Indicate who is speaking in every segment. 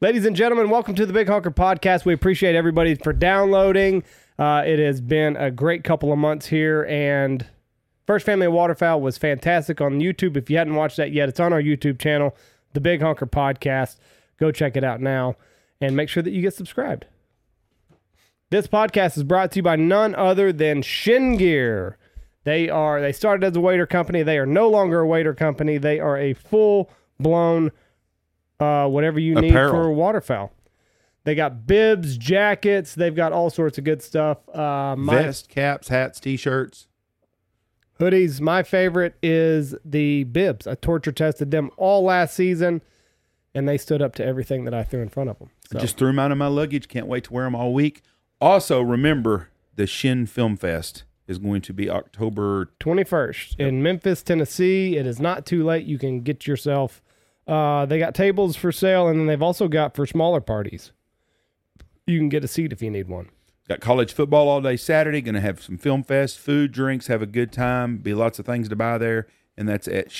Speaker 1: Ladies and gentlemen, welcome to the Big Honker Podcast. We appreciate everybody for downloading. Uh, it has been a great couple of months here, and First Family of Waterfowl was fantastic on YouTube. If you hadn't watched that yet, it's on our YouTube channel, The Big Honker Podcast. Go check it out now and make sure that you get subscribed. This podcast is brought to you by none other than Shin Gear. They are they started as a waiter company. They are no longer a waiter company. They are a full blown uh, whatever you need
Speaker 2: Apparel.
Speaker 1: for waterfowl. They got bibs, jackets. They've got all sorts of good stuff. Uh, my
Speaker 2: Vest, caps, hats, t-shirts.
Speaker 1: hoodies. My favorite is the bibs. I torture tested them all last season, and they stood up to everything that I threw in front of them. So,
Speaker 2: Just threw them out of my luggage. Can't wait to wear them all week. Also, remember the Shin Film Fest is going to be October.
Speaker 1: 21st in Memphis, Tennessee. It is not too late. You can get yourself. Uh, they got tables for sale, and then they've also got for smaller parties. You can get a seat if you need one.
Speaker 2: Got college football all day Saturday. Going to have some film fest, food, drinks, have a good time. Be lots of things to buy there, and that's at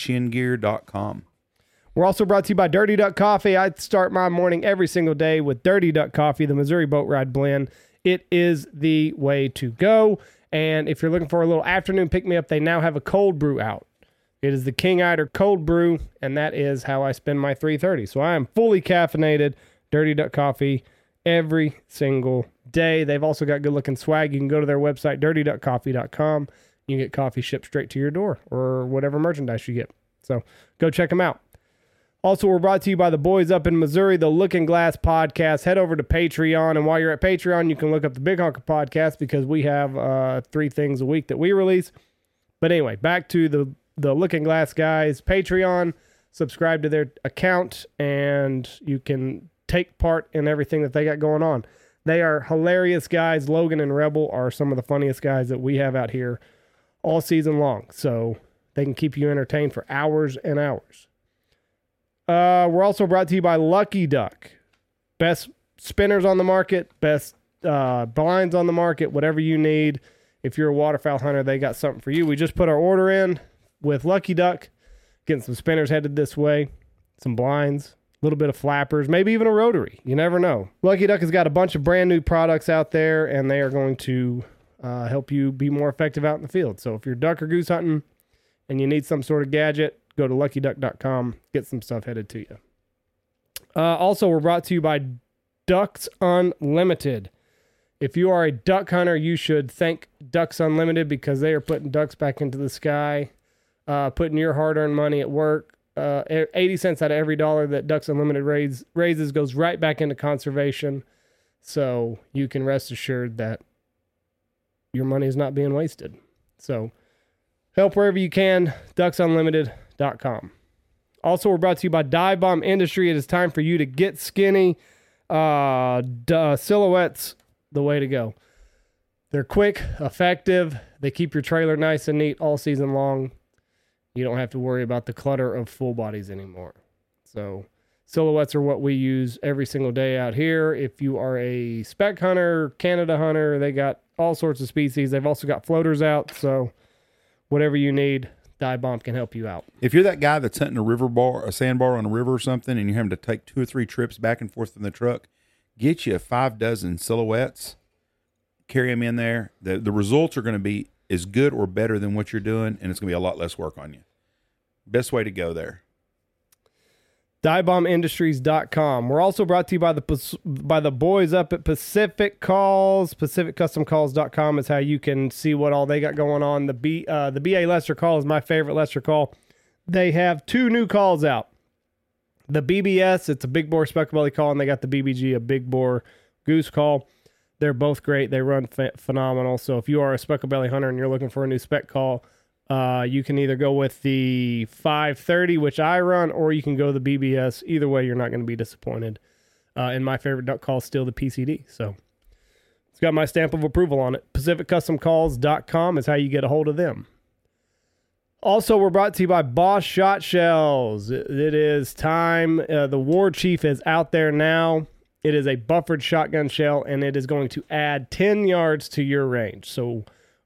Speaker 2: shingear.com.
Speaker 1: We're also brought to you by Dirty Duck Coffee. I start my morning every single day with Dirty Duck Coffee, the Missouri Boat Ride blend. It is the way to go. And if you're looking for a little afternoon pick me up, they now have a cold brew out. It is the King Eider cold brew, and that is how I spend my 3:30. So I am fully caffeinated, Dirty Duck Coffee every single day. They've also got good-looking swag. You can go to their website dirtyduckcoffee.com. You can get coffee shipped straight to your door or whatever merchandise you get. So go check them out. Also, we're brought to you by the boys up in Missouri, the Looking Glass Podcast. Head over to Patreon, and while you're at Patreon, you can look up the Big Honker Podcast because we have uh, three things a week that we release. But anyway, back to the the Looking Glass guys. Patreon, subscribe to their account, and you can take part in everything that they got going on. They are hilarious guys. Logan and Rebel are some of the funniest guys that we have out here all season long. So they can keep you entertained for hours and hours. Uh, we're also brought to you by Lucky Duck. Best spinners on the market, best uh, blinds on the market, whatever you need. If you're a waterfowl hunter, they got something for you. We just put our order in with Lucky Duck, getting some spinners headed this way, some blinds, a little bit of flappers, maybe even a rotary. You never know. Lucky Duck has got a bunch of brand new products out there, and they are going to uh, help you be more effective out in the field. So if you're duck or goose hunting, and you need some sort of gadget, go to luckyduck.com, get some stuff headed to you. Uh, also, we're brought to you by Ducks Unlimited. If you are a duck hunter, you should thank Ducks Unlimited because they are putting ducks back into the sky, uh, putting your hard earned money at work. Uh, e- 80 cents out of every dollar that Ducks Unlimited raise, raises goes right back into conservation. So you can rest assured that your money is not being wasted. So help wherever you can ducksunlimited.com also we're brought to you by dive bomb industry it is time for you to get skinny uh, d- uh, silhouettes the way to go they're quick effective they keep your trailer nice and neat all season long you don't have to worry about the clutter of full bodies anymore so silhouettes are what we use every single day out here if you are a spec hunter canada hunter they got all sorts of species they've also got floaters out so whatever you need, Dive Bomb can help you out.
Speaker 2: If you're that guy that's hunting a river bar, a sandbar on a river or something, and you're having to take two or three trips back and forth in the truck, get you five dozen silhouettes, carry them in there. The, the results are going to be as good or better than what you're doing, and it's going to be a lot less work on you. Best way to go there.
Speaker 1: DiveBombIndustries.com. We're also brought to you by the Pas- by the boys up at Pacific Calls. PacificCustomCalls.com is how you can see what all they got going on. The B uh, the BA Lester call is my favorite Lester call. They have two new calls out. The BBS, it's a big bore speckle belly call, and they got the BBG, a big bore goose call. They're both great. They run ph- phenomenal. So if you are a speckle belly hunter and you're looking for a new spec call, uh, you can either go with the 530, which I run, or you can go the BBS. Either way, you're not going to be disappointed. Uh, and my favorite duck call is still the PCD. So it's got my stamp of approval on it. PacificCustomCalls.com is how you get a hold of them. Also, we're brought to you by Boss Shot Shells. It- It is time. Uh, the War Chief is out there now. It is a buffered shotgun shell, and it is going to add 10 yards to your range. So,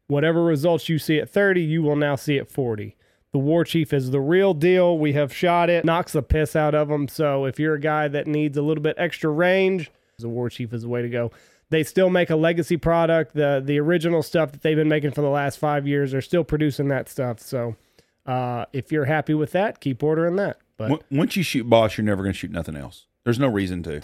Speaker 1: whatever results you see at 30, you will now see at 40. The War Chief is the real deal. We have shot it, knocks the piss out of them. So if you're a guy that needs a little bit extra range, the War Chief is the way to go. They still make a legacy product. The the original stuff that they've been making for the last five years, they're still producing that stuff. So uh, if you're happy with that, keep ordering that. But
Speaker 2: Once- Once you shoot boss, you're never going to shoot nothing else. There's no reason to.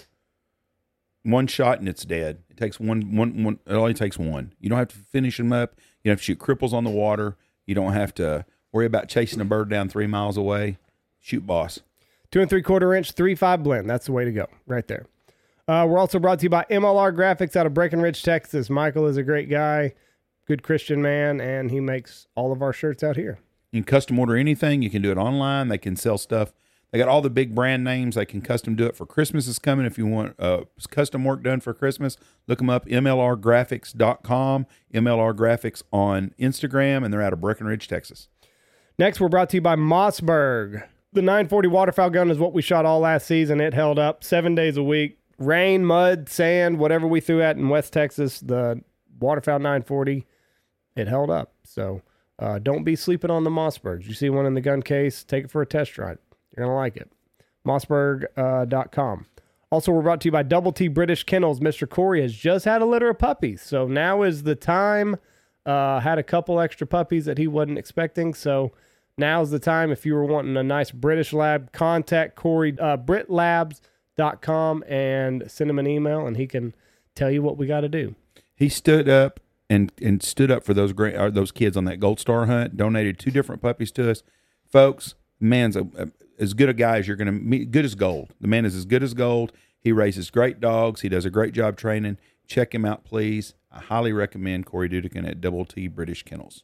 Speaker 2: One shot and it's dead. It takes one, one, one. It only takes one. You don't have to finish them up. You don't have to shoot cripples on the water. You don't have to worry about chasing a bird down three miles away. Shoot boss.
Speaker 1: Two and three quarter inch, three five blend. That's the way to go, right there. Uh, we're also brought to you by MLR Graphics out of Breckenridge, Texas. Michael is a great guy, good Christian man, and he makes all of our shirts out here.
Speaker 2: You can custom order anything. You can do it online. They can sell stuff. They got all the big brand names. They can custom do it for Christmas is coming. If you want uh, custom work done for Christmas, look them up, mlrgraphics.com, MLR Graphics on Instagram, and they're out of Breckenridge, Texas.
Speaker 1: Next, we're brought to you by Mossberg. The 940 waterfowl gun is what we shot all last season. It held up seven days a week. Rain, mud, sand, whatever we threw at in West Texas, the waterfowl 940, it held up. So uh, don't be sleeping on the Mossbergs. You see one in the gun case, take it for a test ride. You're going to like it. Mossberg.com. uh, also, we're brought to you by Double T British Kennels. Mr. Corey has just had a litter of puppies. So now is the time. Uh, had a couple extra puppies that he wasn't expecting. So now's the time. If you were wanting a nice British lab, contact Corey, uh, BritLabs.com and send him an email and he can tell you what we got to do.
Speaker 2: He stood up and and stood up for those great uh, those kids on that Gold Star hunt. Donated two different puppies to us, folks. Man's a, a- as good a guy as you're going to meet. Good as gold. The man is as good as gold. He raises great dogs. He does a great job training. Check him out, please. I highly recommend Corey Dudikin at Double T British Kennels.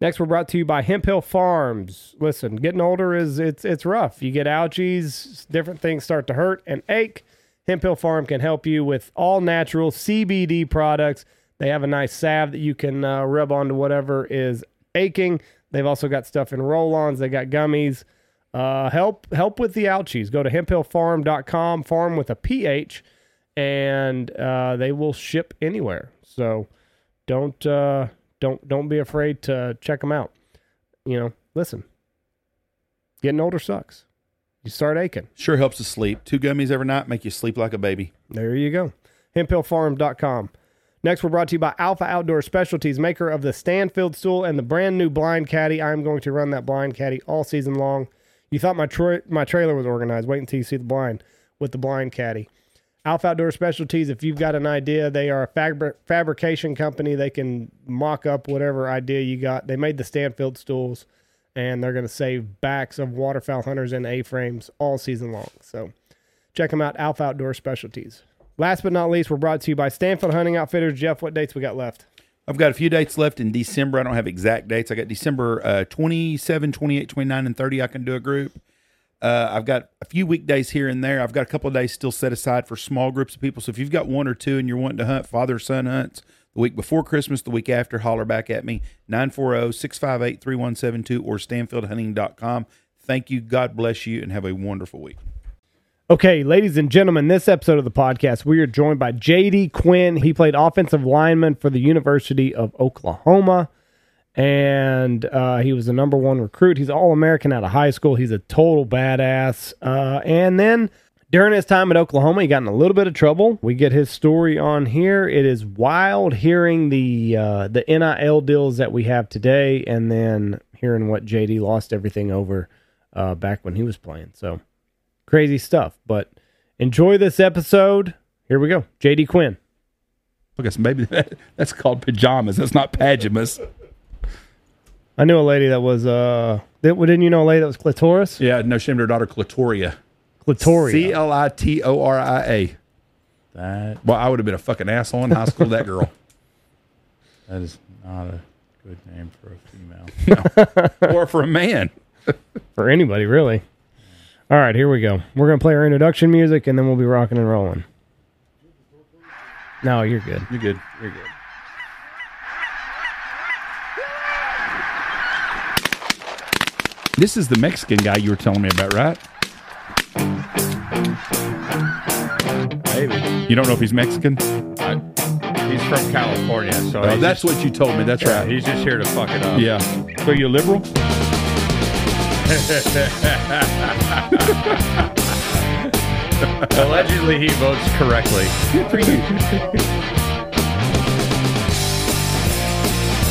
Speaker 1: Next, we're brought to you by Hemp Hill Farms. Listen, getting older is it's it's rough. You get allergies, different things start to hurt and ache. Hemp Hill Farm can help you with all natural CBD products. They have a nice salve that you can uh, rub onto whatever is aching. They've also got stuff in roll-ons. They got gummies. Uh, help help with the ouchies. Go to hemphillfarm.com, farm with a ph, and uh, they will ship anywhere. So don't uh, don't don't be afraid to check them out. You know, listen, getting older sucks. You start aching.
Speaker 2: Sure helps to sleep. Two gummies every night make you sleep like a baby.
Speaker 1: There you go. Hemphillfarm.com. Next, we're brought to you by Alpha Outdoor Specialties, maker of the Stanfield stool and the brand new blind caddy. I'm going to run that blind caddy all season long. You thought my tra- my trailer was organized. Wait until you see the blind with the blind caddy. Alpha Outdoor Specialties, if you've got an idea, they are a fabri- fabrication company. They can mock up whatever idea you got. They made the Stanfield stools, and they're going to save backs of waterfowl hunters and A-frames all season long. So check them out, Alpha Outdoor Specialties. Last but not least, we're brought to you by Stanfield Hunting Outfitters. Jeff, what dates we got left?
Speaker 2: I've got a few dates left in December. I don't have exact dates. I got December uh, 27, 28, 29, and 30. I can do a group. Uh, I've got a few weekdays here and there. I've got a couple of days still set aside for small groups of people. So if you've got one or two and you're wanting to hunt father son hunts the week before Christmas, the week after, holler back at me 940 658 3172 or stanfieldhunting.com. Thank you. God bless you and have a wonderful week.
Speaker 1: Okay, ladies and gentlemen, this episode of the podcast, we are joined by JD Quinn. He played offensive lineman for the University of Oklahoma, and uh, he was the number one recruit. He's All American out of high school. He's a total badass. Uh, and then during his time at Oklahoma, he got in a little bit of trouble. We get his story on here. It is wild hearing the uh, the NIL deals that we have today, and then hearing what JD lost everything over uh, back when he was playing. So crazy stuff. But enjoy this episode. Here we go. JD Quinn.
Speaker 2: Okay, so maybe that, that's called pajamas. That's not pajamas.
Speaker 1: I knew a lady that was uh that didn't you know a lady that was clitoris?
Speaker 2: Yeah, no shame to her daughter, Clitoria.
Speaker 1: Clitoria.
Speaker 2: C L I T O R I A.
Speaker 3: That
Speaker 2: Well, I would have been a fucking asshole in high school. to That girl.
Speaker 3: that is not a good name for a female.
Speaker 2: or for a man.
Speaker 1: For anybody really. All right, here we go. We're gonna play our introduction music and then we'll be rocking and rolling. No, you're good.
Speaker 2: You're good. You're good. This is the Mexican guy you were telling me about, right?
Speaker 3: Maybe.
Speaker 2: You don't know if he's Mexican?
Speaker 3: I, he's from California, so
Speaker 2: Oh,
Speaker 3: he's uh,
Speaker 2: that's
Speaker 3: just,
Speaker 2: what you told me. That's
Speaker 3: yeah,
Speaker 2: right.
Speaker 3: he's just here to fuck it up.
Speaker 2: Yeah. So you a liberal?
Speaker 3: Allegedly, he votes correctly.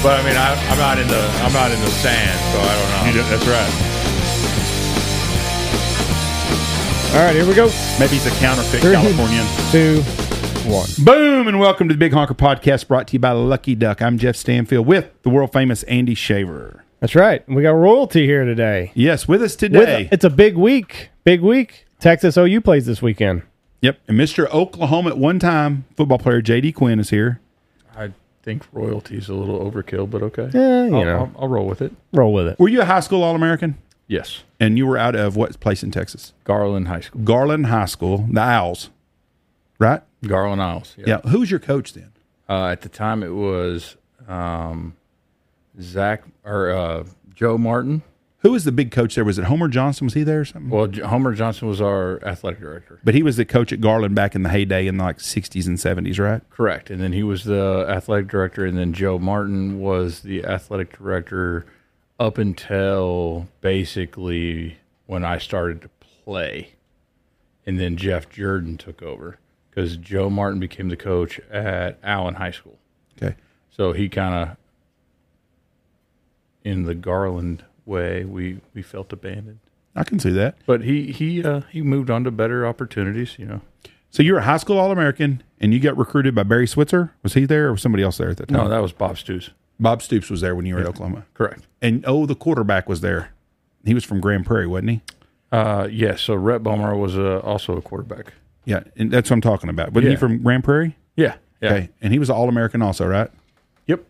Speaker 3: But I mean, I, I'm not in the I'm not in the sand, so I don't know.
Speaker 2: that's right.
Speaker 1: All right, here we go.
Speaker 2: Maybe he's a counterfeit
Speaker 1: Very-
Speaker 2: Californian.
Speaker 1: Two.
Speaker 2: Boom, and welcome to the Big Honker Podcast brought to you by Lucky Duck. I'm Jeff Stanfield with the world famous Andy Shaver.
Speaker 1: That's right. We got royalty here today.
Speaker 2: Yes, with us
Speaker 1: With-
Speaker 2: today.
Speaker 1: it's a big week. Big week. Texas OU plays this weekend.
Speaker 2: yep, and Mr. Oklahoma at one time football player JD Quinn is here.
Speaker 3: I think royalty's a little overkill, but okay.
Speaker 1: Yeah, you
Speaker 3: I'll,
Speaker 1: know.
Speaker 3: I'll, I'll roll with it.
Speaker 1: Roll with it.
Speaker 2: Were you a high school All American?
Speaker 3: Yes,
Speaker 2: And you were out of what place in Texas?
Speaker 3: Garland High School,
Speaker 2: Garland High School, the Owls, right?
Speaker 3: Garland Isles.
Speaker 2: Yeah. Who was your coach then?
Speaker 3: Uh, at the time, it was um, Zach or uh, Joe Martin.
Speaker 2: Who was the big coach there? Was it Homer Johnson? Was he there or something?
Speaker 3: Well, J- Homer Johnson was our athletic director.
Speaker 2: But he was the coach at Garland back in the heyday in like 60s and 70s, right?
Speaker 3: Correct. And then he was the athletic director, and then Joe Martin was the athletic director up until basically when I started to play. And then Jeff Jordan took over because Joe Martin became the coach at Allen High School.
Speaker 2: Okay.
Speaker 3: So he kind of, in the Garland way, we, we felt abandoned.
Speaker 2: I can see that.
Speaker 3: But he he uh, he moved on to better opportunities, you know.
Speaker 2: So you were a high school All American and you got recruited by Barry Switzer. Was he there or was somebody else there at the time?
Speaker 3: No, that was Bob Stew's.
Speaker 2: Bob Stoops was there when you were at Oklahoma.
Speaker 3: Correct.
Speaker 2: And oh, the quarterback was there. He was from Grand Prairie, wasn't he?
Speaker 3: Uh, yes. So Rhett Bomar was uh, also a quarterback.
Speaker 2: Yeah. And that's what I'm talking about. Wasn't he
Speaker 3: Yeah.
Speaker 2: from Grand Prairie?
Speaker 3: Yeah. Yeah.
Speaker 2: Okay. And he was All American also, right?
Speaker 3: Yep.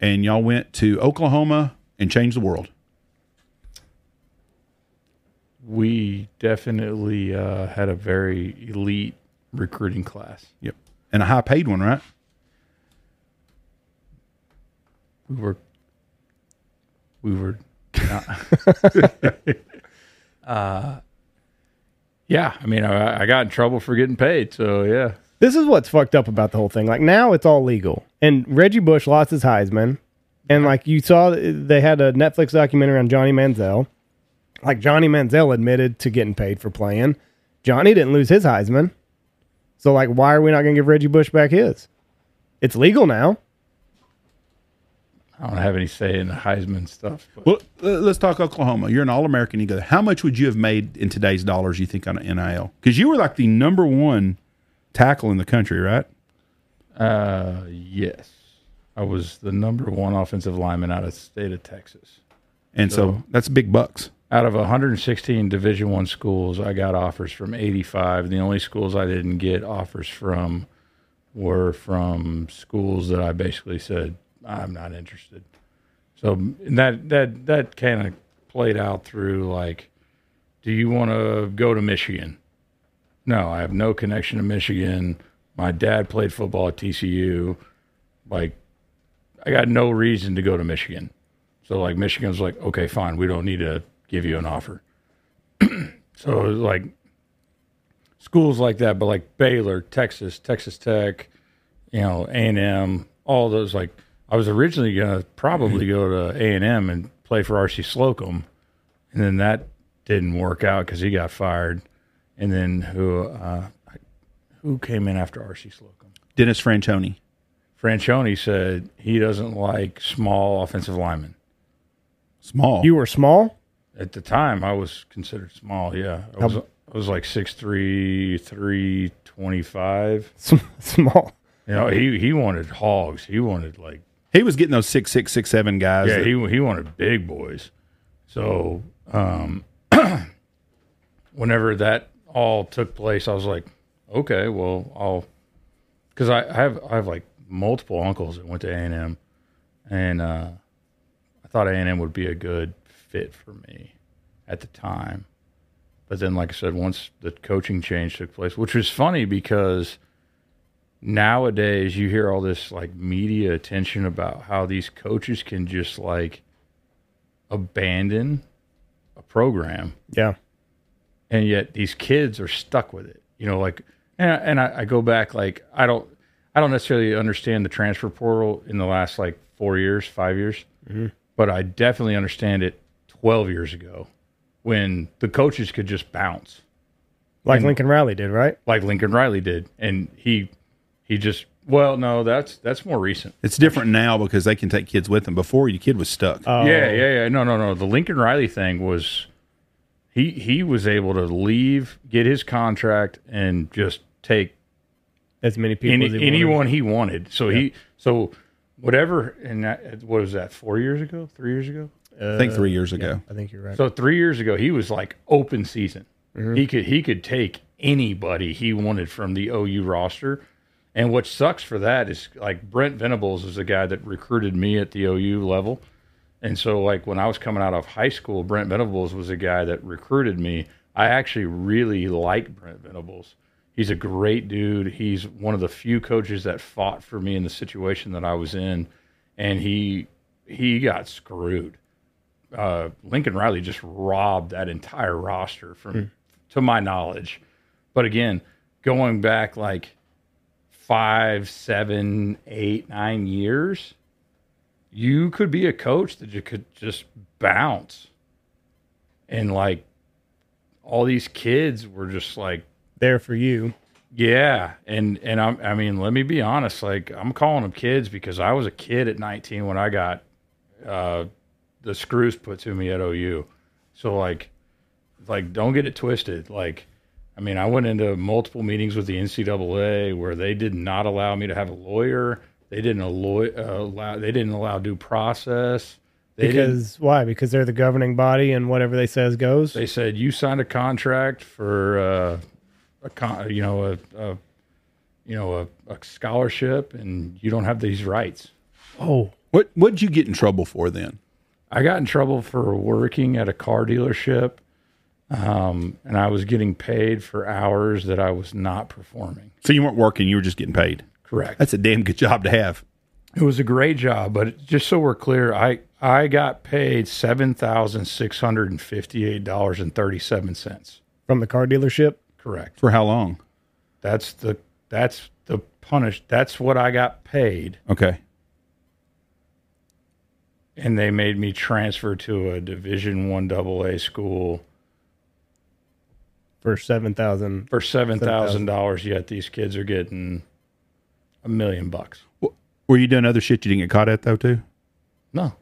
Speaker 2: And y'all went to Oklahoma and changed the world.
Speaker 3: We definitely uh, had a very elite recruiting class.
Speaker 2: Yep. And a high paid one, right?
Speaker 3: We were. We were. uh, yeah. I mean, I, I got in trouble for getting paid. So yeah.
Speaker 1: This is what's fucked up about the whole thing. Like now it's all legal. And Reggie Bush lost his Heisman. And like you saw they had a Netflix documentary on Johnny Manziel. Like Johnny Manziel admitted to getting paid for playing. Johnny didn't lose his Heisman. So like why are we not going to give Reggie Bush back his? It's legal now.
Speaker 3: I don't have any say in the Heisman stuff. But
Speaker 2: Well, l- let's talk Oklahoma. You're an All American. You go, how much would you have made in today's dollars, you think, on an NIL? Because you were like the number one tackle in the country, right?
Speaker 3: uh, yes, I was the number one offensive lineman out of the state of Texas.
Speaker 2: And so, that's big bucks.
Speaker 3: out of 116 division one schools i got offers from 85 the only schools i didn't get offers from were from schools that i basically said i'm not interested so and that that that kind of played out through like do you want to go to michigan no i have no connection to michigan my dad played football at tcu like i got no reason to go to michigan so like Michigan's like, okay, fine, we don't need to give you an offer. so it was like schools like that, but like Baylor, Texas, Texas Tech, you know, A and M, all those like I was originally gonna probably go to A and M and play for RC Slocum, and then that didn't work out because he got fired. And then who uh, who came in after RC Slocum?
Speaker 2: Dennis Franchoni.
Speaker 3: Franchoni said he doesn't like small offensive linemen.
Speaker 2: Small.
Speaker 1: You were small?
Speaker 3: At the time, I was considered small. Yeah, I was, I was like six three, three twenty five.
Speaker 1: S- small.
Speaker 3: You know, he he wanted hogs. He wanted like
Speaker 2: he was getting those six, six, six, seven guys.
Speaker 3: yeah,
Speaker 2: that-
Speaker 3: he he wanted big boys. So um, whenever that all took place, I was like, okay, well, I'll because I, I have I have like multiple uncles that went to A and M, and uh, I thought A and M would be a good fit for me at the time. But then, like I said, once the coaching change took place, which was funny because nowadays you hear all this like media attention about how these coaches can just like abandon a program
Speaker 1: Yeah.
Speaker 3: and yet these kids are stuck with it you know like and, I- and I, I go back like i don't i don't necessarily understand the transfer portal in the last like four years five years but i definitely understand it 12 years ago when the coaches could just bounce
Speaker 1: like Lincoln Riley did, right?
Speaker 3: like Lincoln Riley did, and he he just well no that's that's more recent.
Speaker 2: It's different now because they can take kids with them. Before your kid was stuck.
Speaker 1: Uh,
Speaker 3: Yeah, yeah, yeah. No, no, no. The Lincoln Riley thing was he he was able to leave, get his contract, and just take
Speaker 1: As many people
Speaker 3: any,
Speaker 1: as he wanted.
Speaker 3: anyone he wanted. So he so whatever and that, what was that four years ago, three years ago?
Speaker 2: I
Speaker 3: Uh,
Speaker 2: think three years ago.
Speaker 1: I think you're right.
Speaker 3: So three years ago, he was like open season. He could he could take anybody he wanted from the OU roster. And what sucks for that is like Brent Venables is the guy that recruited me at the OU level. And so like when I was coming out of high school, Brent Venables was a guy that recruited me. I actually really like Brent Venables. He's a great dude. He's one of the few coaches that fought for me in the situation that I was in and he he got screwed uh, Lincoln Riley just robbed that entire roster from to my knowledge. But again, going back like five, seven, eight, nine years, you could be a coach that you could just bounce. And like all these kids were just like,
Speaker 1: there for you.
Speaker 3: yeah. And and I'm I mean, let me be honest, like I'm calling them kids because I was a kid at 19 when I got uh the screws put to me at OU. So like, like don't get it twisted. Like, I mean, I went into multiple meetings with the NCAA where they did not allow me to have a lawyer. They didn't allow, uh, allow they didn't allow due process. They didn't,
Speaker 1: Because why? Because they're the governing body, and whatever they says goes.
Speaker 3: they said you signed a contract for uh, a con- you know a, a you know a, a scholarship and you don't have these rights.
Speaker 1: oh,
Speaker 2: What what'd you get in trouble for then?
Speaker 3: I got in trouble for working at a car dealership, um, and I was getting paid for hours that I was not performing.
Speaker 2: So you weren't working; you were just getting paid.
Speaker 3: Correct.
Speaker 2: That's a damn good job to have.
Speaker 3: It was a great job, but just so we're clear, I I got paid seven thousand six hundred and fifty eight dollars and thirty seven cents.
Speaker 1: from the car dealership.
Speaker 3: Correct.
Speaker 2: For how long?
Speaker 3: That's the that's the punish. That's what I got paid,
Speaker 2: Okay.
Speaker 3: and they made me transfer to a Division One double A school
Speaker 1: for seven thousand.
Speaker 3: for seven thousand dollars. Yet these kids are getting a million bucks.
Speaker 2: W- Were you doing other shit you didn't get caught at though too?
Speaker 3: No,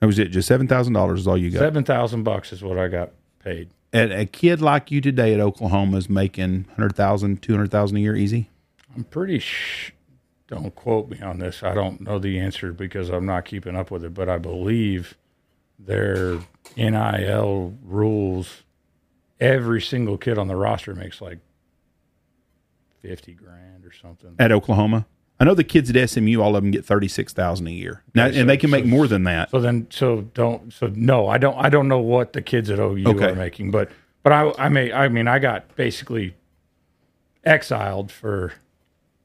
Speaker 2: That was it. Just seven thousand dollars is all you got.
Speaker 3: Seven thousand bucks is what I got paid.
Speaker 2: At a kid like you today at Oklahoma is making 100000 200000 a year easy.
Speaker 3: I'm pretty sh Don't quote me on this. I don't know the answer because I'm not keeping up with it, but I believe their NIL rules. Every single kid on the roster makes like fifty grand or something.
Speaker 2: at Oklahoma. I know the kids at SMU, all of them get thirty six thousand a year, now, and they can make more than that.
Speaker 3: So then, so don't, so no, I don't, I don't know what the kids at OU
Speaker 2: Okay.
Speaker 3: are making, but, but I, I may, I mean, I got basically exiled for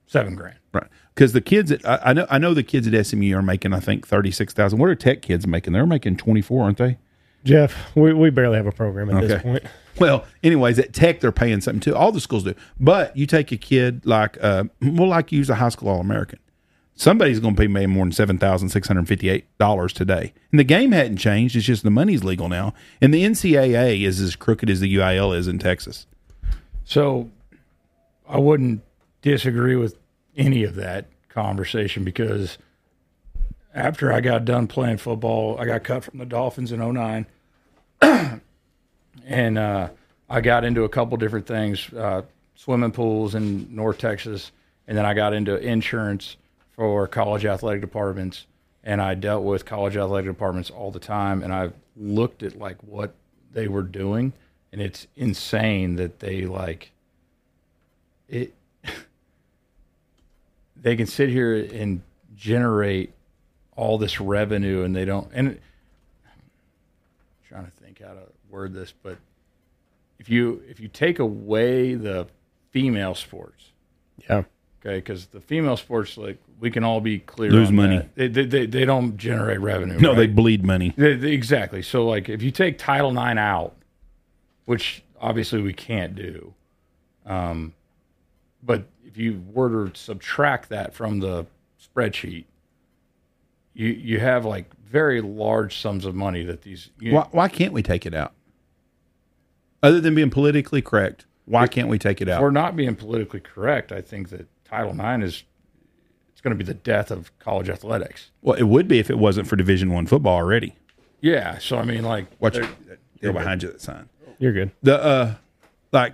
Speaker 3: seven grand.
Speaker 2: Right? Because the kids at I, I know I know the kids at SMU are making I think thirty six thousand. What are Tech kids making? They're making twenty four, aren't they?
Speaker 1: Jeff, we, we barely have a program at this
Speaker 2: Okay.
Speaker 1: point.
Speaker 2: Well, anyways, at Tech they're paying something too. All the schools do, but you take a kid like uh, well, like you use a high school All American. Somebody's going to be paying more than seven thousand six hundred fifty eight dollars today, and the game hadn't changed. It's just the money's legal now, and the NCAA is as crooked as the UIL is in Texas.
Speaker 3: So I wouldn't disagree with any of that conversation because after I got done playing football, I got cut from the Dolphins in 09. and uh, I got into a couple different things uh, swimming pools in North Texas. And then I got into insurance for college athletic departments. And I dealt with college athletic departments all the time. And I looked at like what they were doing. And it's insane that they like it they can sit here and generate all this revenue and they don't and I'm trying to think how to word this but if you if you take away the female sports
Speaker 1: Yeah,
Speaker 3: okay because the female sports like we can all be clear
Speaker 2: Lose
Speaker 3: on
Speaker 2: money.
Speaker 3: that. They, they, they they don't generate revenue
Speaker 2: No,
Speaker 3: right?
Speaker 2: they bleed money.
Speaker 3: They- they- Exactly. So, like, if you take Title IX out, which obviously we can't do, um, but if you were to subtract that from the spreadsheet, you you have like very large sums of money that these you,
Speaker 2: Why, why can't we take it out? Other than being politically correct, why can't we take it out?
Speaker 3: We're not being politically correct. I think that Title IX is it's going to be the death of college athletics.
Speaker 2: Well, it would be if it wasn't for Division One football already.
Speaker 3: Yeah. So I mean, like,
Speaker 2: Watch it. They're behind you. That sign.
Speaker 1: You're good.
Speaker 2: the uh like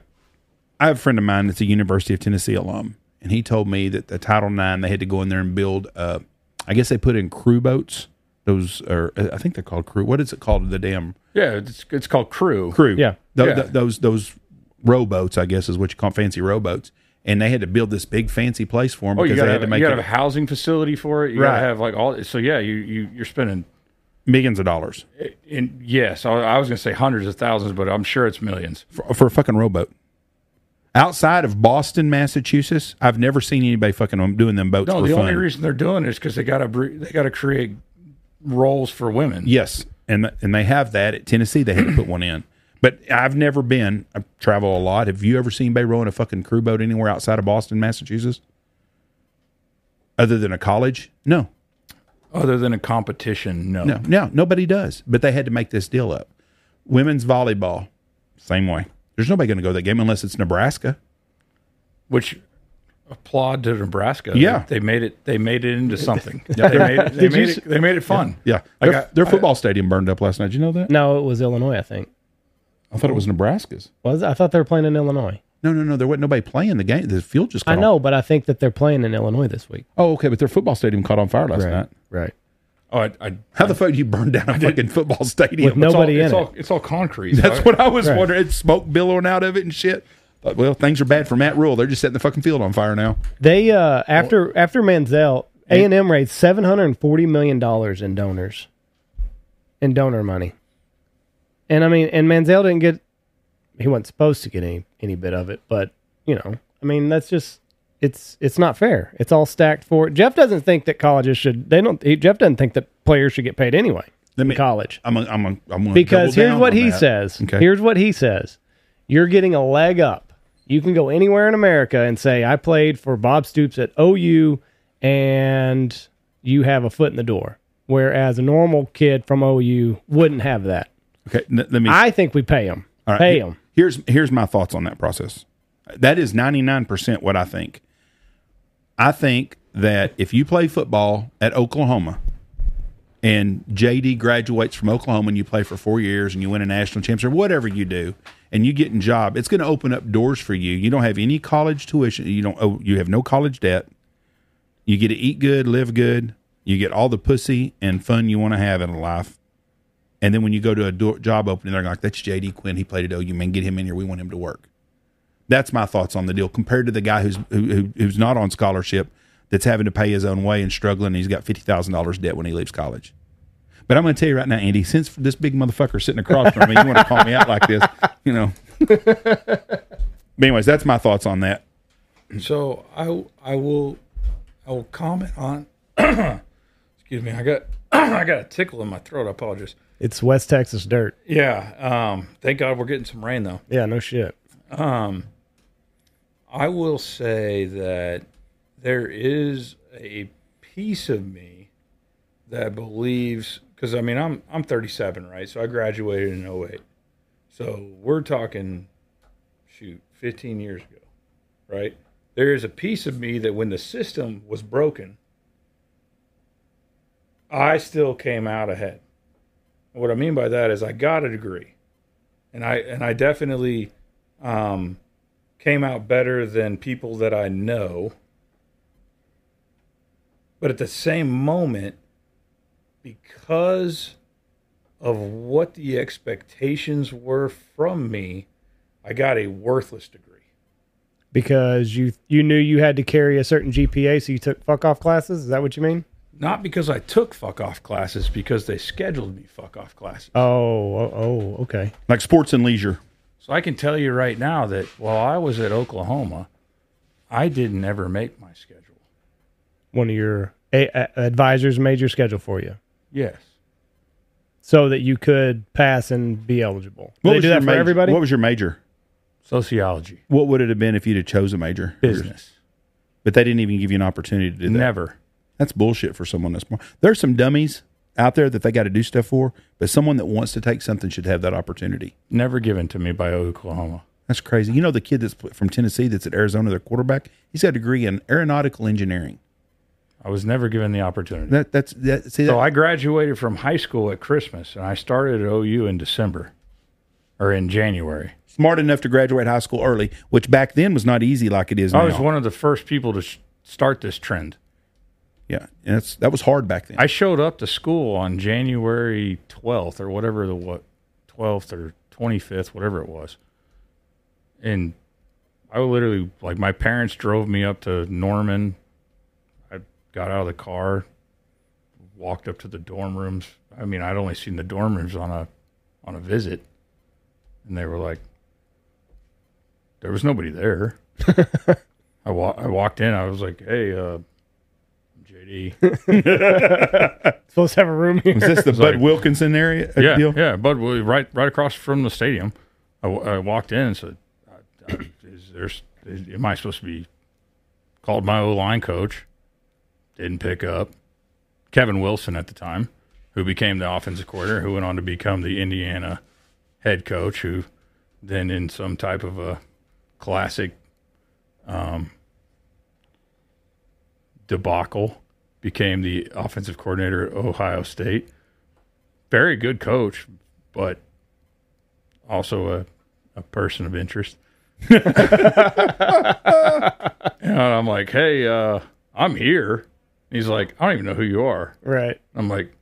Speaker 2: I have a friend of mine that's a University of Tennessee alum, and he told me that the Title IX they had to go in there and build. Uh, I guess they put in crew boats. Those are uh, I think they're called crew. What is it called? The damn
Speaker 3: yeah, it's it's called crew.
Speaker 2: crew.
Speaker 1: Yeah.
Speaker 2: Tho-
Speaker 3: Yeah.
Speaker 2: tho- those those rowboats, I guess, is what you call fancy rowboats. And they had to build this big fancy place for them
Speaker 3: Oh, you
Speaker 2: because
Speaker 3: got
Speaker 2: they
Speaker 3: to
Speaker 2: had
Speaker 3: have,
Speaker 2: to make
Speaker 3: you gotta have a
Speaker 2: it
Speaker 3: housing facility for it. You got
Speaker 2: Right.
Speaker 3: to have like all. So yeah, you you you're spending.
Speaker 2: millions of dollars
Speaker 3: In yes, I, I was going to say hundreds of thousands, but I'm sure it's millions.
Speaker 2: for, for a fucking rowboat. Outside of Boston, Massachusetts, I've never seen anybody fucking doing them boats
Speaker 3: No,
Speaker 2: for
Speaker 3: the
Speaker 2: fun.
Speaker 3: only reason they're doing it is because they got to they got to create roles for women.
Speaker 2: Yes, and and they have that at Tennessee. They had to put one in, but I've never been. I travel a lot. Have you ever seen Bay rowing a fucking crew boat anywhere outside of Boston, Massachusetts, other than a college? No,
Speaker 3: Other than a competition, no.
Speaker 2: no, no. Nobody does. But they had to make this deal up. Women's volleyball, same way. There's nobody going to go to that game unless it's Nebraska.
Speaker 3: Which applaud to Nebraska.
Speaker 2: Yeah.
Speaker 3: they, made it. They made it into something. They made it. They
Speaker 1: Did you
Speaker 3: made
Speaker 1: s-
Speaker 3: it, they made it fun.
Speaker 2: Yeah,
Speaker 3: Like
Speaker 2: their,
Speaker 3: I-
Speaker 2: their football stadium burned up last night. Did you know that?
Speaker 1: No, it was Illinois, I think.
Speaker 2: I thought it was Nebraska's.
Speaker 1: Was I thought they were playing in Illinois.
Speaker 2: No, no, no. There wasn't nobody playing the game. The field just. Caught
Speaker 1: I
Speaker 2: on-
Speaker 1: know, but I think that they're playing in Illinois this week.
Speaker 2: Oh, okay, but their football stadium caught on fire last night.
Speaker 1: Right.
Speaker 3: Oh, I, I,
Speaker 2: How the fuck do you burn down a fucking football stadium?
Speaker 1: With no-
Speaker 3: it's all,
Speaker 1: Nobody in
Speaker 3: it's
Speaker 1: it.
Speaker 3: all, It's all concrete.
Speaker 2: That's
Speaker 3: I-
Speaker 2: what I was wondering. It's smoke billowing out of it and shit. But, well, things are bad for Matt Rule. They're just setting the fucking field on fire now.
Speaker 1: They uh after after Manziel, A and M raised seven hundred and forty million dollars in donors. In donor money. And I mean and Manziel didn't get he wasn't supposed to get any any bit of it, but you know, I mean that's just it's it's not fair. It's all stacked for Jeff doesn't think that colleges should they don't he, Jeff doesn't think that players should get paid anyway
Speaker 2: Let
Speaker 1: in
Speaker 2: me-
Speaker 1: college.
Speaker 2: I'm a, I'm a, I'm gonna
Speaker 1: Because here's
Speaker 2: double down
Speaker 1: what
Speaker 2: on
Speaker 1: he
Speaker 2: that.
Speaker 1: says.
Speaker 2: Okay.
Speaker 1: Here's what he says. You're getting a leg up. You can go anywhere in America and say, I played for Bob Stoops at OU and you have a foot in the door. Whereas a normal kid from OU wouldn't have that.
Speaker 2: Okay, n- let me
Speaker 1: I think we pay him.
Speaker 2: all right.
Speaker 1: Pay him.
Speaker 2: Here's here's my thoughts on that process. That is 99% what I think. I think that if you play football at Oklahoma and JD graduates from Oklahoma and you play for four years and you win a national championship, whatever you do, and you get in job, it's going to open up doors for you. You don't have any college tuition. You don't. owe you have no college debt. You get to eat good, live good. You get all the pussy and fun you want to have in life. And then when you go to a do- job opening, they're like, "That's JD Quinn. He played at OU. Man, get him in here. We want him to work." That's my thoughts on the deal compared to the guy who's who, who, who's not on scholarship, that's having to pay his own way and struggling. And he's got fifty thousand dollars debt when he leaves college. But I'm going to tell you right now, Andy, since this big motherfucker sitting across from me, you want to call me out like this, you know. But anyways, that's my thoughts on that.
Speaker 3: So I I will I will comment on. excuse me, I got I got a tickle in my throat. I apologize.
Speaker 1: It's West Texas dirt.
Speaker 3: Yeah. Um. Thank God we're getting some rain though.
Speaker 1: Yeah, no shit.
Speaker 3: I will say that there is a piece of me that believes because I mean I'm I'm 37 right, so I graduated in 08. So we're talking, shoot, 15 years ago, right? There is a piece of me that when the system was broken, I still came out ahead. What I mean by that is I got a degree, and I and I definitely. Um, came out better than people that I know. But at the same moment, because of what the expectations were from me, I got a worthless degree.
Speaker 1: Because you you knew you had to carry a certain GPA, so you took fuck off classes. Is that what you mean?
Speaker 3: Not because I took fuck off classes, because they scheduled me fuck off classes.
Speaker 1: Oh, oh, oh okay.
Speaker 2: Like sports and leisure.
Speaker 3: So I can tell you right now that while I was at Oklahoma, I didn't ever make my schedule.
Speaker 1: One of your a- a- advisors made your schedule for you.
Speaker 3: Yes.
Speaker 1: so that you could pass and be eligible.
Speaker 2: What
Speaker 1: they
Speaker 2: was
Speaker 1: do
Speaker 2: your
Speaker 1: that for
Speaker 2: major-
Speaker 1: everybody.
Speaker 2: What was your major?
Speaker 3: Sociology,
Speaker 2: What would it have been if you'd have chose a major?
Speaker 3: business,
Speaker 2: But they didn't even give you an opportunity to do that.
Speaker 3: never.
Speaker 2: That's bullshit for someone that's more. There's some dummies out there that they got to do stuff for, but someone that wants to take something should have that opportunity.
Speaker 3: Never given to me by Oklahoma.
Speaker 2: That's crazy. You know the kid that's from Tennessee that's at Arizona, their quarterback. He's got a degree in aeronautical engineering.
Speaker 3: I was never given the opportunity.
Speaker 2: That that's that. See that?
Speaker 3: So I graduated from high school at Christmas, and I started at OU in December, or in January.
Speaker 2: smart enough to graduate high school early, which back then was not easy like it is
Speaker 3: I
Speaker 2: now.
Speaker 3: was one of the first people to sh- start this trend.
Speaker 2: yeah, and that's that was hard back then.
Speaker 3: I showed up to school on January 12th or whatever the what 12th or 25th, whatever it was. And I literally like my parents drove me up to Norman. I got out of the car, walked up to the dorm rooms. I mean, I'd only seen the dorm rooms on a on a visit. And they were like there was nobody there. I, wa- I walked in. I was like, "Hey, uh, JD,
Speaker 1: Supposed to have a room here.
Speaker 2: Is this the Bud
Speaker 3: like-
Speaker 2: Wilkinson area uh,
Speaker 3: yeah,
Speaker 2: deal?
Speaker 3: yeah. Bud Willie, right, right across from the stadium. I, w- I walked in and said, I, I, "Is there's is, am I supposed to be?" Called my O line coach, didn't pick up. Kevin Wilson at the time, who became the offensive coordinator, who went on to become the Indiana head coach, who then in some type of a classic um, debacle became the offensive coordinator at Ohio State very good coach, but also a, a person of interest. and I'm like, hey, uh, I'm here. And he's like, I don't even know who you are.
Speaker 1: Right.
Speaker 3: I'm like,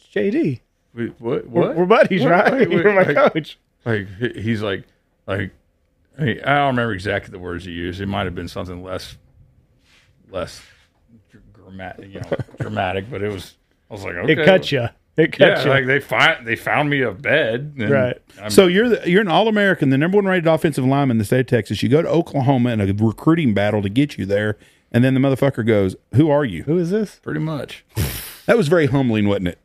Speaker 1: It's JD.
Speaker 3: "Wait, what?
Speaker 1: We're,
Speaker 3: What?
Speaker 1: we're buddies,
Speaker 3: What?
Speaker 1: right?
Speaker 3: Wait, wait,
Speaker 1: You're my
Speaker 3: like-
Speaker 1: coach.
Speaker 3: like he- he's like like I, mean, I don't remember exactly the words he used. It might have been something less less dramatic, you know, dramatic, but it was. I was like, okay,
Speaker 1: It cut you. It
Speaker 3: Yeah,
Speaker 1: cut you.
Speaker 3: like they find they found me a bed. and
Speaker 1: Right.
Speaker 3: I'm-
Speaker 2: So you're the, you're an All American, the number one rated offensive lineman in the state of Texas. You go to Oklahoma in a recruiting battle to get you there, and then the motherfucker goes, "Who are you?"
Speaker 1: Who is this?
Speaker 3: pretty much.
Speaker 2: That was very humbling, wasn't it?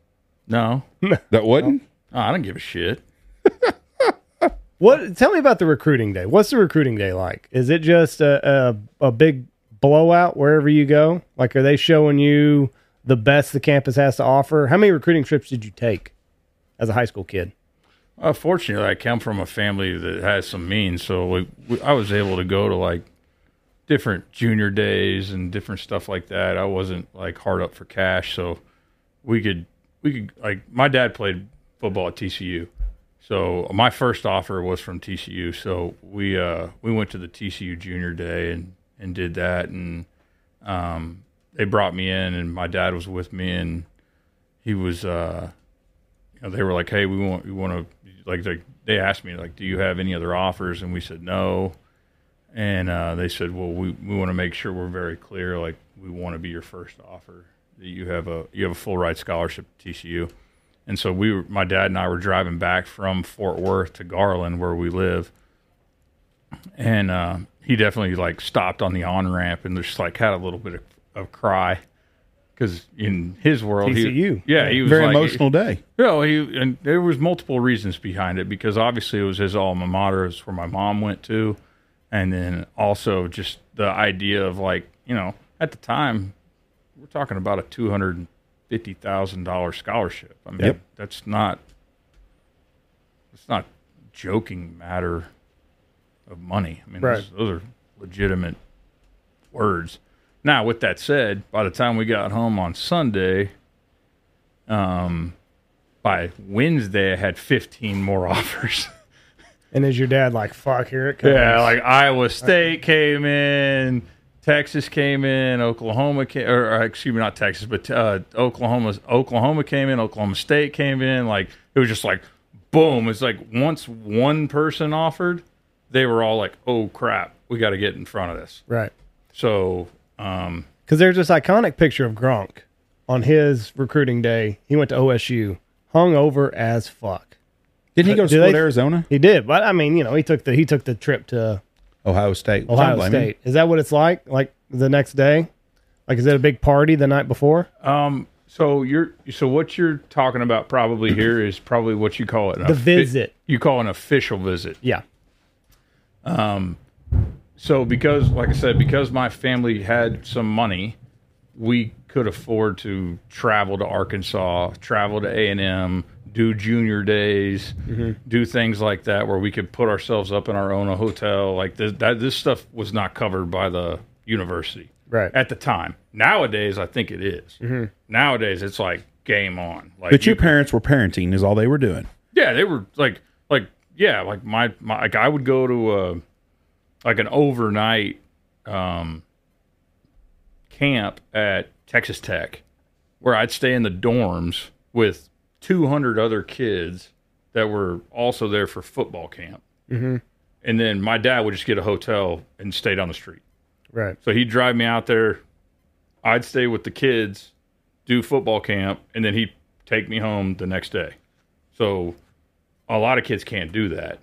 Speaker 3: No,
Speaker 2: That wasn't.
Speaker 3: Oh, I don't give a shit.
Speaker 1: What? Tell me about the recruiting day. What's the recruiting day like? Is it just a a, a big blowout wherever you go? Like, are they showing you the best the campus has to offer? How many recruiting trips did you take as a high school kid?
Speaker 3: Uh, fortunately, I come from a family that has some means, so we, we, I was able to go to like different junior days and different stuff like that. I wasn't like hard up for cash, so we could we could like my dad played football at TCU, so my first offer was from TCU. So we uh, we went to the TCU junior day and and did that, and um, they brought me in, and my dad was with me, and he was. Uh, you know, they were like, "Hey, we want we want to like they they asked me like, do you have any other offers?" And we said no, and uh, they said, "Well, we we want to make sure we're very clear. Like, we want to be your first offer that you have a you have a full ride scholarship to TCU." And so we, were, my dad and I, were driving back from Fort Worth to Garland, where we live, and uh, he definitely like stopped on the on ramp and just like had a little bit of, of cry because in his world, he-
Speaker 1: TCU.
Speaker 3: yeah, he was
Speaker 2: Very
Speaker 3: like-
Speaker 2: emotional day.
Speaker 3: yeah, well, he and there was multiple reasons behind it because obviously it was his alma mater, it's where my mom went to, and then also just the idea of like you know at the time we're talking about a two hundred and fifty thousand dollar scholarship. I mean
Speaker 2: Yep.
Speaker 3: that's not it's not joking matter of money. I mean
Speaker 1: Right.
Speaker 3: those, those are legitimate words. Now with that said, by the time we got home on Sunday um, by Wednesday, I had 15 more offers.
Speaker 1: And is your dad like, fuck, here it comes?
Speaker 3: yeah, like Iowa State came in, Texas came in, Oklahoma came, or, or excuse me, not Texas, but uh, Oklahoma, Oklahoma came in, Oklahoma State came in. Like it was just like boom. It's like once one person offered, they were all like, "Oh crap, we got to get in front of this."
Speaker 1: right.
Speaker 3: So, um,
Speaker 1: Because there's this iconic picture of Gronk on his recruiting day. He went to OSU, hung over as fuck.
Speaker 2: Didn't he go
Speaker 1: Uh,
Speaker 2: to
Speaker 1: Do
Speaker 2: school at
Speaker 1: they-
Speaker 2: Arizona,
Speaker 1: He did, but I mean, you know, he took the he took the trip to
Speaker 2: Ohio State? which I
Speaker 1: Ohio
Speaker 2: don't blame him.
Speaker 1: State. Is that what it's like? Like the next day? Like is it a big party the night before?
Speaker 3: um, so you're so what you're talking about probably here is probably what you call it an
Speaker 1: The
Speaker 3: offi-
Speaker 1: visit.
Speaker 3: You call an official visit.
Speaker 1: Yeah.
Speaker 3: so because like i said because my family had some money we could afford to travel to Arkansas, travel to A and M, do junior days, do things like that, where we could put ourselves up in our own hotel. Like this, that, this stuff was not covered by the university
Speaker 1: Right.
Speaker 3: at the time. Nowadays, I think it is. Nowadays, it's like game on. Like
Speaker 2: But your
Speaker 3: you-
Speaker 2: parents were parenting is all they were doing.
Speaker 3: yeah, they were like, like, yeah, like my, my, like I would go to a, like an overnight, um, camp at Texas Tech, where I'd stay in the dorms with 200 other kids that were also there for football camp, mm-hmm. and then my dad would just get a hotel and stay down the street.
Speaker 1: Right.
Speaker 3: So he'd drive me out there. I'd stay with the kids, do football camp, and then he'd take me home the next day. So a lot of kids can't do that.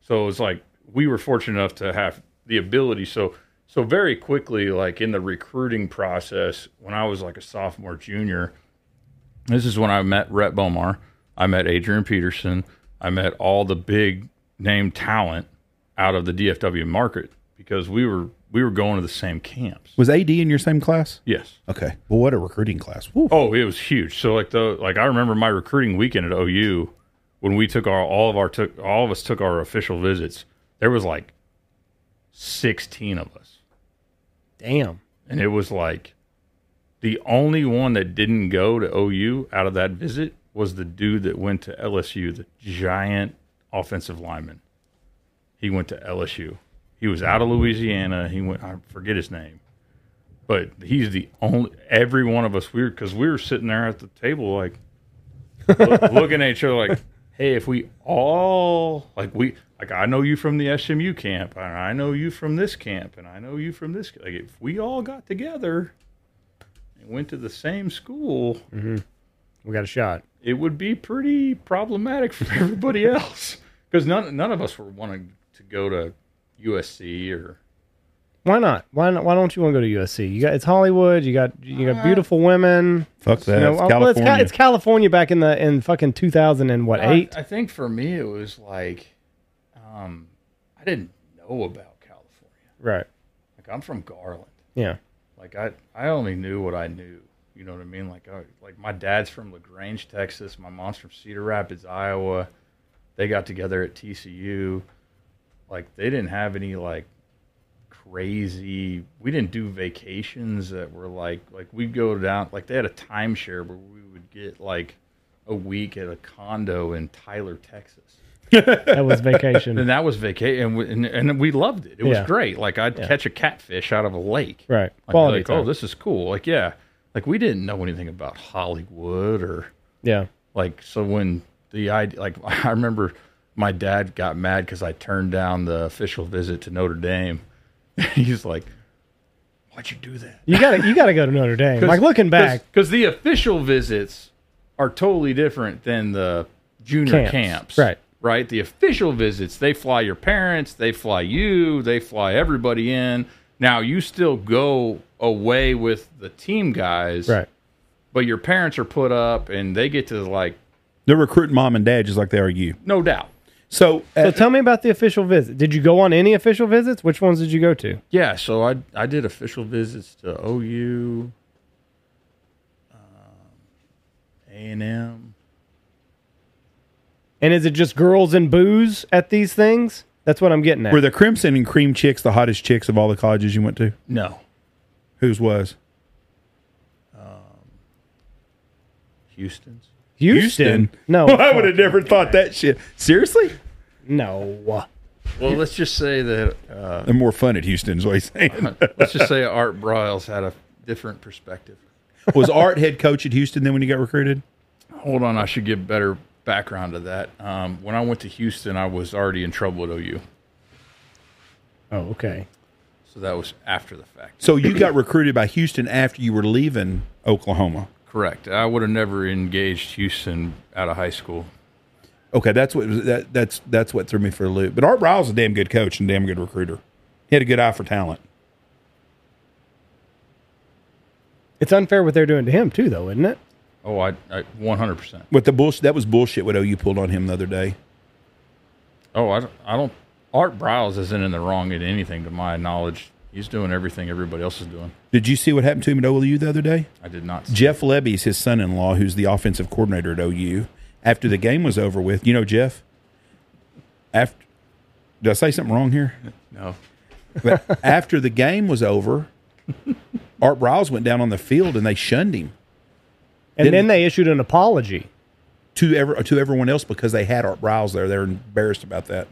Speaker 3: So it's like we were fortunate enough to have the ability. So so very quickly, like in the recruiting process, when I was like a sophomore, junior, this is when I met Rhett Bomar. I met Adrian Peterson. I met all the big name talent out of the DFW market because we were we were going to the same camps.
Speaker 2: Was AD in your same class?
Speaker 3: Yes.
Speaker 2: Okay. Well, what a recruiting class. Woo.
Speaker 3: Oh, it was huge. So like the like I remember my recruiting weekend at OU when we took our all of our took all of us took our official visits. There was like sixteen of us,
Speaker 1: Damn.
Speaker 3: and it was like the only one that didn't go to OU out of that visit was the dude that went to LSU, the giant offensive lineman. He went to LSU. He was out of Louisiana. He went. I forget his name, but he's the only. Every one of us. We were because we were sitting there at the table, like loo- looking at each other, like, "Hey, if we all like we like, I know you from the SMU camp, and I know you from this camp, and I know you from this. Like, if we all got together and went to the same school,
Speaker 1: We got a shot.
Speaker 3: it would be pretty problematic for everybody else because none none of us were wanting to go to USC or
Speaker 1: Why not? Why not? Why don't you want to go to USC? You got it's Hollywood. You got you got beautiful women.
Speaker 2: Fuck that.
Speaker 1: You know, oh,
Speaker 2: it's
Speaker 1: well,
Speaker 2: California.
Speaker 1: it's, Ca- it's California back in the in fucking two thousand and what eight?
Speaker 3: I, I think for me it was like, um, I didn't know about California.
Speaker 1: right.
Speaker 3: Like I'm from Garland.
Speaker 1: Yeah.
Speaker 3: Like I I only knew what I knew. You know what I mean? Like I, like my dad's from Lagrange, Texas. My mom's from Cedar Rapids, Iowa. They got together at TCU. Like they didn't have any like crazy. We didn't do vacations that were like like we'd go down like they had a timeshare where we would get like a week at a condo in Tyler, Texas.
Speaker 1: That was vacation.
Speaker 3: And that was vacation, and, we- and and we loved it. It was
Speaker 1: Yeah.
Speaker 3: great. Like I'd catch a catfish out of a lake.
Speaker 1: right.
Speaker 3: Like,
Speaker 1: Quality
Speaker 3: like,
Speaker 1: time.
Speaker 3: oh, this is cool. Like, yeah. Like we didn't know anything about Hollywood or
Speaker 1: yeah.
Speaker 3: like so when the I like I remember my dad got mad because I turned down the official visit to Notre Dame. He's like, Why'd you do that?
Speaker 1: You gotta you gotta go to Notre Dame. Like looking back,
Speaker 3: Because the official visits are totally different than the junior
Speaker 1: Camps,
Speaker 3: camps.
Speaker 1: right.
Speaker 3: Right. The official visits, they fly your parents, they fly you, they fly everybody in. Now you still go away with the team guys,
Speaker 1: right?
Speaker 3: but your parents are put up and they get to like
Speaker 2: They're recruiting mom and dad just like they are you.
Speaker 3: no doubt.
Speaker 2: So,
Speaker 1: So
Speaker 2: uh,
Speaker 1: tell me about the official visit. Did you go on any official visits? Which ones did you go to?
Speaker 3: Yeah, so I I did official visits to OU, A and M.
Speaker 1: And is it just girls and booze at these things? That's what I'm getting at.
Speaker 2: were the Crimson and Cream chicks the hottest chicks of all the colleges you went to?
Speaker 3: No,
Speaker 2: Whose was?
Speaker 3: Houston's.
Speaker 1: Houston? No.
Speaker 2: Well, I would have never thought that shit. Seriously?
Speaker 1: No.
Speaker 3: Well, let's just say that uh,
Speaker 2: They're more fun at Houston, is what he's saying.
Speaker 3: let's just say Art Briles had a different perspective.
Speaker 2: was Art head coach at Houston then when you got recruited?
Speaker 3: Hold on, I should give better background to that. Um, when I went to Houston, I was already in trouble at OU,
Speaker 1: Oh, okay.
Speaker 3: so that was after the fact.
Speaker 2: So you got recruited by Houston after you were leaving Oklahoma.
Speaker 3: Correct. I would have never engaged Houston out of high school.
Speaker 2: Okay, that's what that, that's that's what threw me for a loop. But Art Briles is a damn good coach and damn good recruiter. He had a good eye for talent.
Speaker 1: It's unfair what they're doing to him too, though, isn't it?
Speaker 3: Oh, I, I 100%.
Speaker 2: But the bullshit that was bullshit what OU pulled on him the other day.
Speaker 3: Oh, I don't, I don't. Art Briles isn't in the wrong in anything, to my knowledge. He's doing everything everybody else is doing.
Speaker 2: Did you see what happened to him at OU the other day?
Speaker 3: I did not.
Speaker 2: Jeff Levy's his son-in-law, who's the offensive coordinator at OU. After the game was over with, you know Jeff. After, did I say something wrong here?
Speaker 3: No.
Speaker 2: But after the game was over, Art Briles went down on the field and they shunned him
Speaker 1: And
Speaker 2: Didn't-
Speaker 1: then they issued an apology.
Speaker 2: to ever to everyone else because they had Art Briles there. They're embarrassed about that.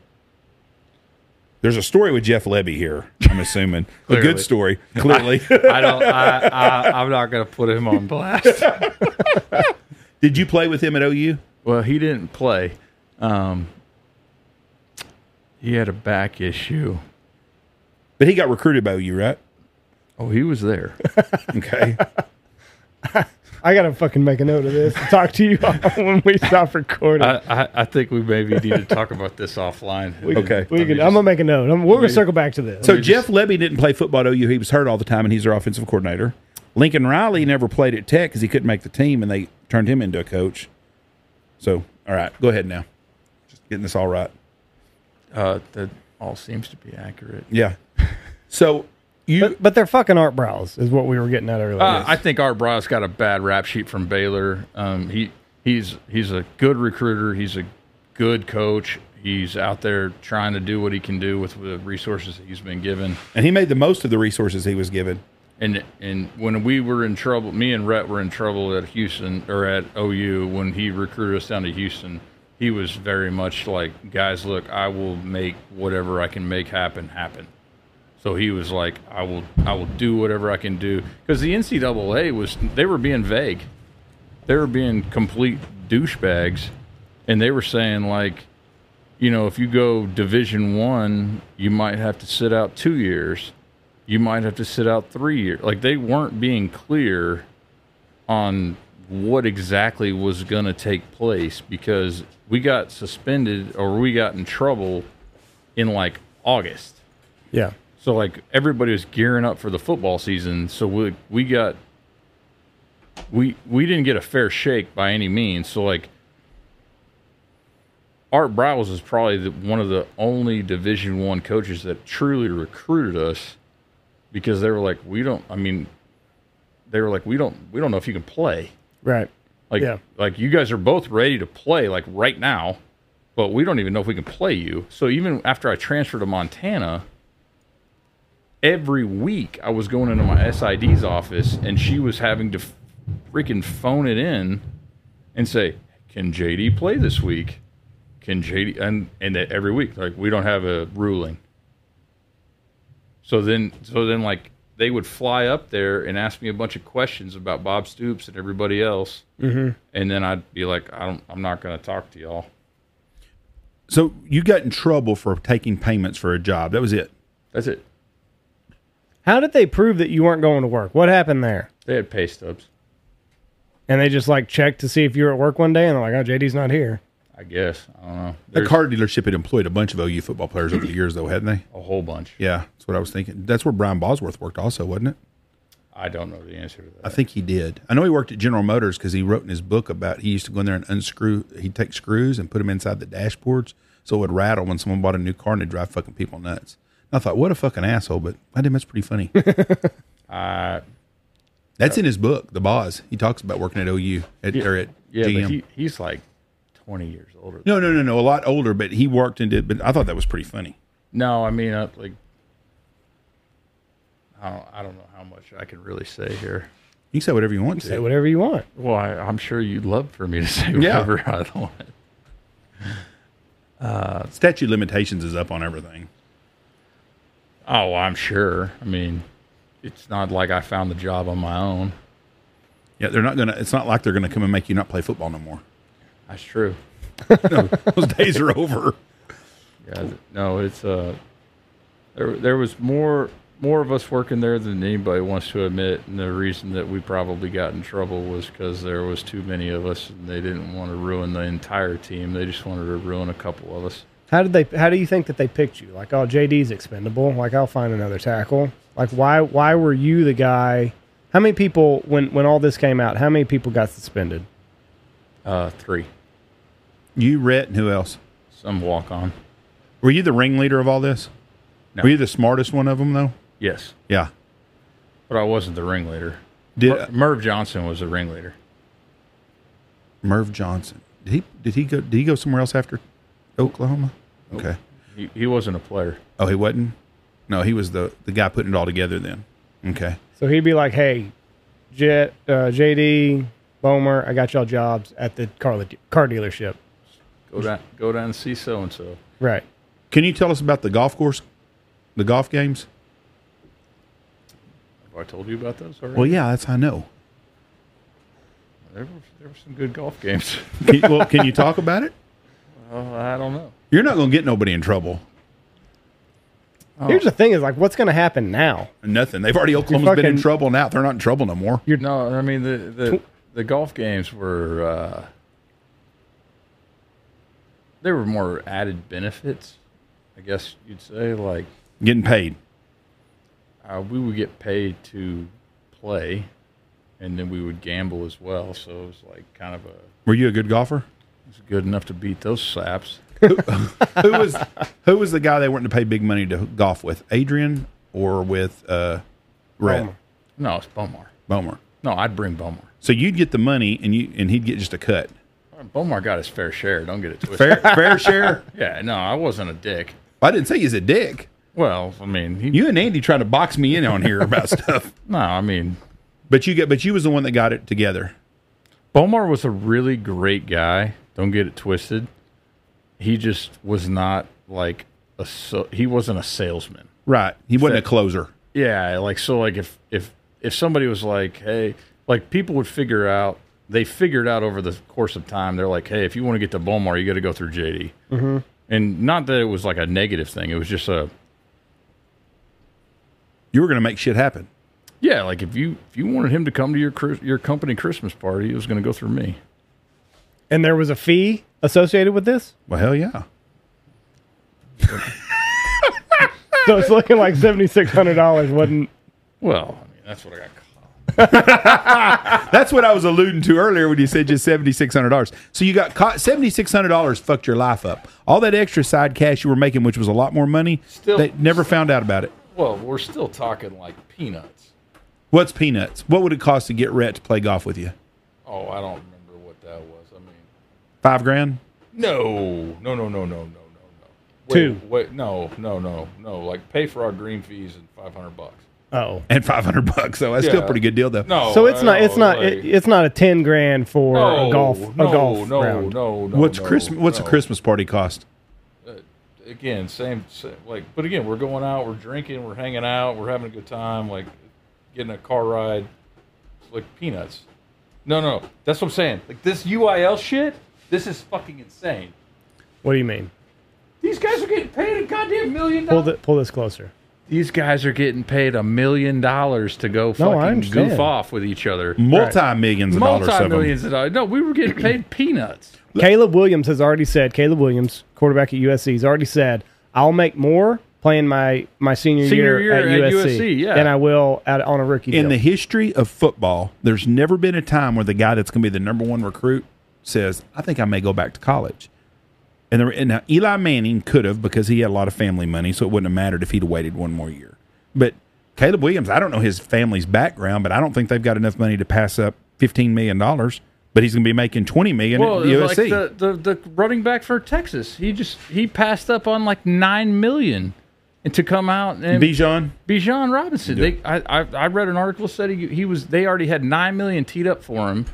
Speaker 2: There's a story with Jeff Levy here. I'm assuming a good
Speaker 3: Clearly.
Speaker 2: story. Clearly,
Speaker 3: I don't. I, I, I'm not going to put him on blast.
Speaker 2: did you play with him at OU?
Speaker 3: Well, he didn't play. Um, he had a back issue.
Speaker 2: But he got recruited by OU, right?
Speaker 3: Oh, he was there.
Speaker 2: Okay.
Speaker 1: I gotta fucking make a note of this. and Talk to you when we stop recording.
Speaker 3: I, I, I think we maybe need to talk about this offline.
Speaker 2: Okay.
Speaker 1: we
Speaker 3: let me
Speaker 1: can,
Speaker 3: just-
Speaker 1: I'm gonna make a note. I'm, we're gonna circle back to this.
Speaker 2: So Jeff Levy didn't play football at OU. He was hurt all the time, and he's their offensive coordinator. Lincoln Riley never played at Tech because he couldn't make the team, and they turned him into a coach. So, all right, go ahead now. Just getting this all right.
Speaker 3: Uh, that all seems to be accurate.
Speaker 2: Yeah. So you,
Speaker 1: but, but they're fucking art brows, is what we were getting at earlier.
Speaker 3: Uh, I think Art Bryant's got a bad rap sheet from Baylor. Um, he he's he's a good recruiter. He's a good coach. He's out there trying to do what he can do with the resources that he's been given.
Speaker 2: and he made the most of the resources he was given.
Speaker 3: And and when we were in trouble, me and Rhett were in trouble at Houston or at OU when he recruited us down to Houston. He was very much like, guys, look, I will make whatever I can make happen happen. So he was like, I will I will do whatever I can do because the NCAA was they were being vague, they were being complete douchebags, and they were saying like, you know, if you go Division One, you might have to sit out two years you might have to sit out three years. Like they weren't being clear on what exactly was going to take place because we got suspended or we got in trouble in like August.
Speaker 1: yeah.
Speaker 3: So like everybody was gearing up for the football season. So we we got we we didn't get a fair shake by any means. So like Art Browse is probably the, one of the only Division One coaches that truly recruited us because they were like we don't. I mean, they were like we don't we don't know if you can play.
Speaker 1: Right.
Speaker 3: Like
Speaker 1: Yeah.
Speaker 3: like you guys are both ready to play like right now, but we don't even know if we can play you. So even after I transferred to Montana, every week I was going into my SID's office and she was having to freaking phone it in and say, "Can JD play this week?" Can JD and and that every week like we don't have a ruling. So then, so then, like they would fly up there and ask me a bunch of questions about Bob Stoops and everybody else, mm-hmm. and then I'd be like, I don't, I'm not going to talk to y'all.
Speaker 2: So you got in trouble for taking payments for a job. That was it.
Speaker 3: That's it.
Speaker 1: How did they prove that you weren't going to work? What happened there?
Speaker 3: They had pay stubs,
Speaker 1: And they just like checked to see if you were at work one day, and they're like, "Oh, JD's not here."
Speaker 3: I guess. I don't know.
Speaker 2: The
Speaker 3: There's
Speaker 2: car dealership had employed a bunch of OU football players over the years, though, hadn't they?
Speaker 3: a whole bunch.
Speaker 2: Yeah, that's what I was thinking. That's where Brian Bosworth worked, also, wasn't it?
Speaker 3: I don't know the answer to
Speaker 2: I
Speaker 3: that.
Speaker 2: think he did. I know he worked at General Motors because he wrote in his book about he used to go in there and unscrew. He'd take screws and put them inside the dashboards so it would rattle when someone bought a new car and it'd drive fucking people nuts. And I thought, what a fucking asshole! But I think that's pretty funny.
Speaker 3: Uh,
Speaker 2: that's in his book, The Boss. He talks about working at OU at, or at
Speaker 3: yeah,
Speaker 2: GM.
Speaker 3: but he, he's like 20 years older.
Speaker 2: no, no, no, no. A lot older, but he worked and did. But I thought that was pretty funny.
Speaker 3: No, I mean, uh, like, I don't, I don't know how much I can really say here.
Speaker 2: You can say whatever you want to.
Speaker 1: Say whatever you want.
Speaker 3: Well, I, I'm sure you'd love for me to say
Speaker 2: Yeah.
Speaker 3: whatever I want.
Speaker 2: Statute limitations is up on everything.
Speaker 3: Oh, I'm sure. I mean, it's not like I found the job on my own.
Speaker 2: Yeah, they're not gonna. It's not like they're gonna come and make you not play football no more.
Speaker 3: That's true.
Speaker 2: Those days are over.
Speaker 3: Yeah. th- No, it's uh, there there was more more of us working there than anybody wants to admit, and the reason that we probably got in trouble was because there was too many of us, and they didn't want to ruin the entire team. They just wanted to ruin a couple of us.
Speaker 1: How did they? How do you think that they picked you? Like, oh, JD's expendable. Like, I'll find another tackle. Like, why? Why were you the guy? How many people when when all this came out? How many people got suspended?
Speaker 3: Uh, three,
Speaker 2: You, Rhett, and who else?
Speaker 3: some walk on.
Speaker 2: Were you the ringleader of all this?
Speaker 3: No.
Speaker 2: Were you the smartest one of them, though?
Speaker 3: Yes,
Speaker 2: Yeah.
Speaker 3: but I wasn't the ringleader.
Speaker 2: Did uh,
Speaker 3: Mer- Merv Johnson was the ringleader.
Speaker 2: Merv Johnson. Did he did he go did he go somewhere else after Oklahoma? Okay.
Speaker 3: He, he wasn't a player.
Speaker 2: Oh, he wasn't? No, he was the the guy putting it all together then. Okay.
Speaker 1: So he'd be like, "Hey, Jet, uh, JD, Bomer, I got y'all jobs at the car le- car dealership."
Speaker 3: Go down, go down and see so and so.
Speaker 1: Right.
Speaker 2: Can you tell us about the golf course? The golf games?
Speaker 3: Have I told you about those already?
Speaker 2: Well, yeah, that's how I know.
Speaker 3: there, were, there were some good golf games.
Speaker 2: Can, well, can you talk about it?
Speaker 3: Oh, I don't know.
Speaker 2: You're not going to get nobody in trouble.
Speaker 1: Here's the thing: is like, what's going to happen now?
Speaker 2: Nothing. They've already Oklahoma's been in
Speaker 1: fucking-
Speaker 2: trouble now. They're not in trouble no more.
Speaker 3: No, I mean the the, the golf games were uh, they were more added benefits, I guess you'd say. Like
Speaker 2: Getting paid.
Speaker 3: uh, we would get paid to play, and then we would gamble as well. So it was like kind of a
Speaker 2: Were you a good golfer?
Speaker 3: it was good enough to beat those slaps.
Speaker 2: who was who was the guy they weren't to pay big money to golf with? Adrian or with uh Red
Speaker 3: No, it's Bomar.
Speaker 2: Bomer.
Speaker 3: No, I'd bring Bomar.
Speaker 2: So you'd get the money and you and he'd get just a cut.
Speaker 3: Bomar got his fair share. Don't get it twisted.
Speaker 2: Fair fair share.
Speaker 3: Yeah, no, I wasn't a dick.
Speaker 2: I didn't say he's a dick.
Speaker 3: Well, I mean, he,
Speaker 2: You and Andy trying to box me in on here about stuff.
Speaker 3: no, I mean,
Speaker 2: But you get but you was the one that got it together.
Speaker 3: Bomar was a really great guy. Don't get it twisted. He just was not like a so, he wasn't a salesman.
Speaker 2: Right. He wasn't a closer.
Speaker 3: Yeah, like so like if if if somebody was like, "Hey, like people would figure out they figured out over the course of time. They're like, "Hey, if you want to get to Bomar, you got to go through JD." Mm-hmm. And not that it was like a negative thing. It was just a
Speaker 2: You were gonna make shit happen.
Speaker 3: yeah, like if you if you wanted him to come to your Chris- your company Christmas party, it was going to go through me.
Speaker 1: And there was a fee associated with this,
Speaker 2: Well hell yeah.
Speaker 1: so it's looking like seventy six hundred dollars wasn't.
Speaker 3: Well, I mean, that's what I got. caught.
Speaker 2: That's what I was alluding to earlier when you said just seventy six hundred dollars. So you got caught seventy six hundred dollars fucked your life up. All that extra side cash you were making, which was a lot more money,
Speaker 3: Still-
Speaker 2: they never found out about it.
Speaker 3: Well, we're still talking like peanuts.
Speaker 2: What's peanuts? What would it cost to get Rhett to play golf with you?
Speaker 3: Oh, I don't remember what that was. I mean,
Speaker 2: Five grand?
Speaker 3: no, no, no, no, no, no, no, no. Wait,
Speaker 1: Two.
Speaker 3: Wait, no, no, no, no. Like pay for our green fees and five hundred bucks.
Speaker 1: Oh.
Speaker 2: And five hundred bucks. So that's still
Speaker 3: Yeah.
Speaker 2: a pretty good deal though.
Speaker 3: No.
Speaker 1: So it's
Speaker 3: I
Speaker 1: not. It's
Speaker 3: know,
Speaker 1: not.
Speaker 3: like-
Speaker 1: it- it's not a ten grand for a golf. A
Speaker 3: no,
Speaker 1: golf
Speaker 3: no,
Speaker 1: round.
Speaker 3: no, no.
Speaker 2: What's
Speaker 3: no,
Speaker 2: Christmas what's
Speaker 3: no.
Speaker 2: a Christmas party cost?
Speaker 3: Again, same, same. Like, but again, we're going out, we're drinking, we're hanging out, we're having a good time. Like, getting a car ride, it's like peanuts. No, no, that's what I'm saying. Like this UIL shit, this is fucking insane.
Speaker 1: What do you mean?
Speaker 3: These guys are getting paid a goddamn million
Speaker 1: Pull
Speaker 3: dollars.
Speaker 1: the, pull this closer.
Speaker 3: These guys are getting paid a million dollars to go
Speaker 1: No, I
Speaker 3: fucking
Speaker 1: understand.
Speaker 3: goof off with each other.
Speaker 2: Multi millions of dollars
Speaker 3: Multi
Speaker 2: of them.
Speaker 3: millions of dollars. No, we were getting paid peanuts.
Speaker 1: Caleb Williams has already said. Caleb Williams, quarterback at USC, has already said, "I'll make more playing my my senior,
Speaker 3: Senior year
Speaker 1: at,
Speaker 3: at
Speaker 1: USC,
Speaker 3: USC, yeah.
Speaker 1: than I will at, on a rookie
Speaker 2: In
Speaker 1: deal."
Speaker 2: the history of football, there's never been a time where the guy that's going to be the number one recruit says, "I think I may go back to college." And, there, and now Eli Manning could have because he had a lot of family money, so it wouldn't have mattered if he'd have waited one more year. But Caleb Williams, I don't know his family's background, but I don't think they've got enough money to pass up fifteen million dollars. But he's going to be making twenty million
Speaker 3: Well,
Speaker 2: at
Speaker 3: like
Speaker 2: USC.
Speaker 3: the, the the running back for Texas, he just he passed up on like nine million, and to come out and
Speaker 2: Bijan,
Speaker 3: Bijan Robinson. They I, I I read an article said he he was they already had nine million teed up for him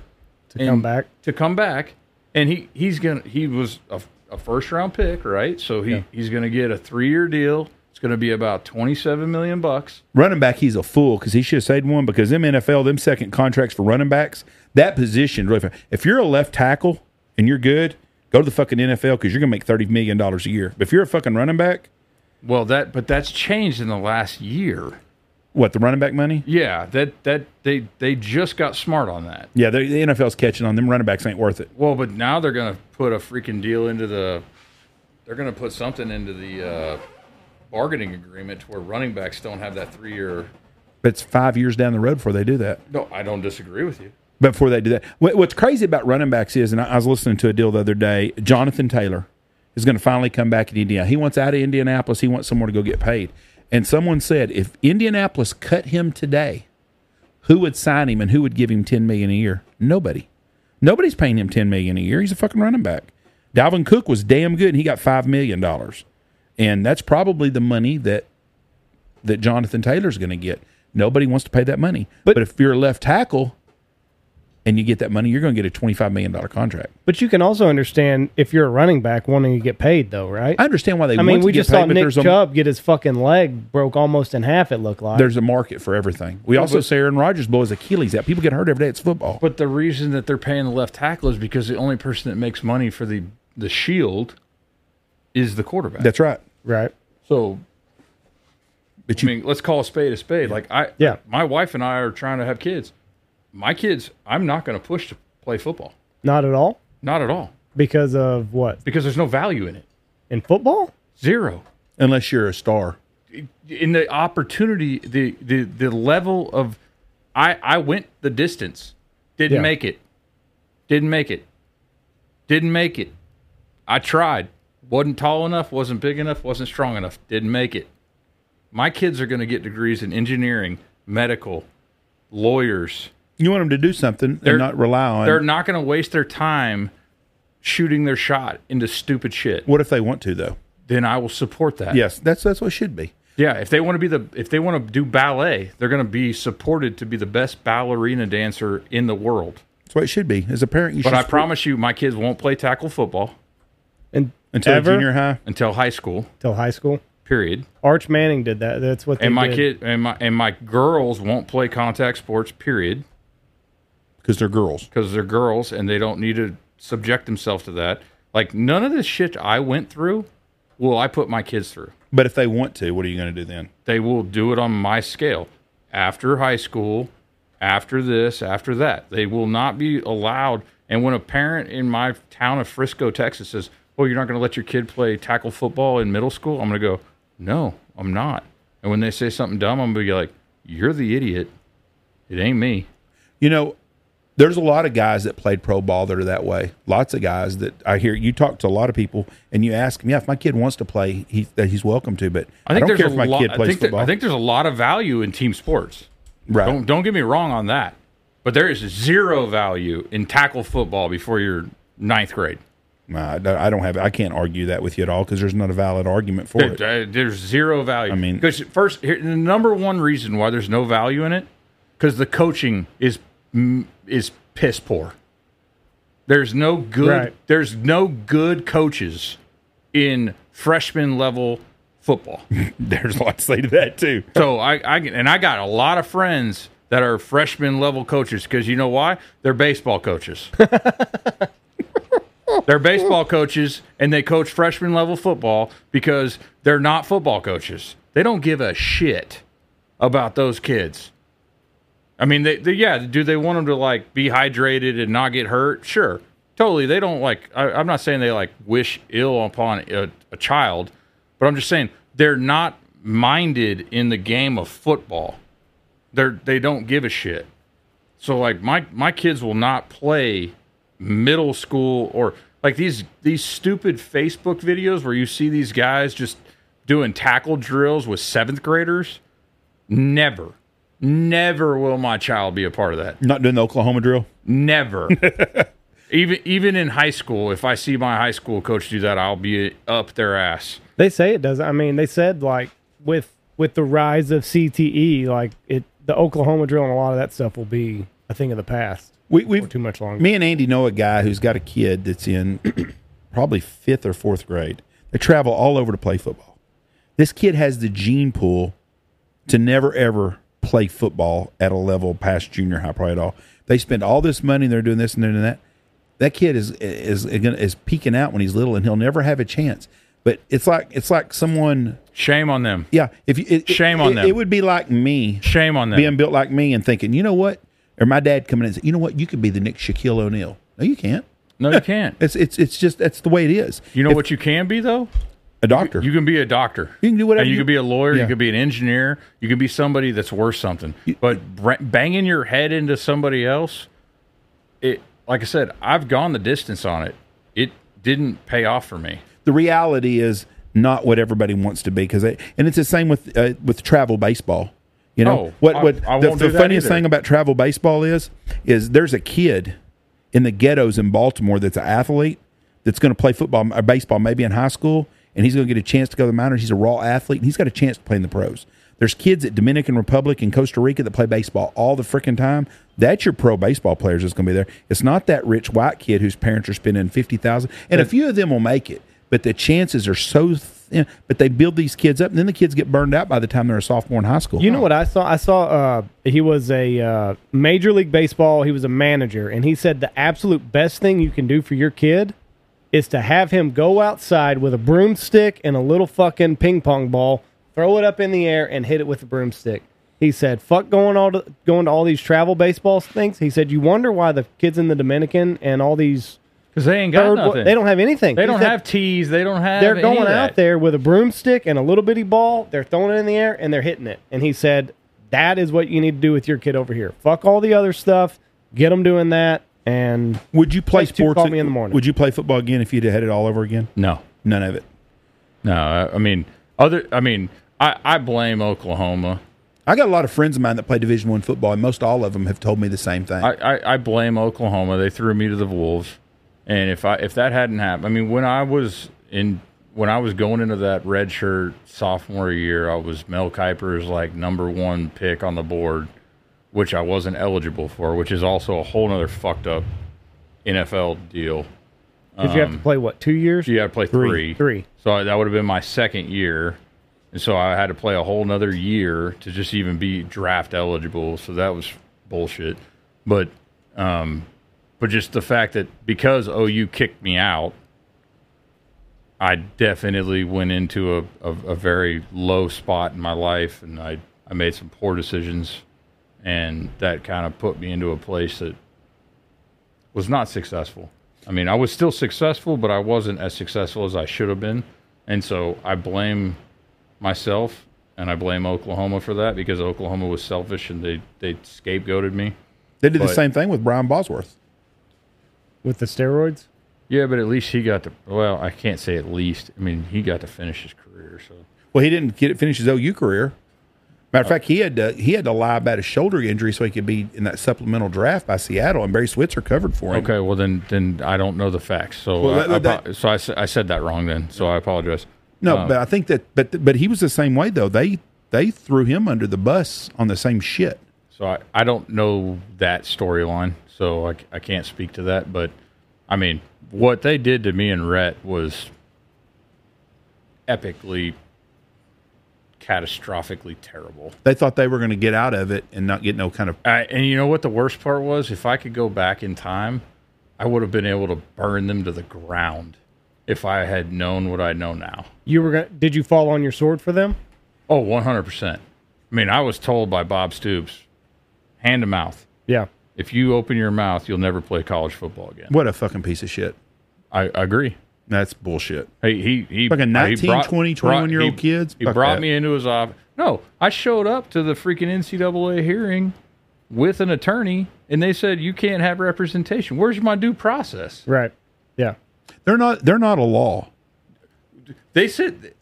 Speaker 3: to
Speaker 1: come back.
Speaker 3: to come back, and he he's gonna he was a, a first round pick, right? So he he's gonna get a three year deal. It's gonna be about twenty seven million bucks.
Speaker 2: running back, he's a fool because he should have saved one. Because them NFL, them second contracts for running backs, that position really. If you're a left tackle and you're good, go to the fucking NFL because you're gonna make thirty million dollars a year. But if you're a fucking running back,
Speaker 3: Well, that but that's changed in the last year.
Speaker 2: what the running back money?
Speaker 3: Yeah, that that they they just got smart on that.
Speaker 2: Yeah, the, the NFL's catching on them. Running backs ain't worth it.
Speaker 3: Well, but now they're gonna put a freaking deal into the. They're gonna put something into the uh, bargaining agreement to where running backs don't have that three year.
Speaker 2: But it's five years down the road before they do that.
Speaker 3: No, I don't disagree with you.
Speaker 2: before they do that. What, what's crazy about running backs is, and I, I was listening to a deal the other day. Jonathan Taylor is going to finally come back in Indiana. He wants out of Indianapolis. He wants somewhere to go get paid. And someone said, if Indianapolis cut him today, who would sign him and who would give him ten million a year? Nobody. Nobody's paying him ten million a year. He's a fucking running back. Dalvin Cook was damn good and he got five million dollars. And that's probably the money that that Jonathan Taylor's gonna get. Nobody wants to pay that money. But,
Speaker 1: But-
Speaker 2: if you're a left tackle and you get that money, you're gonna get a twenty five million dollar contract.
Speaker 1: But you can also understand if you're a running back wanting to get paid, though, right?
Speaker 2: I understand why they
Speaker 1: I
Speaker 2: want
Speaker 1: mean,
Speaker 2: to
Speaker 1: we
Speaker 2: get
Speaker 1: just
Speaker 2: paid,
Speaker 1: saw
Speaker 2: but
Speaker 1: Nick
Speaker 2: there's a
Speaker 1: Chubb get his fucking leg broke almost in half. It looked like.
Speaker 2: there's a market for everything. We also say Aaron Rodgers blow his Achilles out. People get hurt every day. It's football.
Speaker 3: But the reason that they're paying the left tackle is because the only person that makes money for the the shield is the quarterback.
Speaker 2: That's right.
Speaker 1: right.
Speaker 3: so
Speaker 2: But
Speaker 3: I
Speaker 2: you
Speaker 3: mean, let's call a spade a spade. Like I,
Speaker 1: Yeah.
Speaker 3: my wife and I are trying to have kids. My kids, I'm not going to push to play football,
Speaker 1: Not at all
Speaker 3: not at all,
Speaker 1: because of what
Speaker 3: because there's no value in it,
Speaker 1: in football.
Speaker 3: zero.
Speaker 2: unless you're a star.
Speaker 3: In the opportunity, the the the level of, I I went the distance, didn't
Speaker 1: Yeah.
Speaker 3: make it, didn't make it, didn't make it. I tried, wasn't tall enough, wasn't big enough, wasn't strong enough, didn't make it. My kids are going to get degrees in engineering, medical, lawyers.
Speaker 2: You want them to do something and not rely on.
Speaker 3: They're not going to waste their time shooting their shot into stupid shit.
Speaker 2: what if they want to though?
Speaker 3: Then I will support that.
Speaker 2: Yes, that's that's what it should be.
Speaker 3: Yeah, if they want to be the if they want to do ballet, they're going to be supported to be the best ballerina dancer in the world.
Speaker 2: That's what it should be. As a parent, you
Speaker 3: But
Speaker 2: should.
Speaker 3: I
Speaker 2: support-
Speaker 3: promise you my kids won't play tackle football
Speaker 1: And
Speaker 2: until
Speaker 1: ever
Speaker 2: junior high.
Speaker 3: until high school,
Speaker 1: till high school.
Speaker 3: period.
Speaker 1: Arch Manning did that. That's what. They
Speaker 3: And my
Speaker 1: did.
Speaker 3: kid and my and my girls won't play contact sports, period,
Speaker 2: because they're girls.
Speaker 3: because they're girls and they don't need to subject themselves to that. Like none of this shit I went through will I put my kids through.
Speaker 2: But if they want to, what are you going to do then?
Speaker 3: they will do it on my scale after high school after this after that they will not be allowed and when a parent in my town of frisco texas says oh you're not going to let your kid play tackle football in middle school i'm going to go no i'm not and when they say something dumb i'm going to be like you're the idiot it ain't me
Speaker 2: You know, there's a lot of guys that played pro ball that are that way. Lots of guys that I hear. You talk to a lot of people, and you ask them, "Yeah, if my kid wants to play, he, that he's welcome to." But I, don't
Speaker 3: there's
Speaker 2: care
Speaker 3: a
Speaker 2: if my
Speaker 3: lo-
Speaker 2: kid
Speaker 3: I
Speaker 2: plays
Speaker 3: think that-
Speaker 2: football.
Speaker 3: I think there's a lot of value in team sports
Speaker 2: right.
Speaker 3: Don't don't get me wrong on that, but there is zero value in tackle football before your ninth grade.
Speaker 2: Nah, I don't- I don't have. I can't argue that with you at all because there's not a valid argument for it.
Speaker 3: There- uh, There's zero value. I
Speaker 2: mean-
Speaker 3: because first, here, the number one reason why there's no value in it, because the coaching is mm, is piss poor. There's no good.
Speaker 1: Right.
Speaker 3: There's no good coaches in freshman level football.
Speaker 2: There's a lot to say to that too.
Speaker 3: So I, I can- and I got a lot of friends that are freshman level coaches because you know why? They're baseball coaches. they're baseball coaches and they coach freshman level football because they're not football coaches. They don't give a shit about those kids. I mean, they, they yeah, do they want them to like be hydrated and not get hurt? Sure, totally. They don't like. I, I'm not saying they like wish ill upon a, a child, but I'm just saying they're not minded in the game of football. They're they don't give a shit. So like my my kids will not play middle school or like these these stupid Facebook videos where you see these guys just doing tackle drills with seventh graders. Never. Never will my child be a part of that.
Speaker 2: Not doing the Oklahoma drill.
Speaker 3: Never. even even in high school, if I see my high school coach do that, I'll be up their ass.
Speaker 1: They say it doesn't. I mean, they said like with with the rise of CTE, like it the Oklahoma drill and a lot of that stuff will be a thing of the past.
Speaker 2: We, we've
Speaker 1: for Too much longer.
Speaker 2: Me and Andy know a guy who's got a kid that's in probably fifth or fourth grade. They travel all over to play football. This kid has the gene pool to never ever play football at a level past junior high, probably at all. They spend all this money, they're doing this and they're doing that. That kid is is is, gonna- is peeking out when he's little, and he'll never have a chance. But it's like it's like someone,
Speaker 3: Shame on them.
Speaker 2: yeah. If you, it,
Speaker 3: Shame
Speaker 2: it-
Speaker 3: on
Speaker 2: it-
Speaker 3: them.
Speaker 2: It would be like me
Speaker 3: Shame on them.
Speaker 2: being built like me and thinking, you know what? Or my dad coming in and saying, you know what? You could be the next Shaquille O'Neal. No, you can't.
Speaker 3: no, you can't.
Speaker 2: It's it's it's just that's the way it is.
Speaker 3: You know what you can be though?
Speaker 2: A doctor.
Speaker 3: You can be a doctor.
Speaker 2: You can do whatever
Speaker 3: And you,
Speaker 2: you-
Speaker 3: can be a lawyer.
Speaker 2: Yeah.
Speaker 3: You can be an engineer. You can be somebody that's worth something. But br- banging your head into somebody else, it like I said, I've gone the distance on it. It didn't pay off for me.
Speaker 2: the reality is not what everybody wants to be because and it's the same with uh, with travel baseball. You know
Speaker 3: Oh,
Speaker 2: what?
Speaker 3: I-
Speaker 2: What
Speaker 3: I
Speaker 2: the,
Speaker 3: won't
Speaker 2: the
Speaker 3: do that
Speaker 2: funniest
Speaker 3: either.
Speaker 2: thing about travel baseball is is there's a kid in the ghettos in Baltimore that's an athlete that's going to play football or baseball maybe in high school and he's going to get a chance to go to the minors. He's a raw athlete and he's got a chance to play in the pros. There's kids at Dominican Republic and Costa Rica that play baseball all the freaking time. That's your pro baseball players that's going to be there. It's not that rich white kid whose parents are spending fifty thousand, and a few of them will make it, but the chances are so. Thin, but they build these kids up, and then the kids get burned out by the time they're a sophomore in high school.
Speaker 1: You know what I saw? I saw uh, he was a uh, Major League Baseball. He was a manager, and he said the absolute best thing you can do for your kid is to have him go outside with a broomstick and a little fucking ping pong ball, throw it up in the air, and hit it with a broomstick. He said, "Fuck going all to, going to all these travel baseball things." He said, "You wonder why the kids in the Dominican and all these
Speaker 3: because they ain't got
Speaker 1: third wor-
Speaker 3: nothing.
Speaker 1: they don't have anything.
Speaker 3: They
Speaker 1: He
Speaker 3: don't
Speaker 1: said,
Speaker 3: have tees. They don't have.
Speaker 1: they're
Speaker 3: any
Speaker 1: going
Speaker 3: of that.
Speaker 1: out there with a broomstick and a little bitty ball. They're throwing it in the air and they're hitting it. And he said, "That is what you need to do with your kid over here. Fuck all the other stuff. Get them doing that." And
Speaker 2: Would you play
Speaker 1: Please do
Speaker 2: sports?
Speaker 1: call me in the morning.
Speaker 2: Would you play football again if you'd had it all over again?
Speaker 3: No,
Speaker 2: None of it.
Speaker 3: no. I, I mean, other. I mean, I, I blame Oklahoma.
Speaker 2: I got a lot of friends of mine that play Division One football, and most all of them have told me the same thing.
Speaker 3: I, I, I blame Oklahoma. They threw me to the wolves. And if I if that hadn't happened, I mean, when I was in when I was going into that redshirt sophomore year, I was Mel Kiper's like number one pick on the board, which I wasn't eligible for, which is also a whole nother fucked up NFL deal.
Speaker 1: did you have to play what two years?
Speaker 3: You got to play Um, three.
Speaker 1: Three.
Speaker 3: So that would have been my second year. And so I had to play a whole nother year to just even be draft eligible. So that was bullshit. But um but just the fact that because OU kicked me out, I definitely went into a, a, a very low spot in my life and I, I made some poor decisions and that kind of put me into a place that was not successful. I mean, I was still successful, but I wasn't as successful as I should have been. And so I blame myself and I blame Oklahoma for that because Oklahoma was selfish and they, they scapegoated me.
Speaker 2: they did the
Speaker 3: but-
Speaker 2: same thing with Brian Bosworth.
Speaker 1: with the steroids.
Speaker 3: Yeah, but at least he got to, well, I can't say at least. I mean, he got to finish his career. So
Speaker 2: Well, he didn't get finish his OU career. Matter of
Speaker 3: Oh.
Speaker 2: fact, he had to he had to lie about his shoulder injury so he could be in that supplemental draft by Seattle, and Barry Switzer covered for him.
Speaker 3: Okay, well then, then I don't know the facts. So,
Speaker 2: Well,
Speaker 3: I,
Speaker 2: that-
Speaker 3: I
Speaker 2: that-
Speaker 3: apo- so I, s- I said that wrong then. So I apologize. Um,
Speaker 2: No,
Speaker 3: Oh.
Speaker 2: but I think that but but he was the same way though. They they threw him under the bus on the same shit.
Speaker 3: So I, I don't know that storyline, so I, c- I can't speak to that. But I mean, what they did to me and Rhett was epically, catastrophically terrible.
Speaker 2: They thought they were going to get out of it and not get no kind of
Speaker 3: I, and you know what the worst part was? If I could go back in time, I would have been able to burn them to the ground if I had known what I know now.
Speaker 1: You were gonna, did you fall on your sword for them?
Speaker 3: Oh, 100%. I mean, I was told by Bob Stoops, hand to mouth,
Speaker 1: Yeah.
Speaker 3: if you open your mouth, you'll never play college football again.
Speaker 2: what a fucking piece of shit.
Speaker 3: I, I agree.
Speaker 2: That's bullshit.
Speaker 3: Hey, he he
Speaker 2: Fucking
Speaker 3: he
Speaker 2: 19,
Speaker 3: brought-
Speaker 2: 20,
Speaker 3: brought-
Speaker 2: 21-year-old
Speaker 3: he-
Speaker 2: kids?
Speaker 3: He
Speaker 2: Fuck
Speaker 3: brought
Speaker 2: that.
Speaker 3: me into his office. No, I showed up to the freaking NCAA hearing with an attorney, and they said you can't have representation. Where's my due process?
Speaker 1: Right. Yeah.
Speaker 2: They're not they're not a law.
Speaker 3: They said,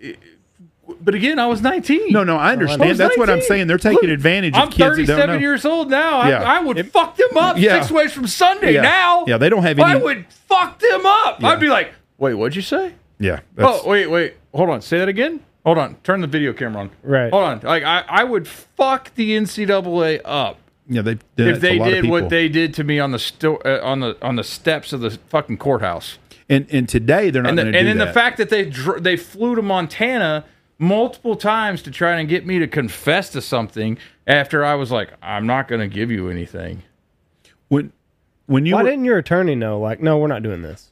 Speaker 3: but again, I was nineteen.
Speaker 2: No, no, I
Speaker 3: I
Speaker 2: understand.
Speaker 3: was
Speaker 2: That's what I'm
Speaker 3: 19.
Speaker 2: saying. They're taking
Speaker 3: Look,
Speaker 2: advantage of
Speaker 3: I'm
Speaker 2: kids that don't know.
Speaker 3: 37 years old now.
Speaker 2: Yeah.
Speaker 3: I, I would fuck them up
Speaker 2: Yeah.
Speaker 3: six ways from Sunday
Speaker 2: Yeah.
Speaker 3: now.
Speaker 2: Yeah, they don't have
Speaker 3: I
Speaker 2: any-
Speaker 3: would fuck them up. I'd be like, wait, what'd you say?
Speaker 2: Yeah.
Speaker 3: oh wait, wait, hold on. Say that again. Hold on. Turn the video camera on.
Speaker 1: Right.
Speaker 3: Hold on. Like I, I would fuck the NCAA up
Speaker 2: Yeah, they did
Speaker 3: if they did what they did to me on the sto- uh, on the on the steps of the fucking courthouse.
Speaker 2: and and today they're not
Speaker 3: And the,
Speaker 2: going
Speaker 3: and
Speaker 2: to do
Speaker 3: then
Speaker 2: that.
Speaker 3: the fact that they dr- they flew to Montana multiple times to try and get me to confess to something after I was like, I'm not going to give you anything.
Speaker 2: when when you
Speaker 1: Why
Speaker 2: were-
Speaker 1: didn't your attorney know? Like, no, we're not doing this.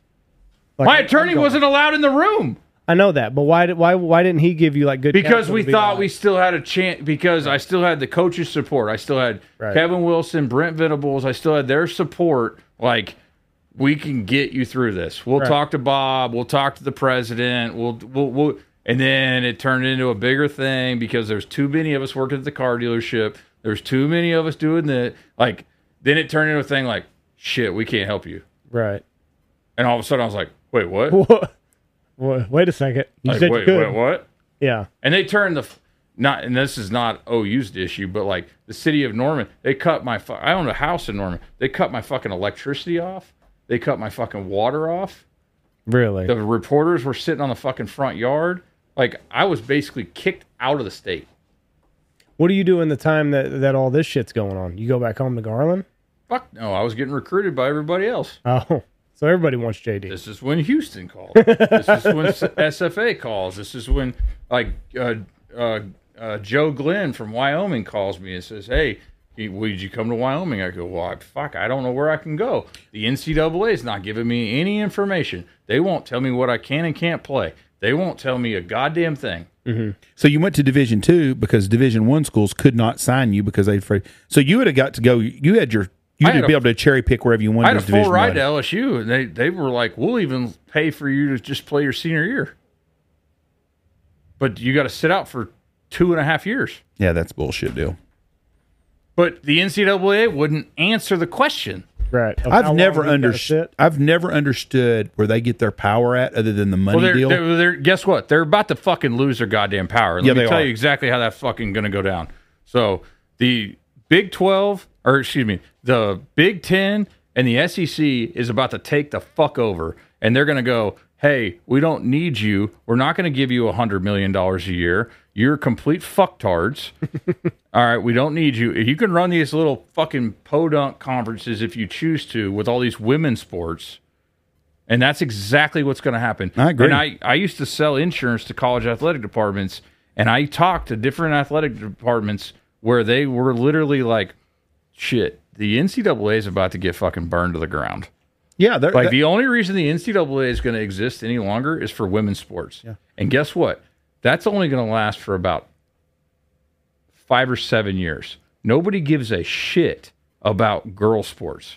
Speaker 1: Like,
Speaker 3: My
Speaker 1: I'm- I'm
Speaker 3: attorney
Speaker 1: going-
Speaker 3: wasn't allowed in the room.
Speaker 1: I know that, but why? did- Why? Why didn't he give you like good?
Speaker 3: because
Speaker 1: counsel
Speaker 3: we
Speaker 1: to be
Speaker 3: thought
Speaker 1: like-
Speaker 3: we still had a chance because I still had the coach's support. I still had
Speaker 1: Right.
Speaker 3: Kevin Wilson, Brent Venables. I still had their support. Like we can get you through this. We'll talk to Bob. We'll talk to the president. We'll we'll, we'll and then it turned into a bigger thing because there's too many of us working at the car dealership. There's too many of us doing that. Like then it turned into a thing like shit. We can't help you.
Speaker 1: right.
Speaker 3: And all of a sudden I was like, wait, what?
Speaker 1: Wa- Wait a second. You
Speaker 3: Like,
Speaker 1: said
Speaker 3: wait,
Speaker 1: you could.
Speaker 3: wait, what?
Speaker 1: Yeah.
Speaker 3: And they turned the f- not, and this is not OU's issue, but like the city of Norman, they cut my. Fu- I own a house in Norman. They cut my fucking electricity off. They cut my fucking water off.
Speaker 1: Really?
Speaker 3: The reporters were sitting on the fucking front yard. Like I was basically kicked out of the state.
Speaker 1: what do you do in the time that, that all this shit's going on? You go back home to Garland?
Speaker 3: Fuck no, I was getting recruited by everybody else.
Speaker 1: Oh. So everybody wants JD.
Speaker 3: This is when Houston called. this is when S- SFA calls. This is when like uh, uh, uh, Joe Glenn from Wyoming calls me and says, "Hey, he- would you come to Wyoming?" I go, "Well, I, fuck, I don't know where I can go. The NCAA is not giving me any information. They won't tell me what I can and can't play. They won't tell me a goddamn thing."
Speaker 2: So you went to Division Two because Division One schools could not sign you because they. So you would have got to go. You had your. You
Speaker 3: I had
Speaker 2: would be
Speaker 3: a-
Speaker 2: able to cherry pick wherever you wanted.
Speaker 3: I had a
Speaker 2: as
Speaker 3: full
Speaker 2: Division
Speaker 3: ride
Speaker 2: One.
Speaker 3: to LSU, and they they were like, "We'll even pay for you to just play your senior year, but you got to sit out for two and a half years."
Speaker 2: Yeah, that's bullshit deal.
Speaker 3: But the NCAA wouldn't answer the question.
Speaker 1: right. Of how
Speaker 2: I've
Speaker 1: long
Speaker 2: never
Speaker 1: you gotta
Speaker 2: understood.
Speaker 1: sit.
Speaker 2: I've never understood where they get their power at, other than the money
Speaker 3: Well, they're,
Speaker 2: deal.
Speaker 3: they're, they're- guess what? They're about to fucking lose their goddamn power. Let
Speaker 2: Yeah,
Speaker 3: me
Speaker 2: they
Speaker 3: tell
Speaker 2: are.
Speaker 3: you exactly how that's fucking going to go down. So the Big Twelve, or excuse me, the Big Ten and the SEC is about to take the fuck over, and they're going to go. Hey, we don't need you. We're not going to give you a hundred million dollars a year. You're complete fucktards. All right, we don't need you. You can run these little fucking podunk conferences if you choose to with all these women's sports. And that's exactly what's going to happen.
Speaker 2: I agree.
Speaker 3: And I, I used to sell insurance to college athletic departments, and I talked to different athletic departments where they were literally like, shit, the NCAA is about to get fucking burned to the ground.
Speaker 2: yeah, they're,
Speaker 3: Like
Speaker 2: that-
Speaker 3: the only reason the NCAA is going to exist any longer is for women's sports. And guess what? That's only going to last for about five or seven years. Nobody gives a shit about girl sports.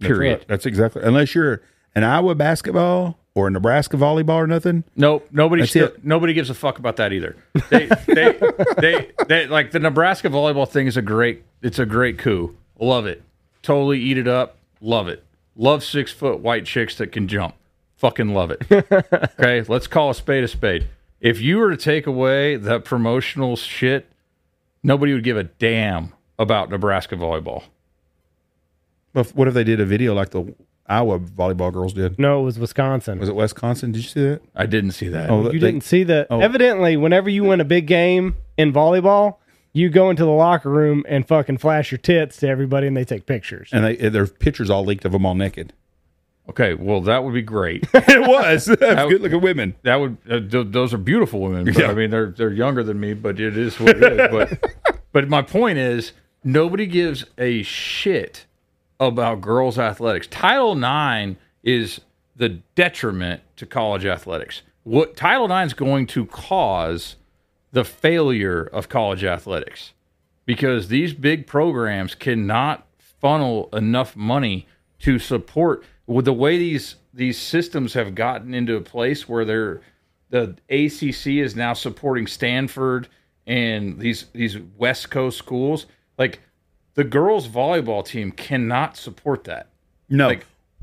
Speaker 3: Period.
Speaker 2: That's exactly. Unless you're an Iowa basketball or a Nebraska volleyball or nothing.
Speaker 3: Nope. Nobody.
Speaker 2: That's
Speaker 3: Still,
Speaker 2: it.
Speaker 3: Nobody gives a fuck about that either. They, they, they, they, like the Nebraska volleyball thing is a great. It's a great coup. Love it. Totally eat it up. Love it. Love six foot white chicks that can jump. Fucking love it. okay, let's call a spade a spade. If you were to take away the promotional shit, nobody would give a damn about Nebraska volleyball.
Speaker 2: Well, What if they did a video like the Iowa volleyball girls did?
Speaker 1: No, it was Wisconsin.
Speaker 2: Was it Wisconsin? Did you see that?
Speaker 3: I didn't see that.
Speaker 2: Oh,
Speaker 1: you
Speaker 2: they-
Speaker 1: didn't see that. Evidently, whenever you win a big game in volleyball, you go into the locker room and fucking flash your tits to everybody and they take pictures.
Speaker 2: And they, their pictures all leaked of them all naked.
Speaker 3: Okay, well that would be great.
Speaker 2: it was. good looking women.
Speaker 3: that would uh, th- those are beautiful women. But,
Speaker 2: Yeah.
Speaker 3: I mean, they're they're younger than me, but it is what it is. But but my point is, nobody gives a shit about girls athletics. Title IX is the detriment to college athletics. What Title IX is going to cause the failure of college athletics because these big programs cannot funnel enough money to support with the way these these systems have gotten into a place where they're the ACC is now supporting Stanford and these these West Coast schools like the girls volleyball team cannot support that
Speaker 2: No.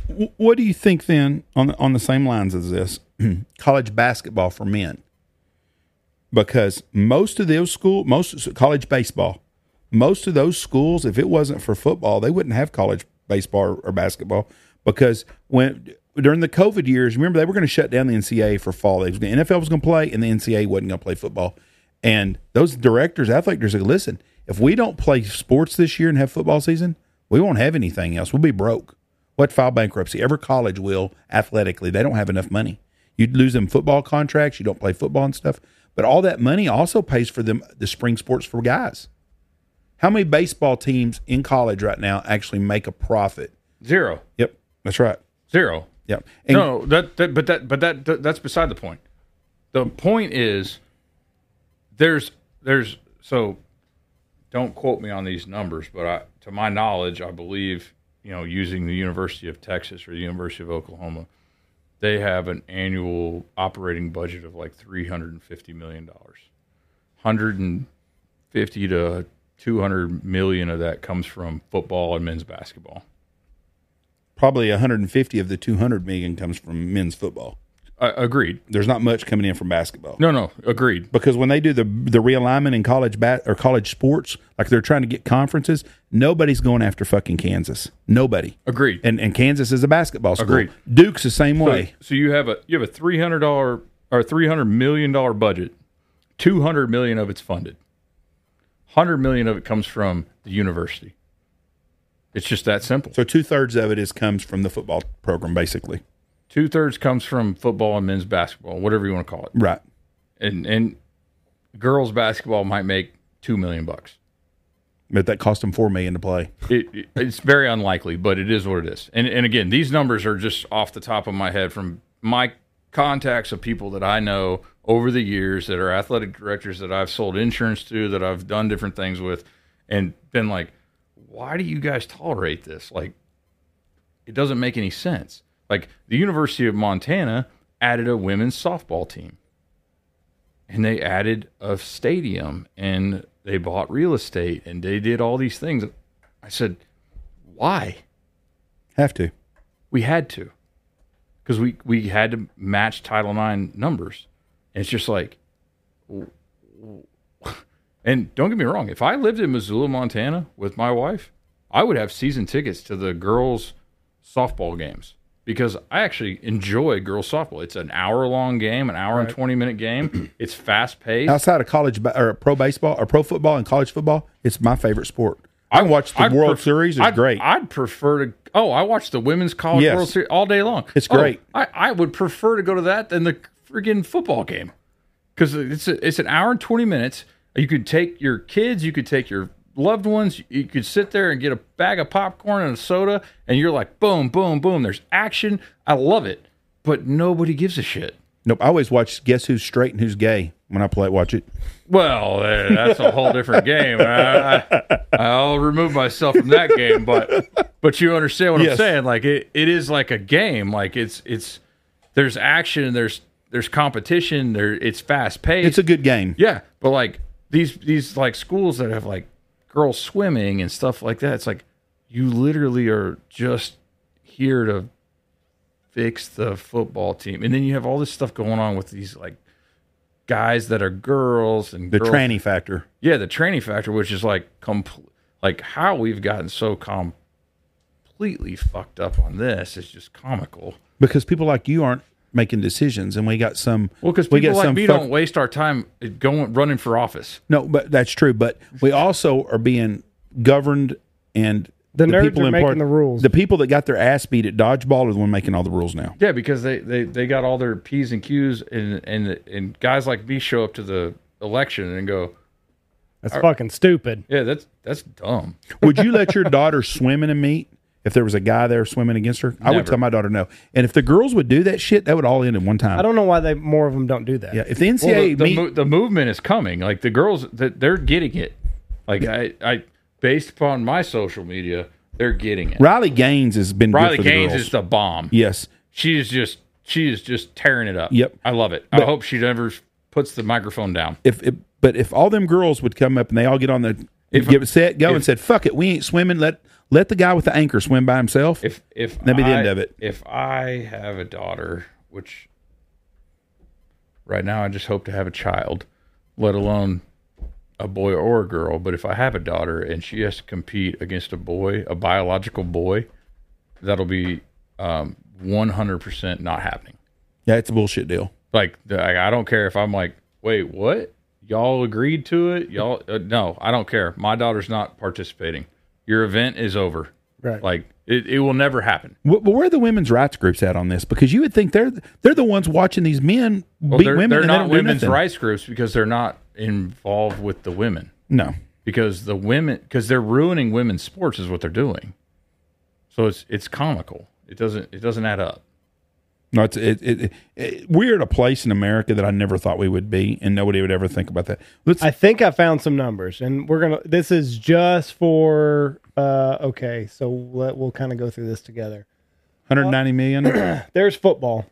Speaker 2: W- what do you think then on the, on the same lines as this? college basketball for men. Because most of those school, most college baseball, most of those schools, if it wasn't for football, they wouldn't have college baseball or, or basketball. Because when during the COVID years, remember they were going to shut down the NCAA for fall. They was gonna, NFL was going to play, and the NCAA wasn't going to play football. And those directors, athletes, directors, said, listen, if we don't play sports this year and have football season, we won't have anything else. We'll be broke. What file bankruptcy? Every college will athletically. They don't have enough money. You'd lose them football contracts. You don't play football and stuff. But all that money also pays for them the spring sports for guys. How many baseball teams in college right now actually make a profit?
Speaker 3: zero
Speaker 2: Yep, that's right.
Speaker 3: zero
Speaker 2: Yep. And
Speaker 3: no, that, that but that but that, that that's beside the point. The point is there's there's so don't quote me on these numbers, but I, to my knowledge, I believe you know using the University of Texas or the University of Oklahoma, they have an annual operating budget of like three hundred and fifty million dollars. Hundred and fifty to two hundred million of that comes from football and men's basketball.
Speaker 2: probably 150 of the 200 million comes from men's football.
Speaker 3: Uh, agreed.
Speaker 2: There's not much coming in from basketball.
Speaker 3: No, no, agreed.
Speaker 2: Because when they do the the realignment in college bat or college sports, like they're trying to get conferences, nobody's going after fucking Kansas. Nobody.
Speaker 3: Agreed.
Speaker 2: And and Kansas is a basketball school.
Speaker 3: Agreed.
Speaker 2: Duke's the same way.
Speaker 3: So you have a you have a three hundred dollar or three hundred million dollar budget. Two hundred million of it's funded. Hundred million of it comes from the university. It's just that simple.
Speaker 2: So two thirds of it is comes from the football program, basically.
Speaker 3: Two thirds comes from football and men's basketball, whatever you want to call it,
Speaker 2: Right.
Speaker 3: and and girls basketball might make two million bucks.
Speaker 2: But that cost them four million to play.
Speaker 3: It, it- it's very unlikely, but it is what it is. And and again, these numbers are just off the top of my head from my contacts of people that I know over the years that are athletic directors that I've sold insurance to, that I've done different things with, and been like, why do you guys tolerate this? Like, it doesn't make any sense. Like the University of Montana added a women's softball team. And they added a stadium and they bought real estate and they did all these things. I said, "Why?
Speaker 2: Have to.
Speaker 3: We had to, because we we had to match Title IX numbers." And it's just like, and don't get me wrong, if I lived in Missoula, Montana, with my wife, I would have season tickets to the girls' softball games because I actually enjoy girls' softball. It's an hour long game, an hour and twenty minute game. It's fast paced.
Speaker 2: Outside of college ba- or pro baseball or pro football and college football, it's my favorite sport. I watch the
Speaker 3: I'd
Speaker 2: World
Speaker 3: pref-
Speaker 2: Series. It's
Speaker 3: I'd,
Speaker 2: great.
Speaker 3: I'd prefer to. Oh, I watch the women's college
Speaker 2: Yes.
Speaker 3: World Series all day long.
Speaker 2: It's
Speaker 3: Oh,
Speaker 2: great.
Speaker 3: I, I would prefer to go to that than the friggin' football game because it's a, it's an hour and twenty minutes. You could take your kids. You could take your loved ones. You could sit there and get a bag of popcorn and a soda, and you're like, boom, boom, boom. There's action. I love it, but nobody gives a shit.
Speaker 2: nope. I always watch Guess Who's Straight and Who's Gay when I play watch it.
Speaker 3: Well, eh, that's a whole different game. I, will remove myself from that game, but but you understand what I'm
Speaker 2: Yes.
Speaker 3: saying? Like it, it is like a game. Like it's it's there's action, there's there's competition, there it's fast paced.
Speaker 2: It's a good game.
Speaker 3: yeah, but like these these like schools that have like girls swimming and stuff like that. It's like you literally are just here to fix the football team, and then you have all this stuff going on with these like guys that are girls and
Speaker 2: The
Speaker 3: girls
Speaker 2: tranny factor.
Speaker 3: yeah, the training factor, which is like compl- like how we've gotten so completely fucked up on this is just comical.
Speaker 2: Because people like you aren't making decisions, and we got some.
Speaker 3: Well, because
Speaker 2: we
Speaker 3: people
Speaker 2: got
Speaker 3: like
Speaker 2: some
Speaker 3: me
Speaker 2: fuck-
Speaker 3: don't waste our time going running for office.
Speaker 2: No, but that's true. But we also are being governed, and
Speaker 1: The nerds are making
Speaker 2: part-
Speaker 1: the rules.
Speaker 2: The people that got their ass beat at dodgeball are the one making all the rules now.
Speaker 3: Yeah, because they they, they got all their p's and q's, and and and guys like me show up to the election and go,
Speaker 1: That's fucking stupid.
Speaker 3: yeah, that's that's dumb.
Speaker 2: Would you let your daughter swim in a meet if there was a guy there swimming against her? I would
Speaker 3: Never.
Speaker 2: tell my daughter no. And if the girls would do that shit, that would all end in one time.
Speaker 1: I don't know why they more of them don't do that.
Speaker 2: yeah, if the NCAA
Speaker 3: Well, the, the,
Speaker 2: meet,
Speaker 3: mo- the movement is coming. Like the girls, that they're getting it. Like I, I, based upon my social media, they're getting it.
Speaker 2: Riley Gaines has been
Speaker 3: Riley
Speaker 2: good for
Speaker 3: Gaines
Speaker 2: the girls.
Speaker 3: is the bomb.
Speaker 2: yes,
Speaker 3: She is just she is just tearing it up.
Speaker 2: Yep.
Speaker 3: I love it. I hope she never puts the microphone down.
Speaker 2: if, if but if all them girls would come up and they all get on the
Speaker 3: If-
Speaker 2: give it set go and
Speaker 3: if-
Speaker 2: said fuck it, we ain't swimming. Let let the guy with the anchor swim by himself.
Speaker 3: If if
Speaker 2: That'd be the
Speaker 3: I-
Speaker 2: end of it.
Speaker 3: If I have a daughter, which right now I just hope to have a child, let alone a boy or a girl, but if I have a daughter and she has to compete against a boy, a biological boy, that'll be um, 100% not happening.
Speaker 2: yeah, it's a bullshit deal.
Speaker 3: like the- I I don't care if I'm like, wait, what? Y'all agreed to it? Y'all? Uh, no, I don't care. My daughter's not participating. Your event is over.
Speaker 1: Right.
Speaker 3: Like it, it will never happen.
Speaker 2: Wh- But where are the women's rights groups at on this? Because you would think they're they're the ones watching these men
Speaker 3: Well,
Speaker 2: beat
Speaker 3: they're,
Speaker 2: women.
Speaker 3: they're
Speaker 2: and they
Speaker 3: not
Speaker 2: don't do
Speaker 3: women's
Speaker 2: nothing.
Speaker 3: rights groups because they're not involved with the women
Speaker 2: No,
Speaker 3: because the women because they're ruining women's sports is what they're doing. So it's it's comical. It doesn't it doesn't add up.
Speaker 2: no. It's it, it, it, it- we're at a place in America that I never thought we would be, and nobody would ever think about that. Let's
Speaker 1: I think I found some numbers, and we're gonna. This is just for. Uh, okay, so let, we'll kind of go through this together.
Speaker 2: 190 million.
Speaker 1: There's football.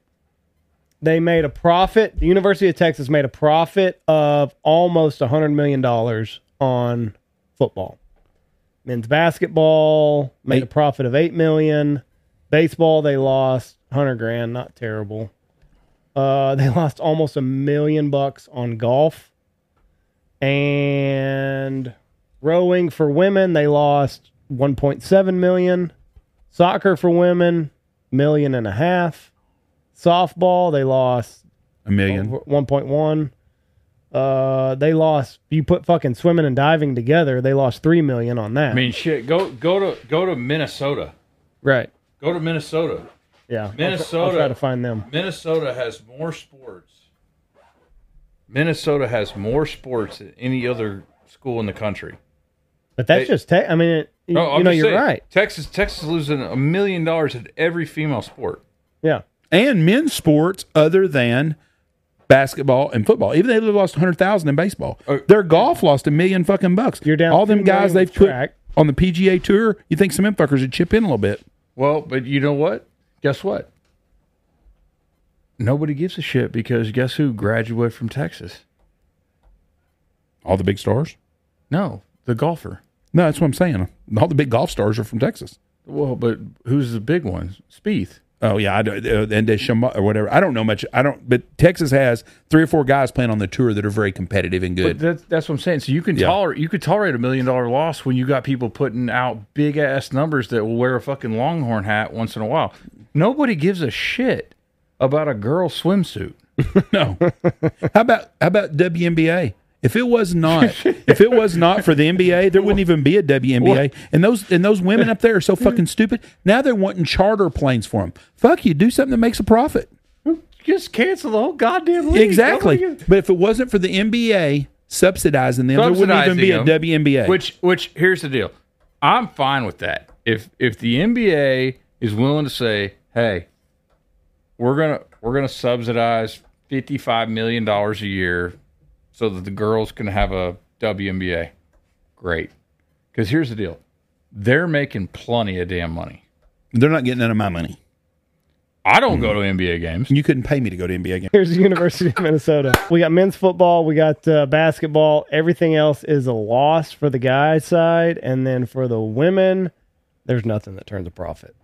Speaker 1: They made a profit. The University of Texas made a profit of almost hundred million dollars on football. Men's basketball made a profit of eight million. Baseball they lost hundred grand, not terrible. Uh, they lost almost a million bucks on golf. And rowing for women, they lost 1.7 million. Soccer for women, million and a half. Softball, they lost
Speaker 2: A million.
Speaker 1: over 1.1. Uh, they lost. You put fucking swimming and diving together, they lost three million on that.
Speaker 3: I mean, shit. Go go to go to Minnesota.
Speaker 1: right?
Speaker 3: Go to Minnesota.
Speaker 1: Yeah. I'll tr- I'll,
Speaker 3: Minnesota.
Speaker 1: try to find them.
Speaker 3: Minnesota has more sports. Minnesota has more sports than any other school in the country.
Speaker 1: But that's
Speaker 3: Hey.
Speaker 1: just. Te- I mean, it, you,
Speaker 3: No, Oh, I'm
Speaker 1: you know,
Speaker 3: just
Speaker 1: you're
Speaker 3: saying,
Speaker 1: right.
Speaker 3: Texas Texas is losing a million dollars at every female sport.
Speaker 1: Yeah.
Speaker 2: And men's sports other than basketball and football. Even they lost 100,000 in baseball.
Speaker 3: Oh.
Speaker 2: Their golf lost a million fucking bucks.
Speaker 1: You're down
Speaker 2: All them
Speaker 1: two million
Speaker 2: guys they've
Speaker 1: with
Speaker 2: put
Speaker 1: track.
Speaker 2: on the PGA Tour, you think some of them fuckers would chip in a little bit.
Speaker 3: Well, but you know what? Guess what? Nobody gives a shit because guess who graduated from Texas?
Speaker 2: All the big stars?
Speaker 3: No, the golfer.
Speaker 2: No, that's what I'm saying. All the big golf stars are from Texas.
Speaker 3: Well, but who's the big one? Spieth.
Speaker 2: Oh yeah, I do, uh, and there's Shama or whatever. I don't know much. I don't, but Texas has three or four guys playing on the tour that are very competitive and
Speaker 3: But
Speaker 2: good.
Speaker 3: that's that's what I'm saying. So you can
Speaker 2: Yeah.
Speaker 3: tolerate you could tolerate a million dollar loss when you got people putting out big ass numbers that will wear a fucking Longhorn hat once in a while. Nobody gives a shit about a girl swimsuit.
Speaker 2: no, how about how about WNBA? If it was not, if it was not for the NBA, there wouldn't even be a WNBA. And those and those women up there are so fucking stupid. Now they're wanting charter planes for them. Fuck you, do something that makes a profit.
Speaker 3: Just cancel the whole goddamn league.
Speaker 2: Exactly.
Speaker 3: Nobody gives-
Speaker 2: But if it wasn't for the NBA subsidizing them,
Speaker 3: Subsidizing
Speaker 2: there
Speaker 3: them.
Speaker 2: wouldn't even be a WNBA.
Speaker 3: Which which here's the deal. I'm fine with that. If if the NBA is willing to say, "Hey, we're going to we're going to subsidize 55 million dollars a year so that the girls can have a WNBA." Great. Cuz here's the deal. They're making plenty of damn money.
Speaker 2: they're not getting none of my money.
Speaker 3: I don't go to NBA games.
Speaker 2: You couldn't pay me to go to NBA games.
Speaker 1: Here's the University of Minnesota. We got men's football, we got uh, basketball. Everything else is a loss for the guys' side, and then for the women, there's nothing that turns a profit.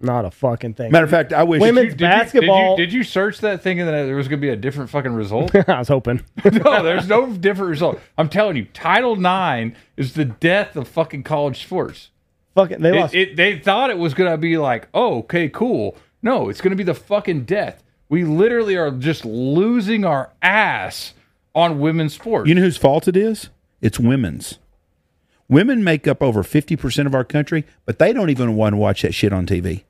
Speaker 1: Not a fucking thing.
Speaker 2: Matter of fact, I wish
Speaker 1: Women's
Speaker 3: Did you-
Speaker 1: basketball.
Speaker 3: Did you, did you search that thinking that there was going to be a different fucking result?
Speaker 1: I was hoping.
Speaker 3: no, there's no different result. I'm telling you, Title IX is the death of fucking college sports.
Speaker 1: fucking, they
Speaker 3: It,
Speaker 1: lost.
Speaker 3: it, they thought it was going to be like, oh, okay, cool. No, it's going to be the fucking death. We literally are just losing our ass on women's sports.
Speaker 2: You know whose fault it is? It's women's. Women make up over 50% of our country, but they don't even want to watch that shit on TV.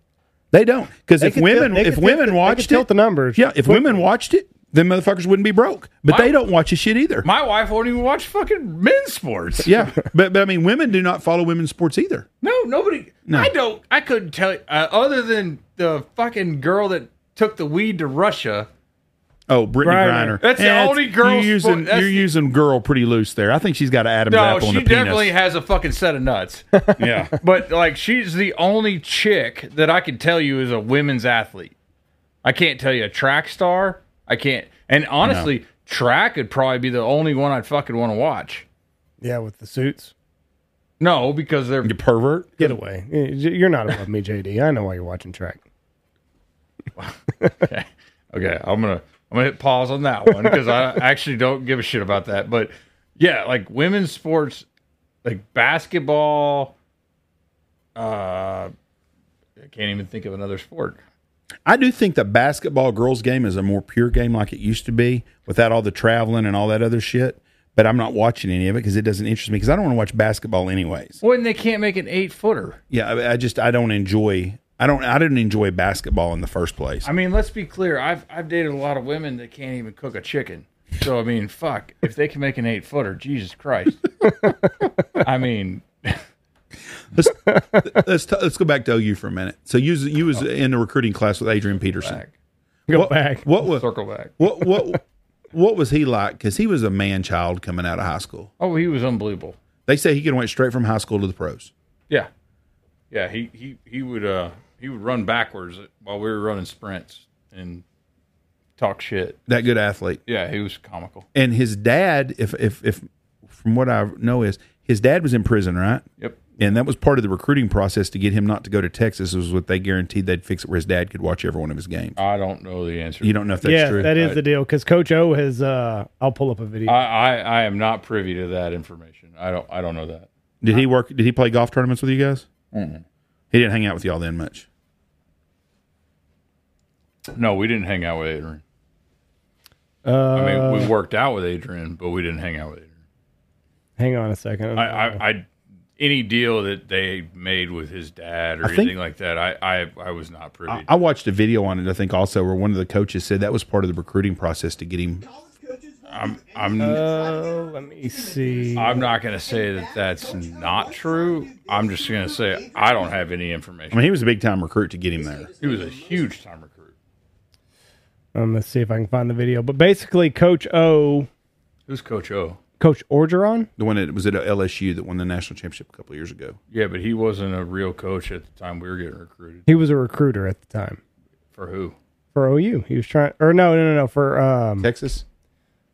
Speaker 2: They don't. Because if
Speaker 1: could tilt-
Speaker 2: women
Speaker 1: they
Speaker 2: if
Speaker 1: could tilt the- they
Speaker 2: women
Speaker 1: could
Speaker 2: watched
Speaker 1: tilt
Speaker 2: it,
Speaker 1: the numbers.
Speaker 2: Yeah, if women watched it, then motherfuckers wouldn't be broke. But
Speaker 3: My-
Speaker 2: they don't watch the shit either.
Speaker 3: My wife won't even watch fucking men's sports.
Speaker 2: yeah. But, but I mean, women do not follow women's sports either.
Speaker 3: No, nobody. I don't. I couldn't tell you. Uh, other than the fucking girl that took the weed to Russia.
Speaker 2: Oh, Brittany
Speaker 1: Griner.
Speaker 2: Griner.
Speaker 3: That's the
Speaker 2: it's-
Speaker 3: only girl
Speaker 2: You're using,
Speaker 3: sport- that's
Speaker 2: you're
Speaker 3: the-
Speaker 2: using girl pretty loose there. I think she's got an Adam's
Speaker 3: No,
Speaker 2: apple in
Speaker 3: she
Speaker 2: the
Speaker 3: definitely
Speaker 2: penis.
Speaker 3: has a fucking set of nuts.
Speaker 2: yeah.
Speaker 3: but like she's the only chick that I can tell you is a women's athlete. I can't tell you a track star. I can't. And honestly, track would probably be the only one I'd fucking want to watch.
Speaker 1: yeah, with the suits.
Speaker 3: No, because they're
Speaker 2: You pervert.
Speaker 1: Get away. You- You're not above me, JD. I know why you're watching track.
Speaker 3: okay. I'm gonna I'm gonna hit pause on that one because I actually don't give a shit about that. But yeah, like women's sports, like basketball. Uh, I can't even think of another sport.
Speaker 2: I do think the basketball girls game is a more pure game like it used to be without all the traveling and all that other shit. But I'm not watching any of it because it doesn't interest me because I don't want to watch basketball anyways.
Speaker 3: When they can't make an eight footer.
Speaker 2: Yeah, I, I just I don't enjoy I don't I didn't enjoy basketball in the first place.
Speaker 3: I mean, let's be clear. I've I've dated a lot of women that can't even cook a chicken. So I mean, fuck. If they can make an eight footer, Jesus Christ. I mean,
Speaker 2: Let's let's, t- let's go back to OU for a minute. So you was- you was in the recruiting class with Adrian Peterson.
Speaker 3: back,
Speaker 1: Go
Speaker 2: What,
Speaker 1: back.
Speaker 2: what was
Speaker 3: circle back.
Speaker 2: what what what was he like? Because he was a man child coming out of high school.
Speaker 3: Oh, he was unbelievable.
Speaker 2: They say he could have went straight from high school to the pros.
Speaker 3: Yeah, yeah. He he he would uh he would run backwards while we were running sprints and talk shit.
Speaker 2: That good athlete.
Speaker 3: Yeah, he was comical.
Speaker 2: and his dad if if if from what i know is his dad was in prison right
Speaker 3: Yep.
Speaker 2: and that was part of the recruiting process to get him not to go to Texas. Was what they guaranteed they'd fix it where his dad could watch every one of his games.
Speaker 3: I don't know the answer.
Speaker 2: You don't know if that's
Speaker 1: yeah,
Speaker 2: true.
Speaker 1: that is
Speaker 3: I-
Speaker 1: the deal. Because Coach O has, uh, I'll pull up a video.
Speaker 3: I, I I am not privy to that information. I don't I don't know that.
Speaker 2: did he work? Did he play golf tournaments with you guys? He didn't hang out with y'all then much.
Speaker 3: No, we didn't hang out with Adrian.
Speaker 1: uh,
Speaker 3: I mean, we worked out with Adrian, but we didn't hang out with Adrian.
Speaker 1: hang on a second.
Speaker 3: I, I, I any deal that they made with his dad or
Speaker 2: I think-
Speaker 3: anything like that, I, I, I was not privy.
Speaker 2: I, I watched a video on it. I think also where one of the coaches said that was part of the recruiting process to get him.
Speaker 3: I'm I'm
Speaker 1: uh, let me see.
Speaker 3: I'm not going to say that that's not true. I'm just going to say I don't have any
Speaker 2: I
Speaker 3: information.
Speaker 2: mean, he was a big time recruit to get him there.
Speaker 3: He was a huge time recruit.
Speaker 1: Um, let's see if I can find the video. But basically, Coach O,
Speaker 3: Who's Coach O?
Speaker 1: Coach Orgeron,
Speaker 2: The one that was at LSU that won the national championship a couple of years ago.
Speaker 3: Yeah, but he wasn't a real coach at the time we were getting recruited.
Speaker 1: he was a recruiter at the time
Speaker 3: For who?
Speaker 1: for OU. He was trying, or no, no, no, no, for um,
Speaker 2: Texas.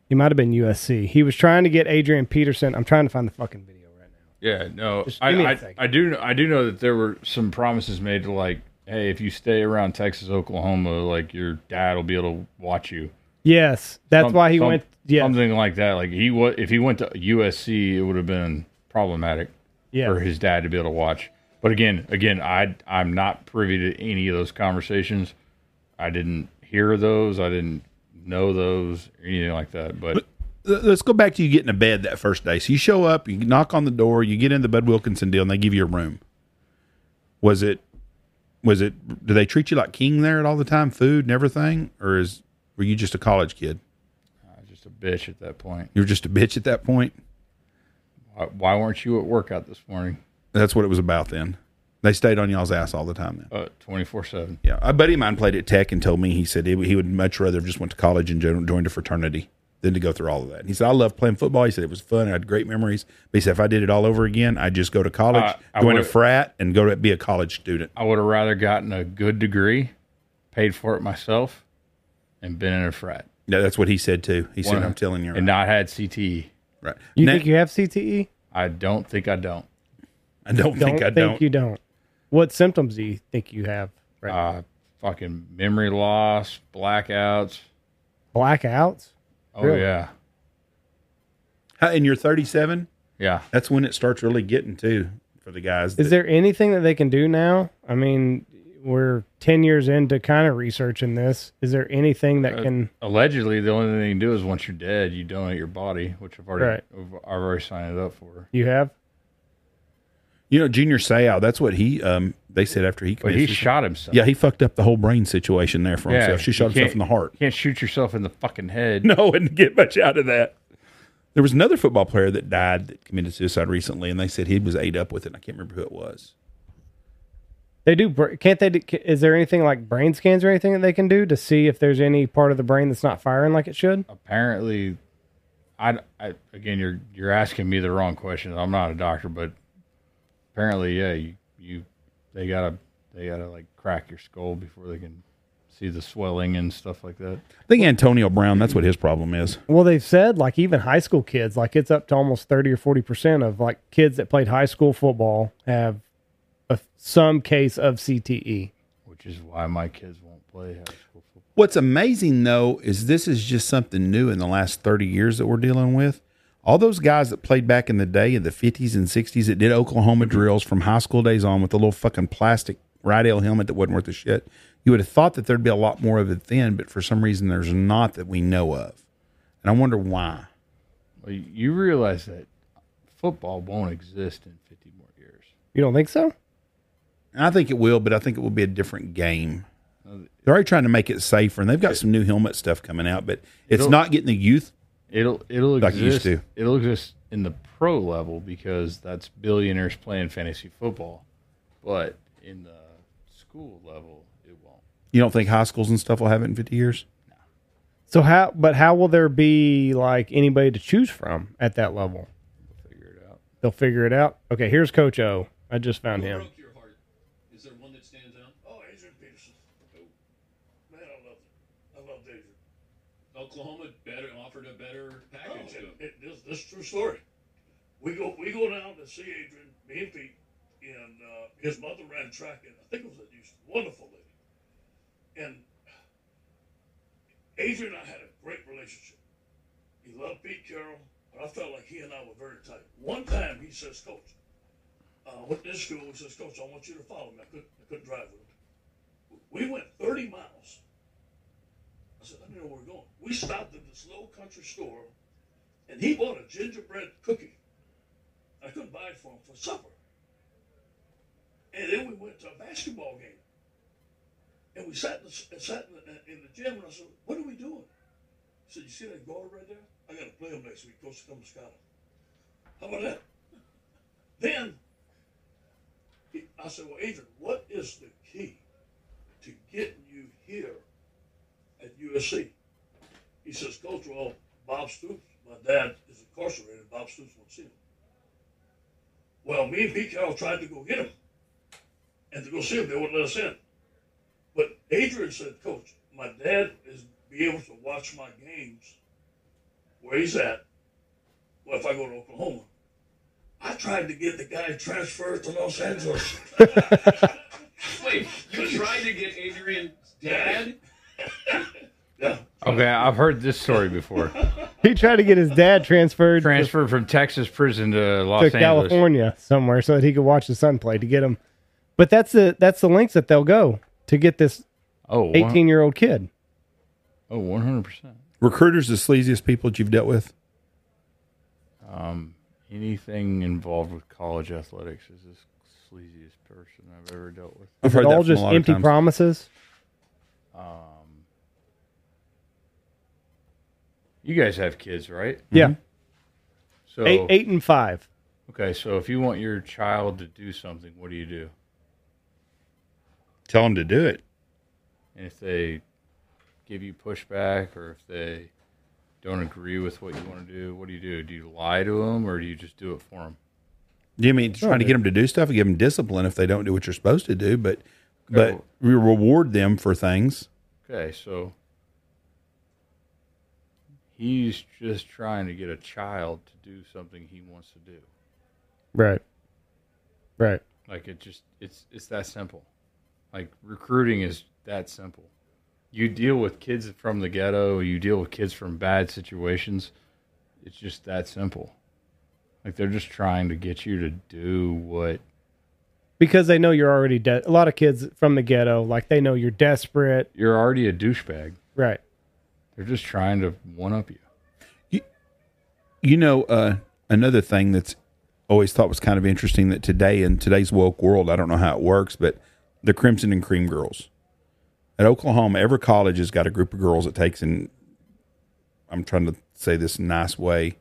Speaker 1: he might have been USC. He was trying to get Adrian Peterson. I'm trying to find the fucking video right now.
Speaker 3: Yeah, no,
Speaker 1: Just
Speaker 3: I,
Speaker 1: give me a
Speaker 3: I,
Speaker 1: second.
Speaker 3: I do I do know that there were some promises made to like, hey, if you stay around Texas, Oklahoma, like your dad will be able to watch you.
Speaker 1: Yes, that's
Speaker 3: Some-
Speaker 1: why he
Speaker 3: some-
Speaker 1: went. Yeah,
Speaker 3: something like that. Like he was, if he went to USC, it would have been problematic
Speaker 1: yeah.
Speaker 3: for his dad to be able to watch. But again, again, I I'm not privy to any of those conversations. I didn't hear those. I didn't know those or anything like that. But
Speaker 2: Let- Let's go back to you getting a bed that first day. So you show up, you knock on the door, you get in the Bud Wilkinson deal, and they give you a room. Was it? Was it? Do they treat you like king there at all the time, food and everything, or is were you just a college kid?
Speaker 3: I was just a bitch at that point.
Speaker 2: You were just a bitch at that point.
Speaker 3: Why, why weren't you at workout this morning?
Speaker 2: That's what it was about then. They stayed on y'all's ass all the time then.
Speaker 3: Uh, twenty four seven.
Speaker 2: Yeah, a buddy of mine played at Tech and told me he said he, he would much rather have just went to college and jo- joined a fraternity than to go through all of that. And he said I love playing football. He said it was fun. I had great memories. But he said if I did it all over again, I'd just go to college,
Speaker 3: I- Uh, I
Speaker 2: join a
Speaker 3: would-
Speaker 2: frat, and go to be a college student.
Speaker 3: I would have rather gotten a good degree, paid for it myself, and been in a frat
Speaker 2: Yeah, that's what he said too. He said
Speaker 3: Wow.
Speaker 2: I'm telling you,
Speaker 3: and
Speaker 2: right.
Speaker 3: not had CTE.
Speaker 2: right.
Speaker 1: you
Speaker 2: Now-
Speaker 1: think you have CTE?
Speaker 3: I don't think I don't.
Speaker 2: I don't,
Speaker 1: Don't
Speaker 2: think I don't.
Speaker 1: you don't. What symptoms do you think you have? Right. now?
Speaker 3: Uh, fucking memory loss, blackouts.
Speaker 1: Blackouts.
Speaker 3: Oh
Speaker 1: Really?
Speaker 3: yeah,
Speaker 2: How- and you're 37.
Speaker 3: yeah.
Speaker 2: That's when it starts really getting to for the guys.
Speaker 1: Is
Speaker 2: that-
Speaker 1: there anything that they can do now? I mean, we're 10 years into kind of researching this. Is there anything that
Speaker 3: Uh,
Speaker 1: can.
Speaker 3: Allegedly, the only thing you can do is once you're dead, you donate your body, which I've already,
Speaker 1: Right.
Speaker 3: I've I've already signed it up for.
Speaker 1: You have?
Speaker 2: you know, Junior Seau. That's what he. Um, they said after he.
Speaker 3: But
Speaker 2: committed
Speaker 3: he
Speaker 2: suicide-
Speaker 3: shot himself.
Speaker 2: Yeah, he fucked up the whole brain situation there for himself. She
Speaker 3: you
Speaker 2: shot herself
Speaker 3: can't-
Speaker 2: in the heart.
Speaker 3: You can't shoot yourself in the fucking head.
Speaker 2: No, and get much out of that. There was another football player that died that committed suicide recently, and they said he was ate up with it. and I can't remember who it was.
Speaker 1: They do. br- Can't they? Do, is there anything like brain scans or anything that they can do to see if there's any part of the brain that's not firing like it should?
Speaker 3: Apparently, I, I again, you're you're asking me the wrong question. I'm not a doctor, but apparently, yeah, you, you they gotta they gotta like crack your skull before they can see the swelling and stuff like that.
Speaker 2: I think Antonio Brown. That's what his problem is.
Speaker 1: Well, they've said like even high school kids, like it's up to almost 30 or 40% of like kids that played high school football have a, some case of E. CTE.
Speaker 3: which is why my kids won't play high school football.
Speaker 2: What's amazing though is this is just something new in the last thirty years that we're dealing with. All those guys that played back in the day in the fifties and sixties that did Oklahoma drills from high school days on with the little fucking plastic Rydell helmet that wasn't worth a shit. You would have thought that there'd be a lot more of it then, but for some reason there's not that we know of, and I wonder why.
Speaker 3: Well, you- you realize that football won't exist in 50 more years.
Speaker 1: You don't think so?
Speaker 2: I think it will, but I think it will be a different game. They're already trying to make it safer, and they've got some new helmet stuff coming out, but it's
Speaker 3: It'll-
Speaker 2: not getting the youth.
Speaker 3: It'll it'll
Speaker 2: Like it used
Speaker 3: exist.
Speaker 2: to.
Speaker 3: It'll exist in the pro level because that's billionaires playing fantasy football, but in the school level, it won't.
Speaker 2: You don't think high schools and stuff will have it in fifty years?
Speaker 1: So how, but how will there be like anybody to choose from at that level?
Speaker 3: We'll figure it out.
Speaker 1: They'll figure it out. Okay, here's Coach O. I just found him.
Speaker 4: broke your heart. Is there one that stands out?
Speaker 5: Oh, Adrian Peterson. Man, I love, I love Adrian.
Speaker 4: Oklahoma better offered a better
Speaker 5: Oh,
Speaker 4: package. to him.
Speaker 5: it- it- this, this is a true story. We go, we go down to see Adrian, me and Pete, and uh, his mother ran track, and I think it was a just wonderful lady. And Adrian and I had a great relationship. He loved Pete Carroll, but I felt like he and I were very tight. One time he says, Coach, uh, I went to this school, he says, Coach, I want you to follow me. I couldn't, I couldn't drive with him. We went 30 miles. I said, I didn't know where we we're going. We stopped at this little country store, and he bought a gingerbread cookie. I couldn't buy it for him for supper. And then we went to a basketball game. And we sat in the, sat in the, in the gym, and I said, What are we doing? He said, You see that guard right there? I got to play him next week, Coach Camuscata. How about that? Then he, I said, Well, Adrian, what is the key to getting you here at USC? He says, Coach, well, Bob Stoops, my dad is incarcerated. Bob Stoops won't see him. Well, me and Pete Carroll tried to go get him and to go see him. They wouldn't let us in. But Adrian said, Coach, my dad is be able to watch my games where he's at. Well, if I go to Oklahoma, I tried to get the guy transferred to Los Angeles.
Speaker 4: Wait, you tried to get Adrian's dad?
Speaker 5: yeah.
Speaker 3: Okay, I've heard this story before.
Speaker 1: He tried to get his dad transferred to,
Speaker 3: Transferred from Texas prison to Los
Speaker 1: to
Speaker 3: Angeles.
Speaker 1: California somewhere so that he could watch his son play to get him. But that's the that's the lengths that they'll go to get this
Speaker 3: Oh, one-
Speaker 1: eighteen year old kid.
Speaker 3: oh, 100%.
Speaker 2: Recruiters, the sleaziest people that you've dealt with.
Speaker 3: Um, anything involved with college athletics is the sleaziest person I've ever dealt with.
Speaker 2: I've
Speaker 1: They're
Speaker 2: heard that
Speaker 1: all
Speaker 2: from
Speaker 1: just
Speaker 2: a lot of
Speaker 1: empty
Speaker 2: times.
Speaker 1: promises.
Speaker 3: Um, you guys have kids, right?
Speaker 2: Mm-hmm.
Speaker 1: Yeah,
Speaker 3: So
Speaker 1: eight eight and five.
Speaker 3: okay, so if you want your child to do something, what do you do?
Speaker 2: Tell them to do it.
Speaker 3: And if they give you pushback or if they don't agree with what you want to do, what do you do? Do you lie to them or do you just do it for them?
Speaker 2: Do you mean trying to get them to do stuff and give them discipline if they don't do what you're supposed to do? But but we reward them for things.
Speaker 3: Okay, so he's just trying to get a child to do something he wants to do.
Speaker 1: Right, right.
Speaker 3: Like it just it's it's that simple. Like recruiting is that simple. You deal with kids from the ghetto, you deal with kids from bad situations. It's just that simple. Like they're just trying to get you to do what
Speaker 1: Because they know you're already de- a lot of kids from the ghetto. Like they know you're desperate.
Speaker 3: you're already a douchebag.
Speaker 1: Right.
Speaker 3: They're just trying to one up you.
Speaker 2: You know, uh, another thing that's always thought was kind of interesting that today in today's woke world, I don't know how it works, but the Crimson and Cream girls at Oklahoma, every college has got a group of girls that takes and I'm trying to say this in a nice way,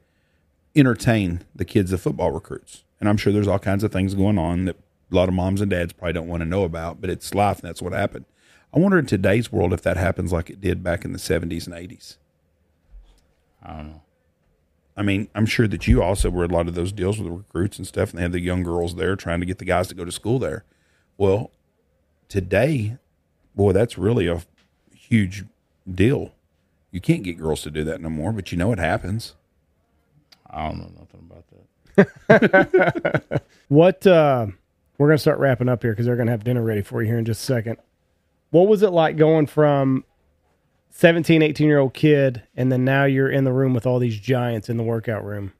Speaker 2: entertain the kids, the football recruits. And I'm sure there's all kinds of things going on that a lot of moms and dads probably don't want to know about, but it's life and that's what happened. I wonder in today's world if that happens like it did back in the 70s and 80s.
Speaker 3: I don't know.
Speaker 2: I mean, I'm sure that you also were a lot of those deals with recruits and stuff, and they had the young girls there trying to get the guys to go to school there. Well, today, boy, that's really a huge deal. You can't get girls to do that no more, but you know it happens.
Speaker 3: I don't know nothing about that.
Speaker 1: What uh, we're gonna start wrapping up here because they're gonna have dinner ready for you here in just a second. What was it like going from 17, 18 year old kid, and then now you're in the room with all these giants in the workout room?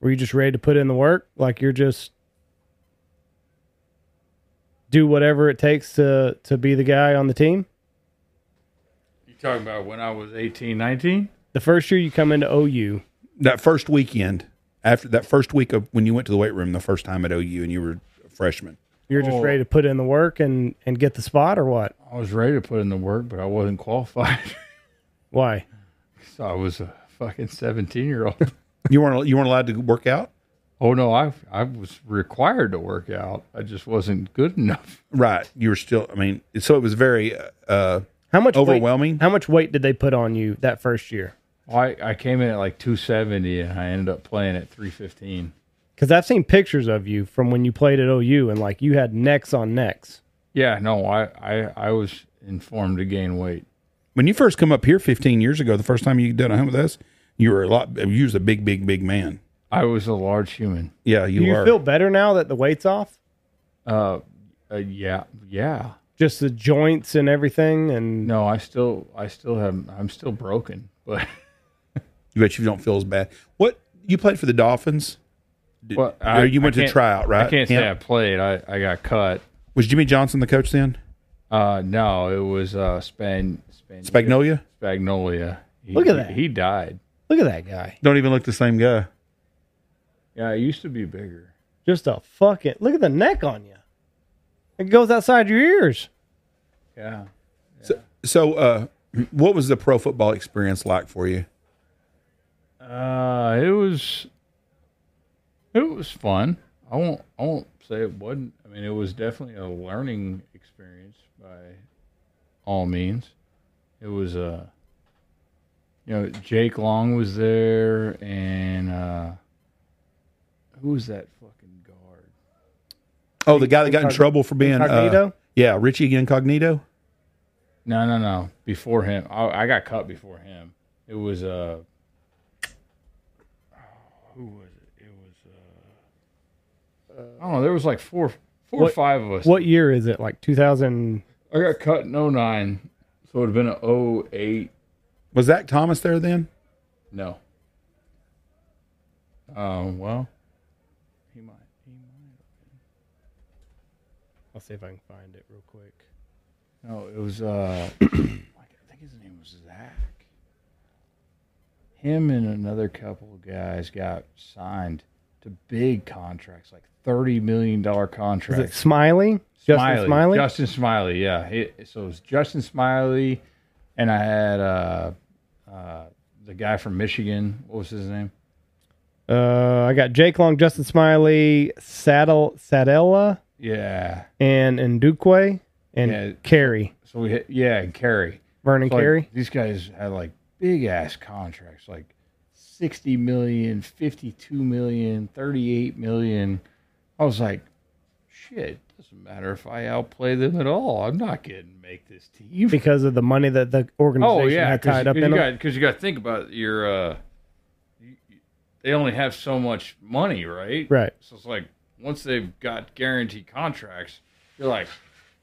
Speaker 1: Were you just ready to put in the work? Like you're just do whatever it takes to to be the guy on the team?
Speaker 3: You talking about when I was 18, 19?
Speaker 1: The first year you come into OU,
Speaker 2: That first weekend, after that first week of when you went to the weight room the first time at OU and you were a freshman,
Speaker 1: you're just
Speaker 3: Oh.
Speaker 1: ready to put in the work and and get the spot, or what?
Speaker 3: I was ready to put in the work, but I wasn't qualified.
Speaker 1: Why?
Speaker 3: so I was a fucking 17 year old.
Speaker 2: you weren't you weren't allowed to work out,
Speaker 3: oh no, I I was required to work out. I just wasn't good enough.
Speaker 2: right? You were still. I mean, so it was very. Uh,
Speaker 1: How much weight-
Speaker 2: Overwhelming?
Speaker 1: how much weight did they put on you that first year?
Speaker 3: I, I came in at like 270 and I ended up playing at 315.
Speaker 1: Because I've seen pictures of you from when you played at OU, and like you had necks on necks.
Speaker 3: Yeah, no, I, I, I was informed to gain weight.
Speaker 2: when you first come up here 15 years ago, the first time you did a hunt with us, you were a lot. You was a big, big, big man.
Speaker 3: I was a large human.
Speaker 2: Yeah,
Speaker 1: Do
Speaker 2: you,
Speaker 1: you
Speaker 2: are.
Speaker 1: feel better now that the weight's off?
Speaker 3: Uh, uh, yeah, yeah.
Speaker 1: Just the joints and everything, and
Speaker 3: No, I still, I still have, I'm still broken.
Speaker 2: You
Speaker 3: But
Speaker 2: bet you don't feel as bad. What you played for the Dolphins? Did-
Speaker 3: Well,
Speaker 2: or you went to
Speaker 3: can't-
Speaker 2: tryout, right?
Speaker 3: I can't say I
Speaker 2: Camp?
Speaker 3: played. I, I got cut.
Speaker 2: Was Jimmy Johnson the coach then?
Speaker 3: Uh, no, it was uh, Span, Span
Speaker 2: Spagnolia?
Speaker 3: Spagnolia. He-
Speaker 1: Look at that.
Speaker 3: He, he died.
Speaker 1: look at that guy.
Speaker 2: Don't even look the same guy.
Speaker 3: Yeah, I used to be bigger.
Speaker 1: Just a fucking look at the neck on you. It goes outside your ears.
Speaker 3: Yeah.
Speaker 2: So, uh, what was the pro football experience like for you?
Speaker 3: Uh, it was it was fun. I won't I won't say it wasn't. I mean, it was definitely a learning experience by all means. It was uh you know, Jake Long was there and uh who was that fucking guard?
Speaker 2: Oh, the guy that got in
Speaker 1: Incog-
Speaker 2: trouble for being uh,
Speaker 1: Incognito?
Speaker 2: yeah, Richie Incognito.
Speaker 3: No, no, no. Before him. I, I got cut before him. It was uh who was it? It was uh I don't know, there was like four four or
Speaker 1: What-
Speaker 3: five of us.
Speaker 1: What year is it? Like 2000?
Speaker 3: I got cut in 09, so it would have been oh an 08.
Speaker 2: Was Zach Thomas there then?
Speaker 3: No. Um, well, he might. He might.
Speaker 1: I'll see if I can find it real quick.
Speaker 3: No, it was, uh, I think his name was Zach. Him and another couple of guys got signed to big contracts, like $30 million
Speaker 1: Is it
Speaker 3: contracts.
Speaker 1: Smiley? Justin Smiley?
Speaker 3: Justin Smiley, yeah. He- so it was Justin Smiley, and I had uh, uh, the guy from Michigan. What was his name?
Speaker 1: Uh, I got Jake Long, Justin Smiley, Saddle Sadella,
Speaker 3: Yeah.
Speaker 1: and Ndukwe, and
Speaker 3: Yeah.
Speaker 1: Carey,
Speaker 3: So we hit, yeah, and Kerry.
Speaker 1: Vernon
Speaker 3: So, like,
Speaker 1: Carey.
Speaker 3: these guys had like big ass contracts, like 60 million, 52 million, 38 million. I was like, shit, doesn't matter if I outplay them at all. I'm not getting to make this team.
Speaker 1: because of the money that the organization
Speaker 3: oh yeah,
Speaker 1: had tied up in
Speaker 3: you
Speaker 1: them.
Speaker 3: got, cause you got to think about your, uh, you- you- they only have so much money, right?
Speaker 1: right.
Speaker 3: So it's like once they've got guaranteed contracts, you're like,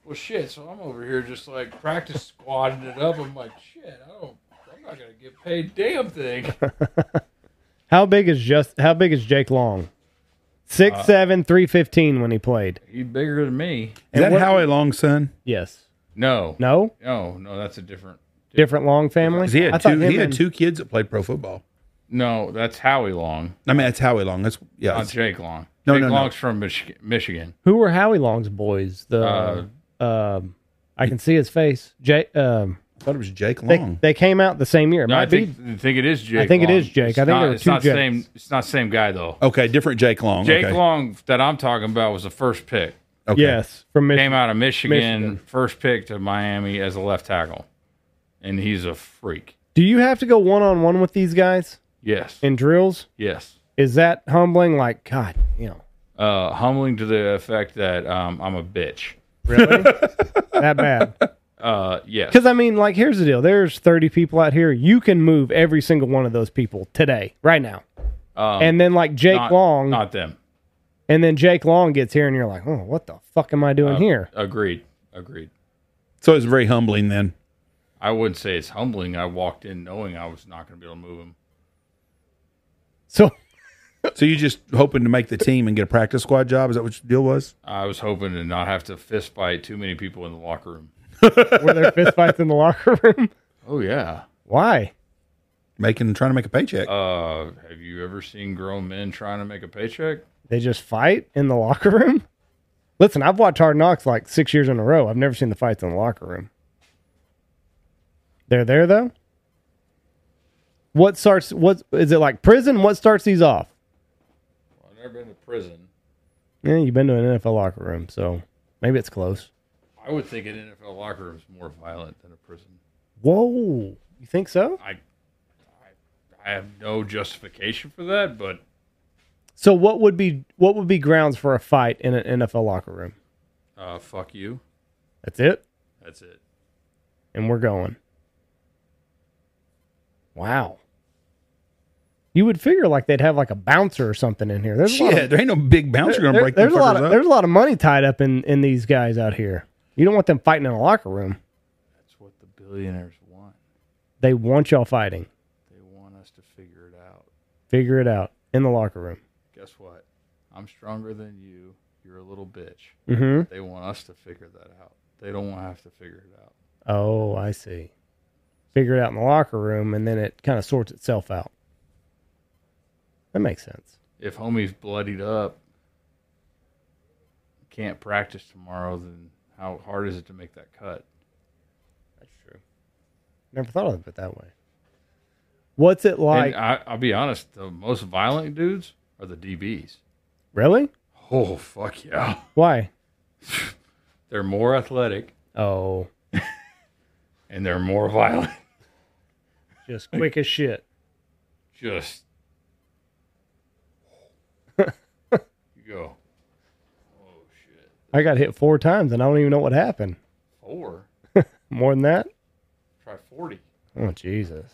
Speaker 3: well, shit. So I'm over here just like practice squatting it up. I'm like, shit, I don't, I'm not gonna get paid damn thing.
Speaker 1: How big is just how big is Jake Long? Six
Speaker 3: Uh,
Speaker 1: seven three fifteen when he played.
Speaker 3: He's bigger than me.
Speaker 2: Is that
Speaker 1: what-
Speaker 2: Howie Long's son?
Speaker 1: Yes.
Speaker 3: No, no,
Speaker 1: No?
Speaker 3: no, that's a different.
Speaker 1: Different Long family?
Speaker 2: 'Cause He had
Speaker 1: I thought
Speaker 2: two.
Speaker 1: him
Speaker 2: He had
Speaker 1: and-
Speaker 2: two kids that played pro football.
Speaker 3: No, that's Howie Long,
Speaker 2: I mean, that's Howie Long. That's yeah.
Speaker 3: not
Speaker 2: it's-
Speaker 3: Jake Long.
Speaker 2: No,
Speaker 3: Jake
Speaker 2: no, no.
Speaker 3: Long's from Michi- Michigan.
Speaker 1: Who were Howie Long's boys?
Speaker 3: Uh,
Speaker 1: The um I can see his face. Jake um
Speaker 2: I thought it was Jake
Speaker 1: they,
Speaker 2: Long.
Speaker 1: they came out the same year. It
Speaker 3: No, I
Speaker 1: might be
Speaker 3: think I think it is Jake.
Speaker 1: I think it
Speaker 3: Long.
Speaker 1: is Jake.
Speaker 3: It's
Speaker 1: I think
Speaker 3: not,
Speaker 1: there were
Speaker 3: it's
Speaker 1: two
Speaker 3: not
Speaker 1: Jakes. Oh,
Speaker 3: same. It's not same guy though.
Speaker 2: okay, different Jake Long.
Speaker 3: Jake
Speaker 2: okay.
Speaker 3: Long that I'm talking about was the first pick.
Speaker 2: Okay.
Speaker 1: yes, from Michigan.
Speaker 3: came out of Michigan,
Speaker 1: Michigan.
Speaker 3: first pick to Miami as a left tackle, and he's a freak.
Speaker 1: Do you have to go one on one with these guys
Speaker 3: Yes,
Speaker 1: in drills?
Speaker 3: yes.
Speaker 1: Is that humbling? Like, God, you know.
Speaker 3: Uh, humbling to the effect that um, I'm a bitch.
Speaker 1: Really? that bad.
Speaker 3: Uh, yes,
Speaker 1: Because I mean, like, here's the deal. There's 30 people out here. You can move every single one of those people today, right now. and then like Jake
Speaker 3: Um, not,
Speaker 1: Long,
Speaker 3: not them.
Speaker 1: and then Jake Long gets here, and you're like, oh, what the fuck am I
Speaker 3: Uh,
Speaker 1: doing here?
Speaker 3: Agreed, agreed.
Speaker 2: So it was very humbling then.
Speaker 3: I wouldn't say it's humbling. I walked in knowing I was not going to be able to move him.
Speaker 1: So
Speaker 2: So you just hoping to make the team and get a practice squad job? Is that what your deal was?
Speaker 3: I was hoping to not have to fist fight too many people in the locker room.
Speaker 1: were there fist fights in the locker room?
Speaker 3: Oh yeah.
Speaker 1: Why?
Speaker 2: Making trying to make a paycheck.
Speaker 3: Uh, have you ever seen grown men trying to make a paycheck?
Speaker 1: They just fight in the locker room? Listen, I've watched Hard Knocks like six years in a row. I've never seen the fights in the locker room. They're there though. What starts? What is it like? Prison? What starts these off?
Speaker 3: Well, I've never been to prison.
Speaker 1: Yeah, you've been to an NFL locker room, so maybe it's close.
Speaker 3: I would think an NFL locker room is more violent than a prison.
Speaker 1: Whoa, you think so?
Speaker 3: I, I, I have no justification for that, but
Speaker 1: So what would be what would be grounds for a fight in an NFL locker room?
Speaker 3: uh, fuck you.
Speaker 1: That's it,
Speaker 3: That's it.
Speaker 1: and we're going. Wow, You would figure like they'd have like a bouncer or something in here. There's a lot
Speaker 2: Shit,
Speaker 1: of,
Speaker 2: there ain't no big bouncer gonna
Speaker 1: there-
Speaker 2: break
Speaker 1: there's
Speaker 2: them
Speaker 1: a lot of
Speaker 2: fuckers
Speaker 1: there's
Speaker 2: up.
Speaker 1: a lot of money tied up in in these guys out here. You don't want them fighting in a locker room.
Speaker 3: That's what the billionaires want.
Speaker 1: They want y'all fighting.
Speaker 3: They want us to figure it out.
Speaker 1: Figure it out in the locker room.
Speaker 3: Guess what? I'm stronger than you. You're a little bitch.
Speaker 1: Mm-hmm.
Speaker 3: They want us to figure that out. They don't want to have to figure it out.
Speaker 1: Oh, I see. Figure it out in the locker room, and then it kind of sorts itself out. That makes sense.
Speaker 3: If homie's bloodied up, can't practice tomorrow, then how hard is it to make that cut?
Speaker 1: That's true. Never thought of it that way. What's it like?
Speaker 3: and I, I'll be honest, the most violent dudes are the DBs.
Speaker 1: really?
Speaker 3: Oh fuck yeah!
Speaker 1: Why?
Speaker 3: They're more athletic
Speaker 1: Oh,
Speaker 3: and they're more violent.
Speaker 1: just quick as shit.
Speaker 3: Just you go. Oh shit!
Speaker 1: I got hit four times, and I don't even know what happened.
Speaker 3: Four.
Speaker 1: More than that?
Speaker 3: Try forty.
Speaker 1: Oh Jesus!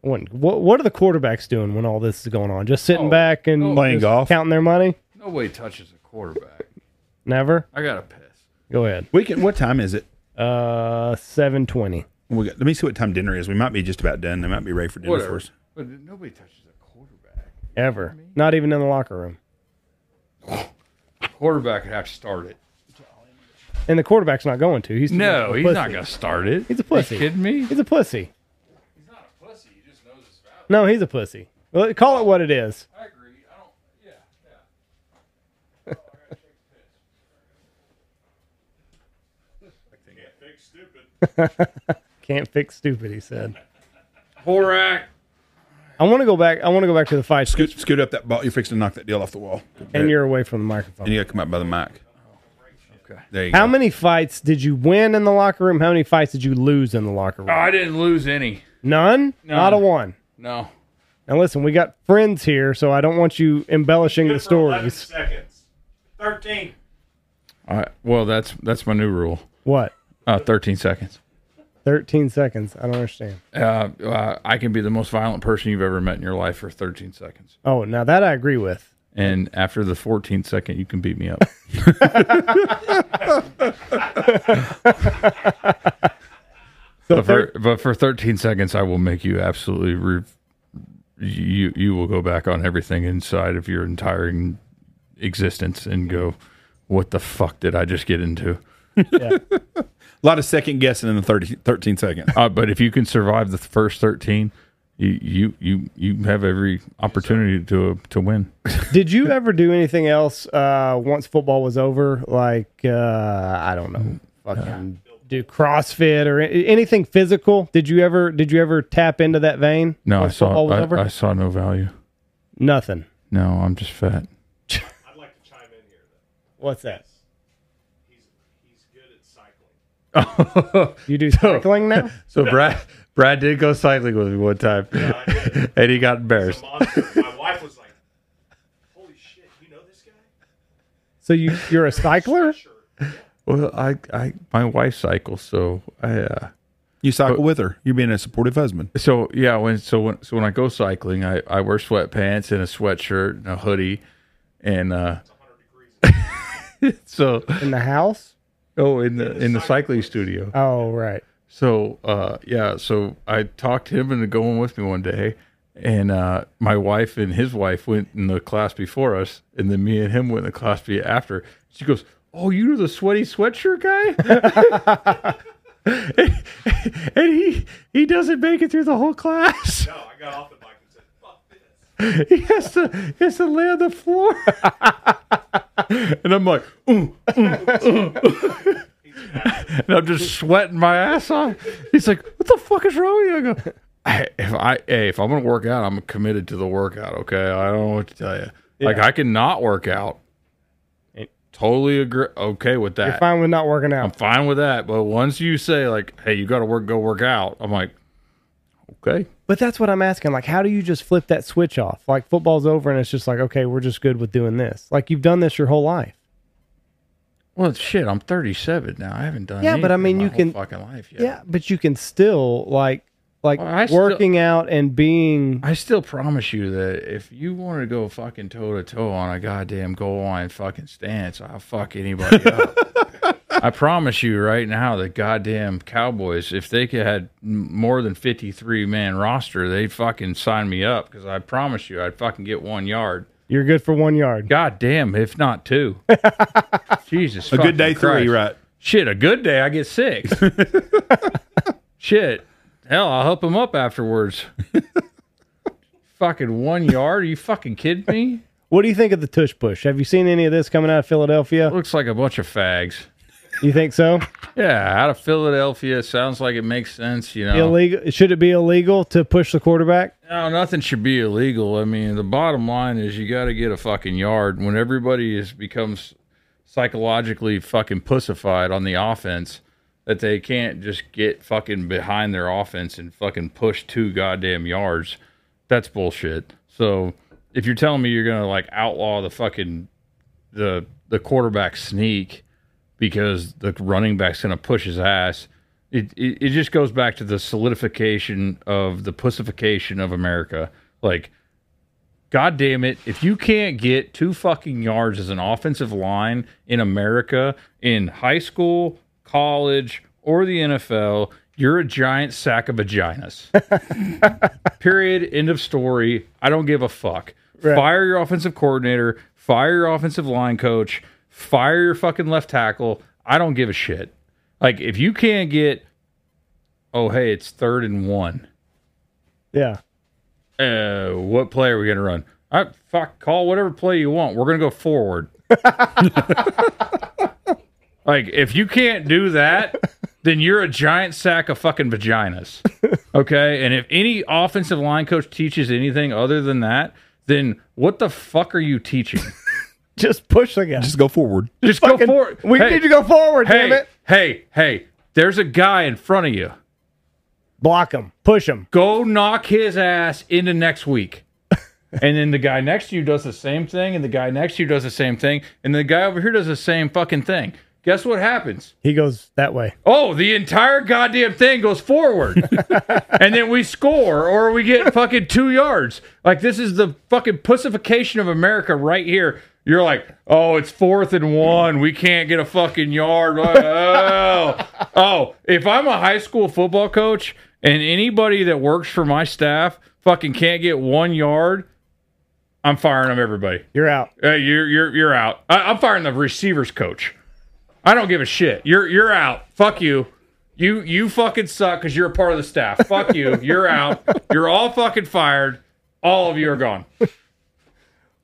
Speaker 1: What what, what are the quarterbacks doing when all this is going on? Just sitting
Speaker 3: Oh,
Speaker 1: back and
Speaker 3: oh,
Speaker 2: playing
Speaker 1: just
Speaker 2: golf.
Speaker 1: counting their money?
Speaker 3: Nobody touches a quarterback.
Speaker 1: Never.
Speaker 3: I gotta piss.
Speaker 1: Go ahead.
Speaker 2: We can. What time is it?
Speaker 1: Uh, seven twenty.
Speaker 2: We got, let me see what time dinner is. We might be just about done. They might be ready for dinner for
Speaker 3: Whatever.
Speaker 2: us.
Speaker 3: But nobody touches a quarterback.
Speaker 1: Ever. Not even in the locker room.
Speaker 3: Quarterback would have to start it.
Speaker 1: And the quarterback's not going to. He's too much of
Speaker 3: No,
Speaker 1: a
Speaker 3: he's
Speaker 1: pussy.
Speaker 3: not gonna start it.
Speaker 1: He's a pussy.
Speaker 3: You kidding me?
Speaker 1: He's a pussy.
Speaker 3: He's not a pussy. He just knows his value.
Speaker 1: No, he's a pussy. Well, call it what it is.
Speaker 3: I agree. I don't. Yeah, yeah.
Speaker 4: Big stupid.
Speaker 1: Can't fix stupid. He said.
Speaker 3: Horak.
Speaker 1: I want to go back. I want to go back to the fight.
Speaker 2: Scoot, scoot up that ball. You're fixing to knock that deal off the wall.
Speaker 1: And you're away from the
Speaker 2: And
Speaker 1: microphone.
Speaker 2: you got to come up by the mic.
Speaker 3: Okay.
Speaker 2: There you
Speaker 1: How
Speaker 2: go.
Speaker 1: many fights did you win in the locker room? How many fights did you lose in the locker
Speaker 3: Oh,
Speaker 1: room?
Speaker 3: I didn't lose any.
Speaker 1: None. Not a
Speaker 3: None.
Speaker 1: one.
Speaker 3: No.
Speaker 1: Now listen, we got friends here, so I don't want you embellishing the
Speaker 4: Good for 11
Speaker 1: stories.
Speaker 4: seconds. 13.
Speaker 3: I, well, that's that's my new rule.
Speaker 1: What?
Speaker 3: Uh, Thirteen seconds.
Speaker 1: Thirteen seconds. I don't understand.
Speaker 3: Uh, uh, I can be the most violent person you've ever met in your life for thirteen seconds,
Speaker 1: Oh, now that I agree with.
Speaker 3: and after the 14th second, you can beat me up.
Speaker 1: So
Speaker 3: But for, but for 13 seconds, I will make you absolutely. Re- you you will go back on everything inside of your entire en- existence and go, "What the fuck did I just get into?"
Speaker 2: A lot of second guessing in the 30, 13 seconds.
Speaker 3: Uh, but if you can survive the first 13, you you you, you have every opportunity to to win.
Speaker 1: Did you ever do anything else uh, once football was over? Like uh, I don't know, fucking do CrossFit or a- anything physical? Did you ever? Did you ever tap into that vein?
Speaker 3: No, I
Speaker 1: once football
Speaker 3: saw
Speaker 1: was over?
Speaker 3: I, I saw no value.
Speaker 1: nothing.
Speaker 3: No, I'm just fat.
Speaker 4: I'd like to chime in here. Though.
Speaker 1: What's that?
Speaker 4: He's, he's good at cycling.
Speaker 1: You do cycling now?
Speaker 3: So Brad Brad did go cycling with me one time, and he got embarrassed.
Speaker 4: Monster. My wife was like, holy shit, you know this guy?
Speaker 1: So you you're a cycler?
Speaker 4: Sure.
Speaker 3: Well, I, I my wife cycles, so I uh,
Speaker 2: You cycle with her. You're being a supportive husband.
Speaker 3: so yeah when so when so when I go cycling, I I wear sweatpants and a sweatshirt and a hoodie, and uh, so
Speaker 1: In the house?
Speaker 3: oh in the in the cycling studio.
Speaker 1: Oh right.
Speaker 3: So uh, yeah, so I talked him into going with me one day, and uh, my wife and his wife went in the class before us, and then me and him went in the class be- after. She goes, "Oh, you're the sweaty sweatshirt guy," and, and he he doesn't make it through the whole class.
Speaker 4: No, I got off the bike and said, fuck this.
Speaker 3: He has to he has to lay on the floor, and I'm like, ooh, and I'm just sweating my ass off. He's like, "What the fuck is wrong with you?" I go, I, "If I hey, if I'm gonna work out, I'm committed to the workout. Okay, I don't know what to tell you. Like, I can not work out.
Speaker 1: It-
Speaker 3: Totally agree. Okay with
Speaker 1: You're
Speaker 3: that.
Speaker 1: fine with not working
Speaker 3: I'm
Speaker 1: out.
Speaker 3: fine with that. But once you say like, "Hey, you got to work, go work out," I'm like, okay.
Speaker 1: But that's what I'm asking. Like, how do you just flip that switch off? Like football's over and it's just like, okay, we're just good with doing this. Like you've done this your whole life.
Speaker 3: Well, shit, I'm 37 now. I haven't done
Speaker 1: Yeah, but I
Speaker 3: anything
Speaker 1: mean,
Speaker 3: my
Speaker 1: you
Speaker 3: whole
Speaker 1: can-
Speaker 3: fucking life yet.
Speaker 1: Yeah, but you can still like Like
Speaker 3: Well, I still-
Speaker 1: working out and being
Speaker 3: I still promise you that if you wanted to go fucking toe to toe on a goddamn goal line fucking stance, I'll fuck anybody up. I promise you right now that goddamn Cowboys, if they could had m- more than fifty three man roster, they'd fucking sign me up because I promise you I'd fucking get one yard.
Speaker 1: you're good for one yard.
Speaker 3: Goddamn, if not two. Jesus,
Speaker 2: A good day
Speaker 3: Christ.
Speaker 2: three, right?
Speaker 3: Shit, a good day I get six. Shit, hell, I'll help him up afterwards. fucking one yard? Are you fucking kidding me?
Speaker 1: What do you think of the tush push? Have you seen any of this coming out of Philadelphia?
Speaker 3: Looks like a bunch of fags.
Speaker 1: You think so?
Speaker 3: Yeah, out of Philadelphia, sounds like it makes sense. You know,
Speaker 1: Illegal? Should it be illegal to push the quarterback?
Speaker 3: No, nothing should be illegal. I mean, the bottom line is you got to get a fucking yard. When everybody is becomes psychologically fucking pussified on the offense, that they can't just get fucking behind their offense and fucking push two goddamn yards. That's bullshit. So if you're telling me you're gonna like outlaw the fucking the the quarterback sneak because the running back's gonna push his ass, it, it, it just goes back to the solidification of the pussification of America. Like, God damn it, if you can't get two fucking yards as an offensive line in America in high school, college, or the NFL, you're a giant sack of vaginas. Period. End of story. I don't give a fuck. Fire your offensive coordinator, fire your offensive line coach, fire your fucking left tackle. I don't give a shit. Like, if you can't get, oh, hey, it's third and one
Speaker 1: Yeah.
Speaker 3: uh, what play are we going to run? I fuck call whatever play you want. We're going to go forward. like if you can't do that, then you're a giant sack of fucking vaginas. Okay? And if any offensive line coach teaches anything other than that, then what the fuck are you teaching?
Speaker 1: Just push the guy.
Speaker 2: Just go forward.
Speaker 3: Just go
Speaker 1: Fucking-
Speaker 3: forward.
Speaker 1: We
Speaker 3: Hey,
Speaker 1: need to go forward,
Speaker 3: Hey,
Speaker 1: damn it.
Speaker 3: hey, hey. There's a guy in front of you.
Speaker 1: Block him. Push him.
Speaker 3: go knock his ass into next week. and then the guy next to you does the same thing, and the guy next to you does the same thing, and the guy over here does the same fucking thing. Guess what happens?
Speaker 1: He goes that way.
Speaker 3: Oh, the entire goddamn thing goes forward. and then we score or we get fucking two yards. Like, this is the fucking pussification of America right here. You're like, oh, it's fourth and one. We can't get a fucking yard. Oh, oh. if I'm a high school football coach and anybody that works for my staff fucking can't get one yard, I'm firing them, everybody.
Speaker 1: You're out.
Speaker 3: Hey, you're you're you're out. I, I'm firing the receivers coach. I don't give a shit. You're you're out. Fuck you. You you fucking suck because you're a part of the staff. Fuck you. You're out. You're all fucking fired. All of you are gone.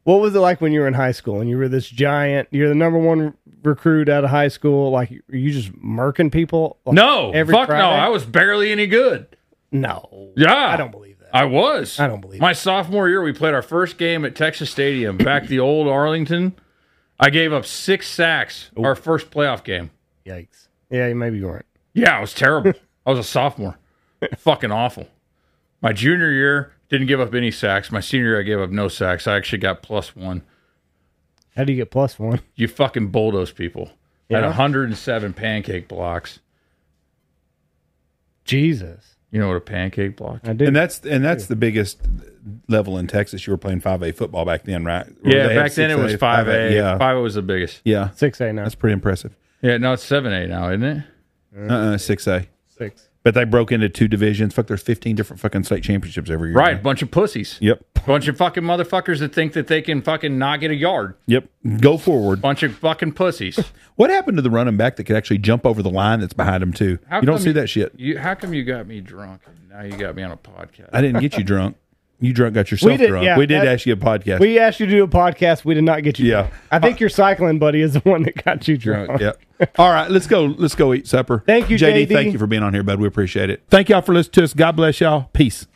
Speaker 1: What was it like when you were in high school and you were this giant? You're the number one recruit out of high school. Like, were you just murking people? Like,
Speaker 3: No,
Speaker 1: Every
Speaker 3: fuck no.
Speaker 1: Friday?
Speaker 3: I was barely any good.
Speaker 1: No.
Speaker 3: Yeah,
Speaker 1: I don't believe that.
Speaker 3: I was.
Speaker 1: I don't believe
Speaker 3: My sophomore year, we played our first game at Texas Stadium back at the old Arlington. I gave up six sacks our first playoff game.
Speaker 1: Yikes. Yeah, maybe you weren't.
Speaker 3: Yeah, it was terrible. I was a sophomore. Fucking awful. My junior year, didn't give up any sacks. My senior year, I gave up no sacks. I actually got plus one.
Speaker 1: How do you get plus one?
Speaker 3: You fucking bulldoze people. Had
Speaker 1: Yeah.
Speaker 3: 107 pancake blocks.
Speaker 1: Jesus.
Speaker 3: You know what a pancake block?
Speaker 1: I do.
Speaker 2: And that's and that's the biggest level in Texas. You were playing five A football back then, right? Or
Speaker 3: Yeah,
Speaker 2: they had
Speaker 3: back then it
Speaker 2: 6A,
Speaker 3: was 5A.
Speaker 2: Yeah,
Speaker 3: 5A was the biggest.
Speaker 2: yeah,
Speaker 1: 6A, now.
Speaker 2: that's pretty impressive.
Speaker 3: Yeah, no, it's 7A now, isn't it? Mm-hmm.
Speaker 2: Uh, six A.
Speaker 1: 6.
Speaker 2: But they broke into two divisions. Fuck, there's 15 different fucking state championships every year.
Speaker 3: Right, bunch of pussies.
Speaker 2: Yep.
Speaker 3: Bunch of fucking motherfuckers that think that they can fucking not get a yard.
Speaker 2: Yep. Go forward.
Speaker 3: Bunch of fucking pussies.
Speaker 2: What happened to the running back that could actually jump over the line that's behind him too?
Speaker 3: How
Speaker 2: you don't
Speaker 3: come
Speaker 2: see that shit.
Speaker 3: You, how come you got me drunk and now you got me on a podcast?
Speaker 2: I didn't get you drunk. You drunk got yourself
Speaker 1: We did-
Speaker 2: drunk.
Speaker 1: yeah,
Speaker 2: we did
Speaker 1: that-
Speaker 2: ask you a podcast.
Speaker 1: We asked you to do a podcast. We did not get you.
Speaker 2: Yeah.
Speaker 1: drunk. I think your cycling buddy is the one that got you drunk.
Speaker 2: yep. All right, let's go. Let's go eat supper.
Speaker 1: Thank you, JD.
Speaker 2: Thank you for being on here, bud. We appreciate it. Thank y'all for listening to us. God bless y'all. Peace.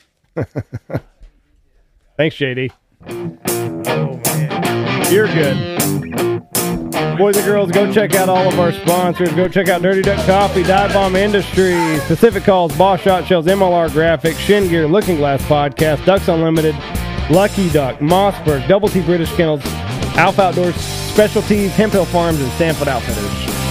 Speaker 1: Thanks, JD.
Speaker 3: Oh,
Speaker 1: You're good. Boys and girls, go check out all of our sponsors. Go check out Dirty Duck Coffee, Dive Bomb Industries, Pacific Calls, Boss Shot Shells, MLR Graphics, Shin Gear, Looking Glass Podcast, Ducks Unlimited, Lucky Duck, Mossberg, Double T British Kennels, Alpha Outdoors Specialties, Hemp Hill Farms, and Stanford Outfitters.